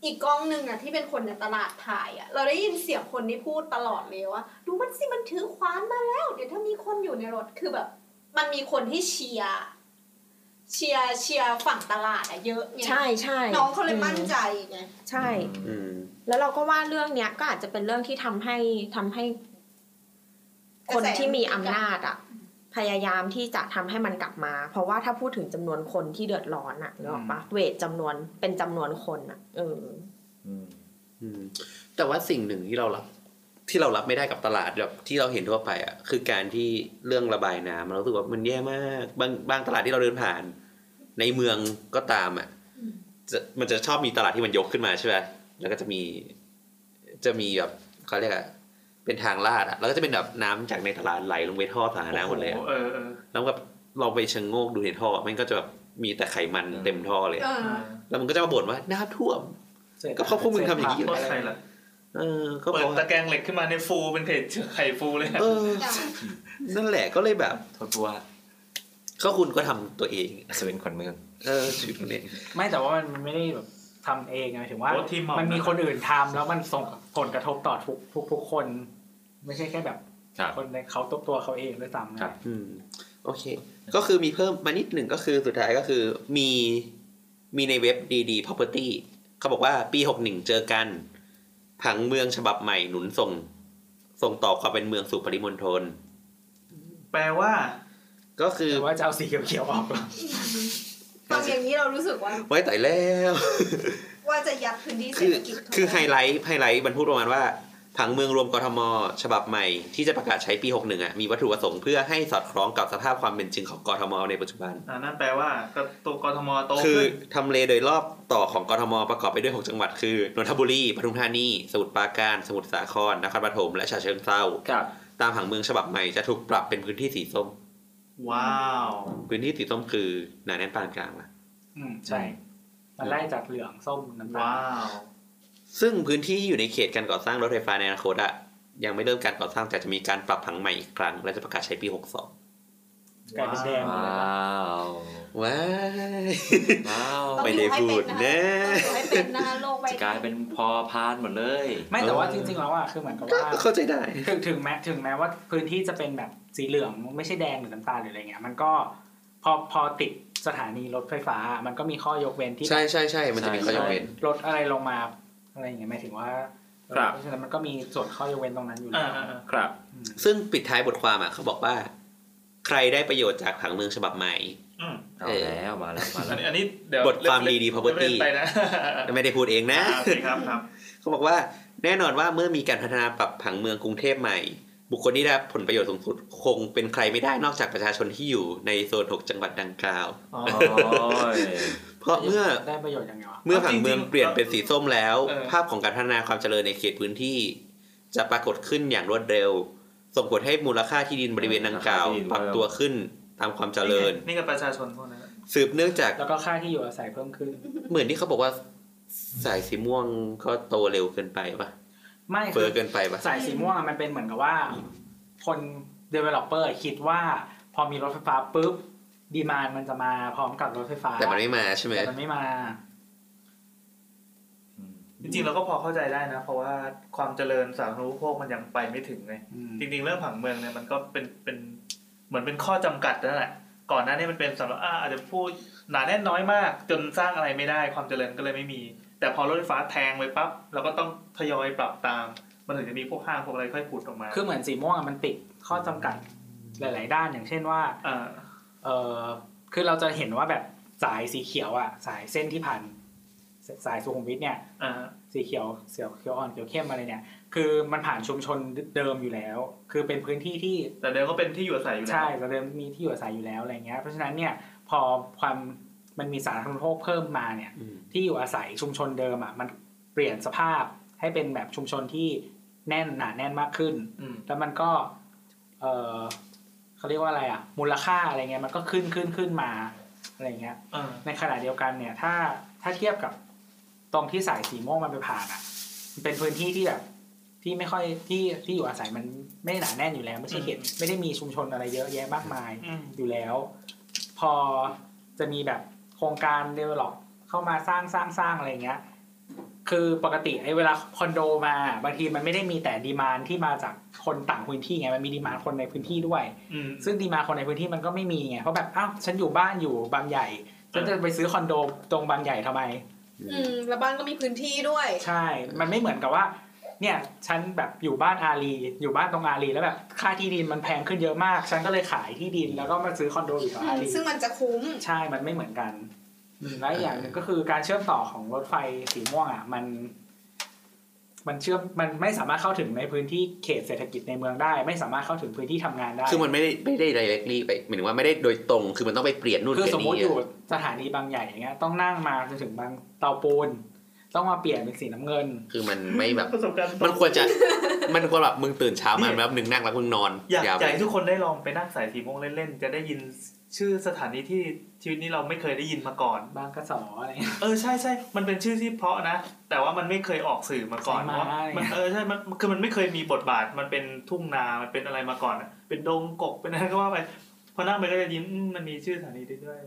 อีกกล้องหนึ่งอ่ะที่เป็นคนในตลาดถ่ายอ่ะ เราได้ยินเสียงคนที่พูดตลอดเลยว่าดูมันสิมันถือขวานมาแล้ว เดี๋ยวถ้ามีคนอยู่ในรถคือแบบ มันมีคนที่เชียร์ เชียร์เชียร์ฝั่งตลาดอะเยอะไง ใช่ใช่ น้องเขาเลยมั่นใจไง ใช่ อืม แล้วเราก็ว่าเรื่องเนี้ยก็อาจจะเป็นเรื่องที่ทำให้ทำให้ คนที่มีอำนาจอ่ะ พยายามที่จะทำให้มันกลับมา เพราะว่าถ้าพูดถึงจำนวนคนที่เดือดร้อนอ่ะนึกออกปะเวทจำนวนเป็นจำนวนคนอ่ะเออ อืม อืมแต่ว่าสิ่งหนึ่งที่เรารับที่เรารับไม่ได้กับตลาดแบบที่เราเห็นทั่วไปอ่ะคือการที่เรื่องระบายน้ำเรารู้สึกว่ามันแย่มากบางบางตลาดที่เราเดินผ่าน ในเมืองก็ตามอ่ะจะมันจะชอบมีตลาดที่มันยกขึ้นมาใช่ไหมแล้วก็จะมีจะมีแบบเขาเรียกอะเป็นทางลาดอ่ะแล้วก็จะเป็นแบบน้ำจากในตลาดไหลลงไปท่อสาธารณะหมดเลยอะ เออเออ แล้วแบบเราไปชะโงกดูในท่อมันก็จะแบบมีแต่ไขมันเต็มท่อเลย เอ อะ อ แล้วมันก็จะมาบ่นว่าน้ำท่วม ก็เพราะพวกมึงทำอย่างนี้อยู่ โทษใครล่ะ เออก็บ เปิ อ ด กว่า ตะแกรงเหล็กขึ้นมาในฟูเป็นเขตไข่ฟูเลยอะ เออ นั่นแหละก็เลยแบบ โทษผู้ว่า ก็คุณก็ทำตัวเอง อัศวินขวัญเมือง เออชีวิตเนี่ย ไม่แต่ว่ามันไม่ได้แบบทำเองไงหมายถึงว่า โอ้ที่เา มันมีคนอื่นทำแล้วมันส่งผลกระทบต่อทุกทุกทุกคน ไม่ใช่แค่แบบ ครับ คนในเขาตัวตัวเขาเองด้วยซ้ำนะครับ อืม โอเค ก็คือมีเพิ่มมานิดหนึ่งก็คือสุดท้ายก็คือมีมีในเว็บดีๆ property เขาบอกว่าปีหกหนึ่งเจอกัน ผังเมืองฉบับใหม่หนุนส่ง ส่งต่อความเป็นเมืองสู่ปริมณฑล แปลว่า ก็คือ แต่ว่าจะเอาสีเขียวๆออก ฟังอย่างนี้เรารู้สึกว่า ไว้แต่แล้ว ว่าจะยัดพื้นที่เศร คื ษ อ ฐกิจเข้าป คือไฮไลท์ไฮไลท์มันพูดประมาณว่า ผังเมืองรวมกทม ฉบับใหม่ที่จะประกาศใช้ปี 61อ่ะมีวัตถุประสงค์เพื่อให้สอดคล้องกับสภาพความเป็นจริงของกทม ในปัจจุบัน อ่านั่นแปลว่าก็ตัวกทมโต คือ ขึ้น ทำเลโดยรอบต่อของกทม ประกอบไปด้วย 6 จังหวัด คือนนทบุรีปทุมธานี สมุทรปราการ สมุทรสาครนครปฐมและฉะเชิงเทรา ครับ ตามผังเมืองฉบับใหม่จะถูกปรับเป็นพื้นที่สีส้ม ว้าว พื้นที่สีส้มคือหนาแน่นปานกลางละ อืมใช่ มันไล่จากเหลืองส้มน้ำตา ว้า ล ว ซึ่งพื้นที่ที่อยู่ในเขตการก่อสร้างรถไฟฟ้าในอนาคตอ่ะยังไม่เริ่มการก่อสร้างแต่จะมีการปรับผังใหม่อีกครั้งและจะประกาศใช้ปี 62 กลายเป็นแดงหมด ว้ เลย าว ว้าย ว้าว ต้อง ไม่ อ ได้ ยู่ให้ พู เป็ ด นนะ แน่ ต้องอยู่ให้เป็นนะโลกใบ จะกลายเป็นพอพานหมดเลย ไม่แต่ว่าจริงๆแล้วอ่ะคือเหมือนกับว่า ก็เข้าใจได้ ถึงถึงแม้ถึงแม้ว่าพื้นที่จะเป็นแบบสีเหลืองไม่ใช่แดงหรือน้ำตาลหรืออะไรเงี้ย มันก็พอพอติดสถานีรถไฟฟ้า มันก็มีข้อยกเว้นที่ ใช่ใช่ใช่มันจะมีข้อยกเว้น ลดอะไรลงมาอะไรอย่างเงี้ยหมายถึงว่า ครับ เพราะฉะนั้นมันก็มีส่วนข้อยกเว้นตรงนั้นอยู่แล้ อ่าว ๆ ครับ อืม ซึ่งปิดท้ายบทความอ่ะเขาบอกว่า ใครได้ประโยชน์จากผังเมืองฉบับใหม่ ๆอืม เอาแล้วมาแล้วมา อั แล้ น ว นี้อันนี้เดี๋ยว บทความดีๆ property เล่นไปนะ ไม่ได้พูดเองนะ อ่าโอเคครับครับ เขาบอกว่าแน่นอนว่าเมื่อมีการพัฒนาปรับผังเมืองกรุงเทพใหม่ บุคคลที่ได้รับผลประโยชน์สูงสุดคงเป็นใครไม่ได้นอกจากประชาชนที่อยู่ในโซนหกจังหวัดดังกล่าว โอ้ย เพราะเมื่อ ได้ประโยชน์ยังไงวะ เมื่อผังเมือง จริงๆ เปลี่ยนเป็นสีส้มแล้ว เออ ภาพของการพัฒนาความเจริญในเขตพื้นที่ จะปรากฏขึ้นอย่างรวดเร็ว ส่งผลให้มูลค่าที่ดินบริเวณดังกล่าว ราคาที่ดิน ปรับตัวขึ้นตามความเจริญ นี่กับประชาชนพวกนั้น สืบเนื่องจาก แล้วก็ค่าที่อยู่อาศัยเพิ่มขึ้น เหมือนที่เขาบอกว่า สายสีม่วงก็โตเร็วเกินไปปะ ไม่ เฟ คือ อ เกินไปปะ สายสีม่วงอะมันเป็นเหมือนกับว่า คน developer คิดว่าพอมีรถไฟฟ้าปุ๊บดีมานมันจะมาพร้อมกับรถไฟฟ้า แต่มันไม่มาใช่ไหม แต่มันไม่มา จริงๆเราก็พอเข้าใจได้นะ เพราะว่าความเจริญสาธารณูปโภคมันยังไปไม่ถึงไง อืม จริงๆเรื่องผังเมืองเนี่ยมันก็เป็นเป็นเหมือนเป็นข้อจำกัดนั่นแหละ ก่อนหน้านี้มันเป็นสำหรับอาอาจจะพูดหนาแน่นน้อยมาก จนสร้างอะไรไม่ได้ความเจริญก็เลยไม่มี แต่พอรถไฟฟ้าแทงไปปั๊บเราก็ต้องทยอยปรับตาม มันถึงจะมีพวกห้างพวกอะไรค่อยผุดออกมา คือเหมือนสีม่วงอะมันติดข้อจำกัดหลาย ๆ ด้านอย่างเช่นว่า อ่า เออคือเราจะเห็นว่าแบบสายสีเขียวอะสายเส้นที่ผ่านสสายสุขุมวิทเนี่ย อ่า สีเขียวเสียวเขียวอ่อนเขียวเข้มอะไรเนี่ย คือมันผ่านชุมชนเดิมอยู่แล้ว คือเป็นพื้นที่ที่ แต่เดิมก็เป็นที่อยู่อาศัยอยู่แล้ว ใช่แต่เดิมมีที่อยู่อาศัยอยู่แล้วอะไรเงี้ยเพราะฉะนั้นเนี่ยพอความมันมีสาธารณูปโภคเพิ่มมาเนี่ย อืม ที่อยู่อาศัยชุมชนเดิมอะมันเปลี่ยนสภาพให้เป็นแบบชุมชนที่แน่นหนาแน่นมากขึ้น อืม แล้วมันก็ เออเขาเรียกว่าอะไรอะมูลค่าอะไรเงี้ยมันก็ขึ้นขึ้นขึ้นมาอะไรเงี้ย อ่า ในขณะเดียวกันเนี่ย ถ้าถ้าเทียบกับตรงที่สายสีม่วงมันไปผ่านอ่ะ มันเป็นพื้นที่ที่แบบที่ไม่ค่อยที่ที่อยู่อาศัยมันไม่หนาแน่นอยู่แล้วไม่ใช่เขตไม่ได้มีชุมชนอะไรเยอะแยะมากมาย อืม อยู่แล้ว พอจะมีแบบโครงการเดเวล็อปเข้ามาสร้างสร้างสร้างอะไรอย่างเงี้ย คือปกติไอ้เวลาคอนโดมา บางทีมันไม่ได้มีแต่ดีมานที่มาจาก คนต่างพื้นที่ไงมันมีดีมานคนในพื้นที่ด้วย อืม ซึ่งดีมานคนในพื้นที่มันก็ไม่มีไงเพราะแบบอ้าวฉันอยู่บ้านอยู่บางใหญ่ฉันจะไปซื้อคอนโดตรงบางใหญ่ทำไม อืมแล้วบ้านก็มีพื้นที่ด้วย ใช่ มันไม่เหมือนกับว่า เนี่ย ฉันแบบอยู่บ้านอารี อยู่บ้านตรงอารีแล้วแบบค่าที่ดินมันแพงขึ้นเยอะมาก ฉันก็เลยขายที่ดินแล้วก็มาซื้อคอนโดอยู่แถวอารี ซึ่งมันจะคุ้ม ใช่ มันไม่เหมือนกันอืมและอีกอย่างหนึ่งก็คือการเชื่อมต่อของรถไฟสีม่วงอ่ะ มัน มันเชื่อม มันไม่สามารถเข้าถึงในพื้นที่เขตเศรษฐกิจในเมืองได้ ไม่สามารถเข้าถึงพื้นที่ทำงานได้ คือมันไม่ได้ไม่ได้ directly ไปหมายถึงว่าไม่ได้โดยตรงคือมันต้องไปเปลี่ยนนู่น คือ เปลี่ย ส น มม นี่ ติอยู่สถานีบางใหญ่อย่างเงี้ย ต้องนั่งมาจนถึงบางเตาปูน ต้องมาเปลี่ยนเป็นสีน้ำเงิน คือมันไม่แบบ ประสบการณ์ตรง มันควรจะ มันควรแบบมึงตื่นเช้ามาแบบหนึ่งนั่งแล้วมึงนอน อยากอวไป ยากให้ทุกคนได้ลองไปนั่งสายสีม่วงเล่นๆ จะได้ยินชื่อสถานีที่ชีวิตนี้เราไม่เคยได้ยินมาก่อน บางกระสออะไรเงี้ย เออใช่ใช่ มันเป็นชื่อที่เพราะนะ แต่ว่ามันไม่เคยออกสื่อมาก่อน ใช่ไหเพมราะมันเออใช่ มันคือมันไม่เคยมีบทบาท มันเป็นทุ่งนา มันเป็นอะไรมาก่อนอะเป็นดงกกเป็นอะไรก็ว่าไป พอนั่งไปก็จะยิ้มอืมมันมีชื่อสถานีด้วย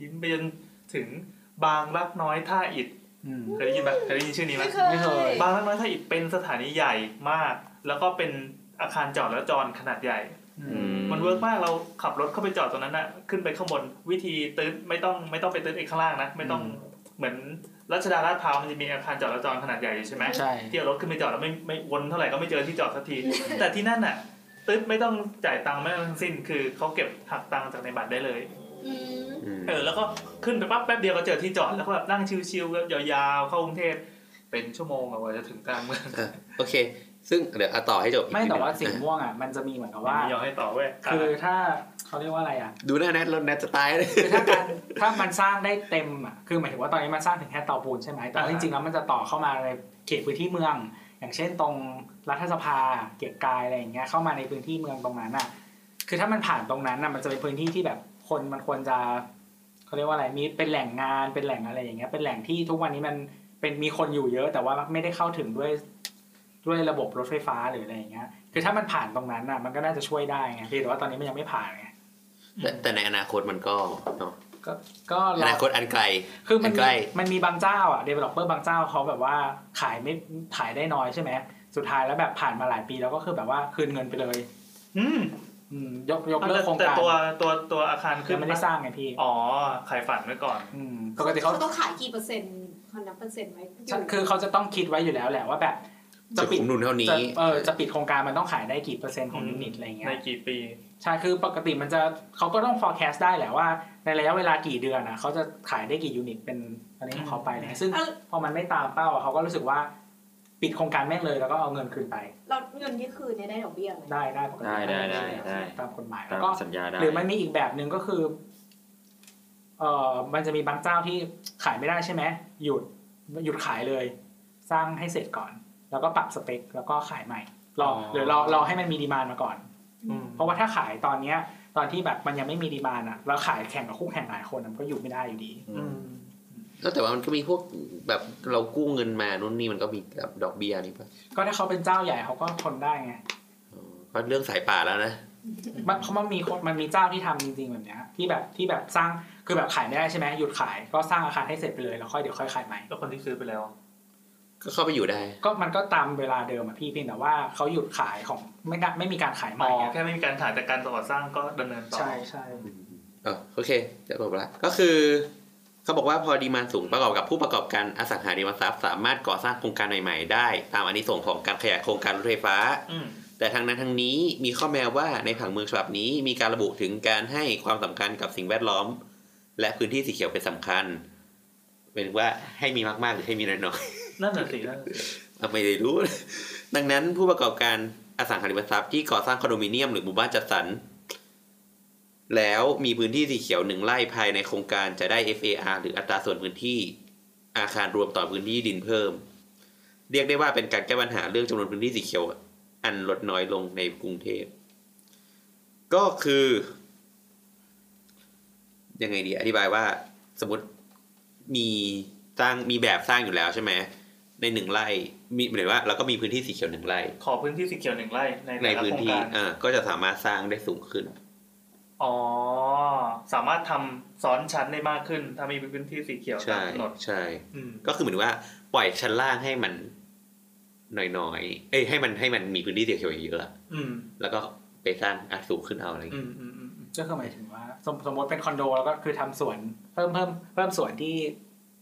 ยิ้มไปจนถึงบางรักน้อยท่าอิฐ อืม เคยได้ยินไหมเคยได้ยินชื่อนี้ไหม ไม่เคย บางรักน้อยท่าอิฐเป็นสถานีใหญ่มาก แล้วก็เป็นอาคารจอดแล้วจรขนาดใหญ่ อื มันเวิร์กมากเราขับรถเข้าไปจอดตรงนั้นน่ะขึ้นไปข้างบนวิธีตื้นไม่ต้องไม่ต้องไปตื้นไอ้ข้างล่างนะ ไม่ต้องเหมือนรัชดาลาดพร้าวมันจะมีอาคารจอดจราจรขนาดใหญ่อยู่ใช่ไหม ใช่ ที่เอารถขึ้นไปจอดแล้วไม่ไม่วนเท่าไหร่ก็ไม่เจอที่จอดสักที แต่ที่นั่นน่ะตื้นไม่ต้องจ่ายตังค์ไม่ต้องทั้งสิ้น คือเขาเก็บหักตังค์จากในบัตรได้เลย อืม อืม เออแล้วก็ขึ้นไปปั๊บแป๊บเดียวก็เจอที่จอดแล้วก็แบบนั่งชิลๆแบบยาวๆเข้ากรุงเทพเป็นชั่วโมงอะกว่าจะถึงกลางเมือง เออโอเค ซึ่งเดี๋ยวเอาต่อให้จบอีก ไม่ นิด แต่ว่า นึง สีม่วงอ่ะมันจะมีเหมือนกับว่า ไม่ยอมให้ต่อเว้ยะ คือถ้าเขาเรียกว่าอะไรอ่ะ ดูหน้าแนทแล้วแนทจะตายเลย คือถ้าการถ้ามันสร้างได้เต็มอ่ะคือหมายถึงว่าตอนนี้มันสร้างถึงแค่เตาปูนใช่ไหมแต่ว่าจริงๆแล้วมันจะต่อเข้ามาในเขตพื้นที่เมือง อย่างเช่นตรงรัฐสภาเกียรติกายอะไรอย่างเงี้ยเข้ามาในพื้นที่เมืองตรงนั้นอ่ะ คือถ้ามันผ่านตรงนั้นอ่ะมันจะเป็นพื้นที่ที่แบบคนมันควรจะเขาเรียกว่าอะไรมีเป็นแหล่งงานเป็นแหล่งอะไรอย่างเงี้ยเป็นแหล่งที่ทุกวันนี้มันเป็นมีคนอยู่เยอะ แต่ว่าไม่ได้เข้าถึงด้วยด้วยระบบรถไฟฟ้าหรืออะไรอย่างเงี้ยคือถ้ามันผ่านตรงนั้นอ่ะมันก็น่าจะช่วยได้ไงเพียงแต่ว่าตอนนี้มันยังไม่ผ่านไง แต่แต่ในอนาคตมันก็เนอะ ก็ก็ อ ร นาคตอันไกล คือมัน ใกล้ มันมีบางเจ้าอ่ะ developer บางเจ้าเขาแบบว่าขายไม่ขายได้น้อยใช่ไหม สุดท้ายแล้วแบบผ่านมาหลายปีแล้วก็คือแบบว่าคืนเงินไปเลย อืม อืมยกยกเลิกโครง แต่ การ ตัวตัวตัวอาคารขึ้ คือน ไม่ได้สร้างไงพี่ อ๋อขายฝันไว้ก่อน อืมปกติเขา ต้องขายกี่เปอร์เซ็นต์คอนนับเปอร์เซ็นต์ไว้อยู่ คือเขาจะต้องคิดไว้อยู่แล้วแหละว่าแบบ จะคุ้มนุนเท่านี้ จะเออจะปิดโครงการมันต้องขายได้กี่เปอร์เซ็นต์ของยูนิตอะไรเงี้ย ในกี่ปี ใช่ คือปกติมันจะเขาก็ต้อง forecast ได้แหละว่า ในระยะเวลากี่เดือนนะเขาจะขายได้กี่ยูนิตเป็นอันนี้ของเขาไปเลยซึ่งพอมันไม่ตามเป้าอะเขาก็รู้สึกว่าปิดโครงการแม่งเลยแล้วก็เอาเงินคืนไป เราเงินที่คืนเนี่ยได้ดอกเบี้ยไหม ได้ได้ปกติ ได้ได้ได้ได้ ตามกฎหมายแล้ ตาว ม ก็ สัญญาได้ หรือมันมีอีกแบบหนึ่งก็คือเอ่อมันจะมีบางเจ้าที่ขายไม่ได้ใช่ไหมหยุดหยุดขายเลย สร้างให้เสร็จก่อน แล้วก็ปรับสเปคแล้วก็ขายใหม่รออ อ หรือรอรอให้มันมีดีมานมาก่อน อืม เพราะว่าถ้าขายตอนเนี้ย ตอนที่แบบมันยังไม่มีดีมานอ่ะเราขายแข่งกับคู่แข่งหลายคนอะมันก็อยู่ไม่ได้อยู่ดี อืม แล้วแต่ว่ามันก็มีพวกแบบเรากู้เงินมานู่นนี่มันก็มีแบบดอกเบี้ยนี่ปะ ก็ถ้าเขาเป็นเจ้าใหญ่เขาก็ทนได้ไง อ๋อก็เรื่องสายป่าแล้วนะ มันเขามันมีคนมันมีเจ้าที่ทำจริงๆแบบเนี้ยที่แบบที่แบบสร้างคือแบบขายไม่ได้ใช่ไหมหยุดขายก็สร้างอาคารให้เสร็จไปเลยแล้วค่อยเดี๋ยวค่อยขายใหม่ แล้วคนที่ซื้อไปแล้ว ก็เข้าไปอยู่ได้ ก็มันก็ตามเวลาเดิมอะพี่เพียงแต่ว่าเขาหยุดขายของไม่ได้ไม่มีการขายให อ๋ ม่ อ อะ แค่ไม่มีการถ่ายแต่การก่อสร้างก็ดำเนินต่อ ใช่ใช่ เออโอเคจะจบละก็คือเขาบอกว่าพอดีมานด์สูงประกอบกับผู้ประกอบการอสังหาริมทรัพย์สามารถก่อสร้างโครงการใหม่ๆ ได้ ตามอานิสงส์ของการขยายโครงการรถไฟฟ้า อืม แต่ทางนั้นทางนี้มีข้อแม้ว่าในผังเมืองฉบับนี้มีการระบุถึงการให้ความสำคัญกับสิ่งแวดล้อม และพื้นที่สีเขียวเป็นสำคัญเป็นว่าให้มีมากๆหรือให้มีน้อยๆ นั่นแหละสินั่นน่ะสิ อ่ะ ไม่ได้รู้ ดังนั้นผู้ประกอบการอสังหาริมทรัพย์ที่ก่อสร้างคอนโดมิเนียมหรือหมู่บ้านจัดสรร แล้วมีพื้นที่สีเขียวหนึ่งไร่ภายในโครงการจะได้ FAR หรืออัตราส่วนพื้นที่อาคารรวมต่อพื้นที่ดินเพิ่ม เรียกได้ว่าเป็นการแก้ปัญหาเรื่องจำนวนพื้นที่สีเขียว อันลดน้อยลงในกรุงเทพ ก็คือ ยังไงดีอธิบายว่า สมมติมีสร้างมีแบบสร้างอยู่แล้วใช่ไหม ในหนึ่งไร่มีหมายถึงว่าเราก็มีพื้นที่สีเขียวหนึ่งไร่ ขอพื้นที่สีเขียวหนึ่งไร่ใน ใน แต่ละ พื้น โครง ที่ การ อ่าก็จะสามารถสร้างได้สูงขึ้น อ๋อ สามารถทำซ้อนชั้นได้มากขึ้น ถ้ามีพื้นที่สีเขียวตา ใช่ มกำหนด ใช่ อืม ก็คือเหมือนว่าปล่อยชั้นล่างให้มัน น้อยๆ เอ้ยให้มันให้มันมีพื้นที่เสียเขียวเยอะๆ อืม แล้วก็ไปสร้างอาสูงขึ้นเอาอะไร อื เงี้ย มอืมอืมอืม ก็คือหมายถึงว่าสมสมมติเป็นคอนโดแล้วก็คือทำสวนเพิ่มเพิ่มเพิ่มสวนที่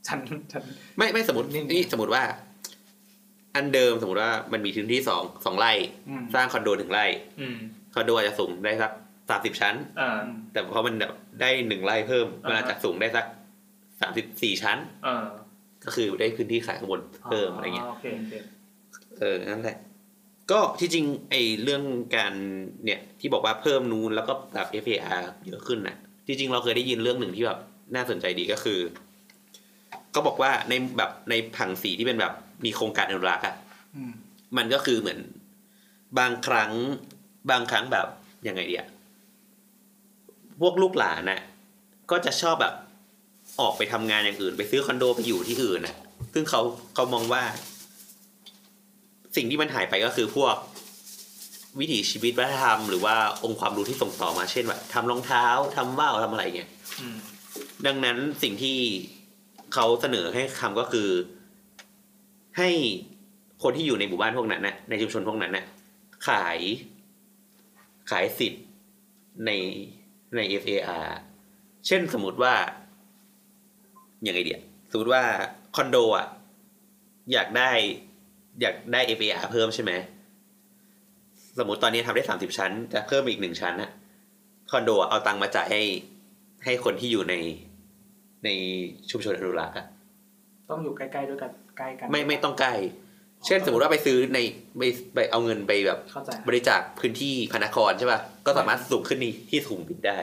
ชั้นชั้น ไม่ไม่สมมติ นิ่งๆ นี่สมมติว่า อันเดิมสมมติว่ามันมีพื้นที่สองสองไร่ อืม สร้างคอนโดถึงไร่ อืม คอนโดอาจจะสูงได้สักสามสิบชั้น อ่า แต่พอมันแบบได้หนึ่งไร่เพิ่มมัน อ่าฮะ อาจจะสูงได้สักสามสิบสี่ชั้น อ่า ก็คือได้พื้นที่ขายข้างบนเพิ่มอะไรเงี้ย โอเคโอเค เออนั่นแหละ ก็ที่จริงไอ้เรื่องการเนี่ยที่บอกว่าเพิ่มนูนแล้วก็แบบ FAR เยอะขึ้นน่ะที่จริงเราเคยได้ยินเรื่องหนึ่งที่แบบน่าสนใจดีก็คือ ก็บอกว่าในแบบในผังสีที่เป็นแบบมีโครงการอนุรักษ์อะ อืม มันก็คือเหมือนบางครั้งบางครั้งแบบยังไงเดียพวกลูกหลานน่ะก็จะชอบแบบออกไปทำงานอย่างอื่น ไปซื้อคอนโดไปอยู่ที่อื่นน่ะ ซึ่งเขาเขามองว่า สิ่งที่มันหายไปก็คือพวกวิถีชีวิตวัฒนธรรมหรือว่าองค์ความรู้ที่ส่งต่อมาเช่นแบบทำรองเท้าทำว่าวทำอะไรอย่างเงี้ย อืม ดังนั้นสิ่งที่เขาเสนอให้ทำก็คือ ให้คนที่อยู่ในหมู่บ้านพวกนั้นนะในชุมชนพวกนั้นนะขาย ขายสิทธิ์ในใน FAR เช่นสมมติว่ายังไงเดียวสมมติว่าคอนโดอ่ะอยากได้ อยากได้ FAR เพิ่มใช่ไหมสมมติตอนนี้ทำได้สามสิบชั้น จะเพิ่มอีกหนึ่งชั้นนะคอนโดอะเอาตังค์มาจ่ายให้ ให้คนที่อยู่ในในชุมชนอนุรักษ์อะ ต้องอยู่ใกล้ๆด้วยกันใกล้กัน ไม่ไม่ต้องใกล้ เช่นสมมติว่าไปซื้อในไปไปเอาเงินไปแบบ เข้าใจ บริจาคพื้นที่พระนครใช่ป่ะ ก็สามารถสูงขึ้นนี่ที่สูงบิดได้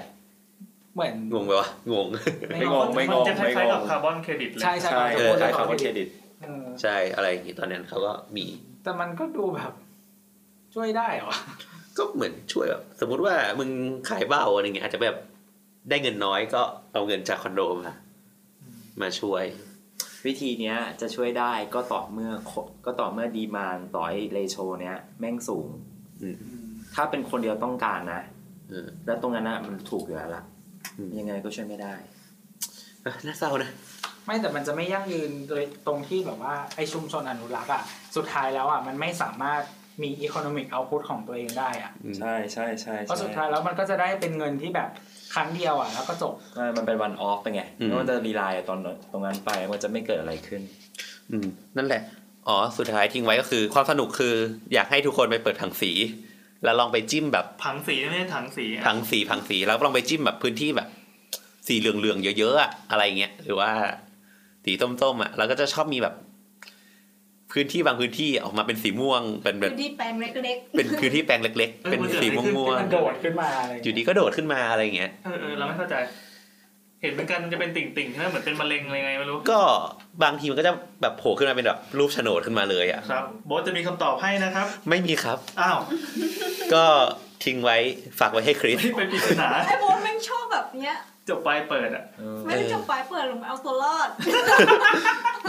เหมือน งงไหมวะ ง ง ไม่งงไม่ง มัน ง จะค ไม่ง ล้ายๆกับ ง คาร์บอนเครดิตเลย ใช่ใช่ ใช่ เอ เอ อ อ ใช่ ใช่คำว่าเครดิต เออ ใช่อะไรอย่างงี้ตอนนั้นเขาก็มี แต่มันก็ดูแบบ ช่วยได้เหรอวะ ก็เหมือนช่วยแบบสมมติว่ามึงขายบ้าวอะไรเงี้ยอาจจะแบบได้เงินน้อยก็เอาเงินจากคอนโดมามาช่วย วิธีเนี้ยจะช่วยได้ก็ต่อเมื่อคก็ต่อเมื่อดีมานต่อไอเลโชเนี้ยแม่งสูง อืม ถ้าเป็นคนเดียวต้องการนะ เออ แล้วตรงนั้นนะมันถูกอยู่แล้วล่ะ อืม ยังไงก็ช่วยไม่ได้ อ่ะน่าเศร้านะ ไม่แต่มันจะไม่ยั่งยืนโดยตรงที่แบบว่าไอชุมชนอนุรักษ์อ่ะ สุดท้ายแล้วอ่ะมันไม่สามารถมีอีโคโนมิกเอาพุทของตัวเองได้อ่ะ อืม ใช่ใช่ใช่ เพราะสุด ใช่ ท้ายแล้วมันก็จะได้เป็นเงินที่แบบครั้งเดียวอ่ะแล้วก็จบ ใช่มันเป็นวันออฟไปไงไม่ว่าจะรีไลน์ตอนตรงนั้นไปมันจะไม่เกิดอะไรขึ้น อืมนั่นแหละ อ๋อ สุดท้ายทิ้งไว้ก็คือ ความสนุกคือ อยากให้ทุกคนไปเปิดถังสี แล้วลองไปจิ้มแบบ ผังสีไม่ใช่ถังสีอะ ผังสีผังสีแล้วลองไปจิ้มแบบพื้นที่แบบ สีเหลืองๆเยอะๆอะอะไรเงี้ยหรือว่าสีส้มๆอ่ะแล้วก็จะชอบมีแบบ พื้นที่บางพื้นที่ออกมาเป็นสีม่วง เป็นแบบ พื้นที่แปลงเล็ก เป็นพื้นที่แปลงเล็ก ๆ เป็นสีม่วง มันโดดขึ้นมาอะไร ๆอ เงี้ย ยู่ดีก็โดดขึ้นมาอะไรเงี้ย เออเออเราไม่เข้าใจ เห็นเหมือนกันจะเป็นติ่งๆใช่ไหมเหมือนเป็นมะเร็งอะไรไงไม่รู้ ก็บางทีมันก็จะแบบโผล่ขึ้นมาเป็นแบบรูปโฉนดขึ้นมาเลยอ่ะ ครับโบ๊ทจะมีคำตอบให้นะครับ ไม่มีครับ อ้าว ก็ทิ้งไว้ฝากไว้ให้คริส ไม่เป็นปริศนา ๆไอ้โบ๊ทแม่งชอบแบบเนี้ย จบไปเปิดอ่ะ ไม่ได้จบปลายเปิดหรอกมันเอาตัวรอด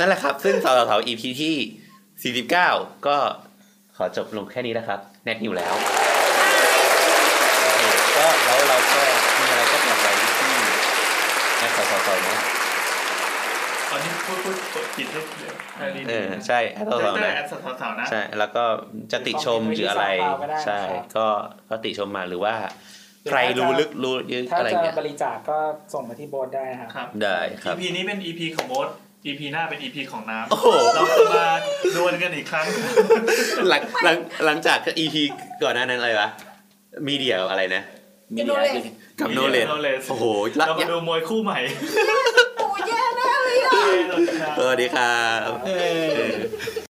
นั่นแหละครับ ซึ่งสาวสาว EP ที่ 49 ก็ขอจบลงแค่นี้นะครับ แนทนิวแล้วโอเคก็แล้วเราก็มีอะไรก็บอกไว้ที่แนทสาวสาวสาวนะ ตอนนี้พูดพูดพูดปิดให้เดี๋ยวได้ดี เอ ดี อ นะ ใช่แอดสาวสาว ได้ นะ แอดสาวๆนะ ใช่ แล้วก็จะติชมหรืออะไร ใช่ ก็ก็ติชมมาหรือว่า ใครรู้ลึกรู้ยึก ถ้า อะไร จะ เงี้ย บริจาคก็ส่งมาที่โบสได้นะครับ ครับ ได้ครับ EP นี้เป็น EP ของโมด EP หน้าเป็น EP ของน้ำ โอ้โห เราจะมาดวลกันอีกครั้ง หลังหลังหลังจาก EP ก่อนหน้านั้นอะไรวะมีเดียอะไรนะ กระโดดเลย กับโนเล Knowledge ดโอ้โหรัก เรามาดูมวยคู่ใหม่ โอ้ยแย่แน่เลยอ่ะ เย้เราชนะ เออดีครับ